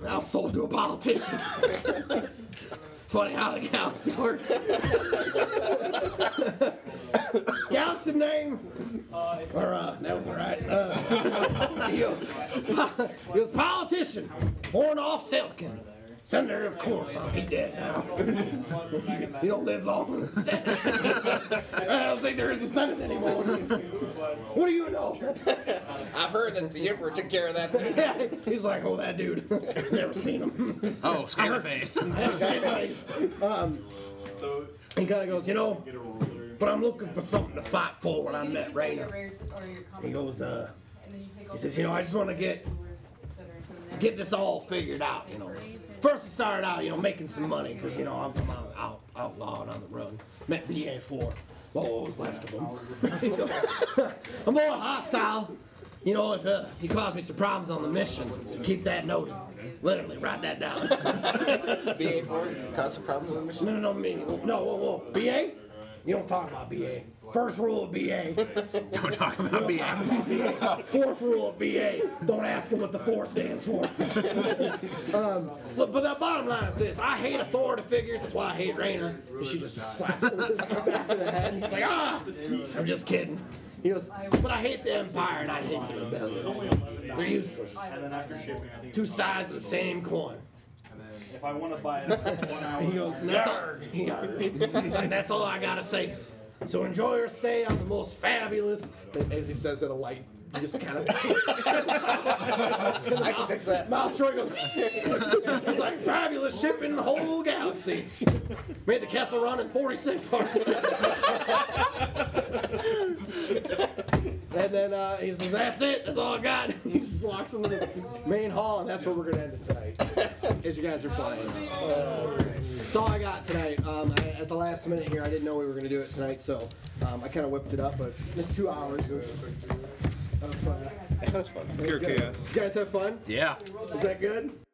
[SPEAKER 4] Now sold to a politician. Funny how the galaxy works. galaxy name. Or, uh, that was all right. Uh, he, was, he was politician, born off Selkin. Senator, of course. Oh, he dead now. you don't live long in the Senate. I don't think there is a Senate anymore. what do you know?
[SPEAKER 2] I've heard that the Emperor took care of that.
[SPEAKER 4] He's like, oh, that dude. Never seen him.
[SPEAKER 8] Oh, Scarface.
[SPEAKER 4] Anyways, um, he kind of goes, you know, but I'm looking for something to fight for when I met Raynor. He goes, uh, he says, you know, I just want to get get this all figured out, you know. First, I started out, you know, making some money because you know I'm, I'm out, out, outlaw and on the run. Met BA4, well, what was left of him. I'm more hostile. You know, if uh, he caused me some problems on the mission, so keep that noted. Literally, write that down. BA4 caused some problems on the mission? No, no, no, me. No, whoa, whoa. BA? You don't talk about BA. First rule of BA. don't talk about BA. Fourth rule of BA. Don't ask him what the four stands for. um, look, but the bottom line is this: I hate authority figures. That's why I hate Rainer. And she just slaps him in the back of the head. And he's like, ah, I'm just kidding. He goes, but I hate the Empire and I hate the rebellion. They're useless.
[SPEAKER 5] And then after shipping, I think
[SPEAKER 4] Two sides of the same coin.
[SPEAKER 5] if I want to buy it, one hour.
[SPEAKER 4] He goes, that's all. Yarg. He's like, that's all I gotta say. So enjoy your stay on the most fabulous. As he says it, a light just kind of. I can fix that. Miles Troy goes. It's like fabulous ship in the whole galaxy. Made the Kessel Run in 46 parts. and then uh, he says, "That's it. That's all I got." He just walks into the main hall, and that's where we're gonna end it tonight. As you guys are flying. Uh, that's all I got tonight. Um, I, at the last minute here, I didn't know we were gonna do it tonight, so um, I kind of whipped it up, but it's two hours. Of, of fun.
[SPEAKER 3] Pure chaos.
[SPEAKER 4] You guys have fun?
[SPEAKER 8] Yeah.
[SPEAKER 4] Was that good?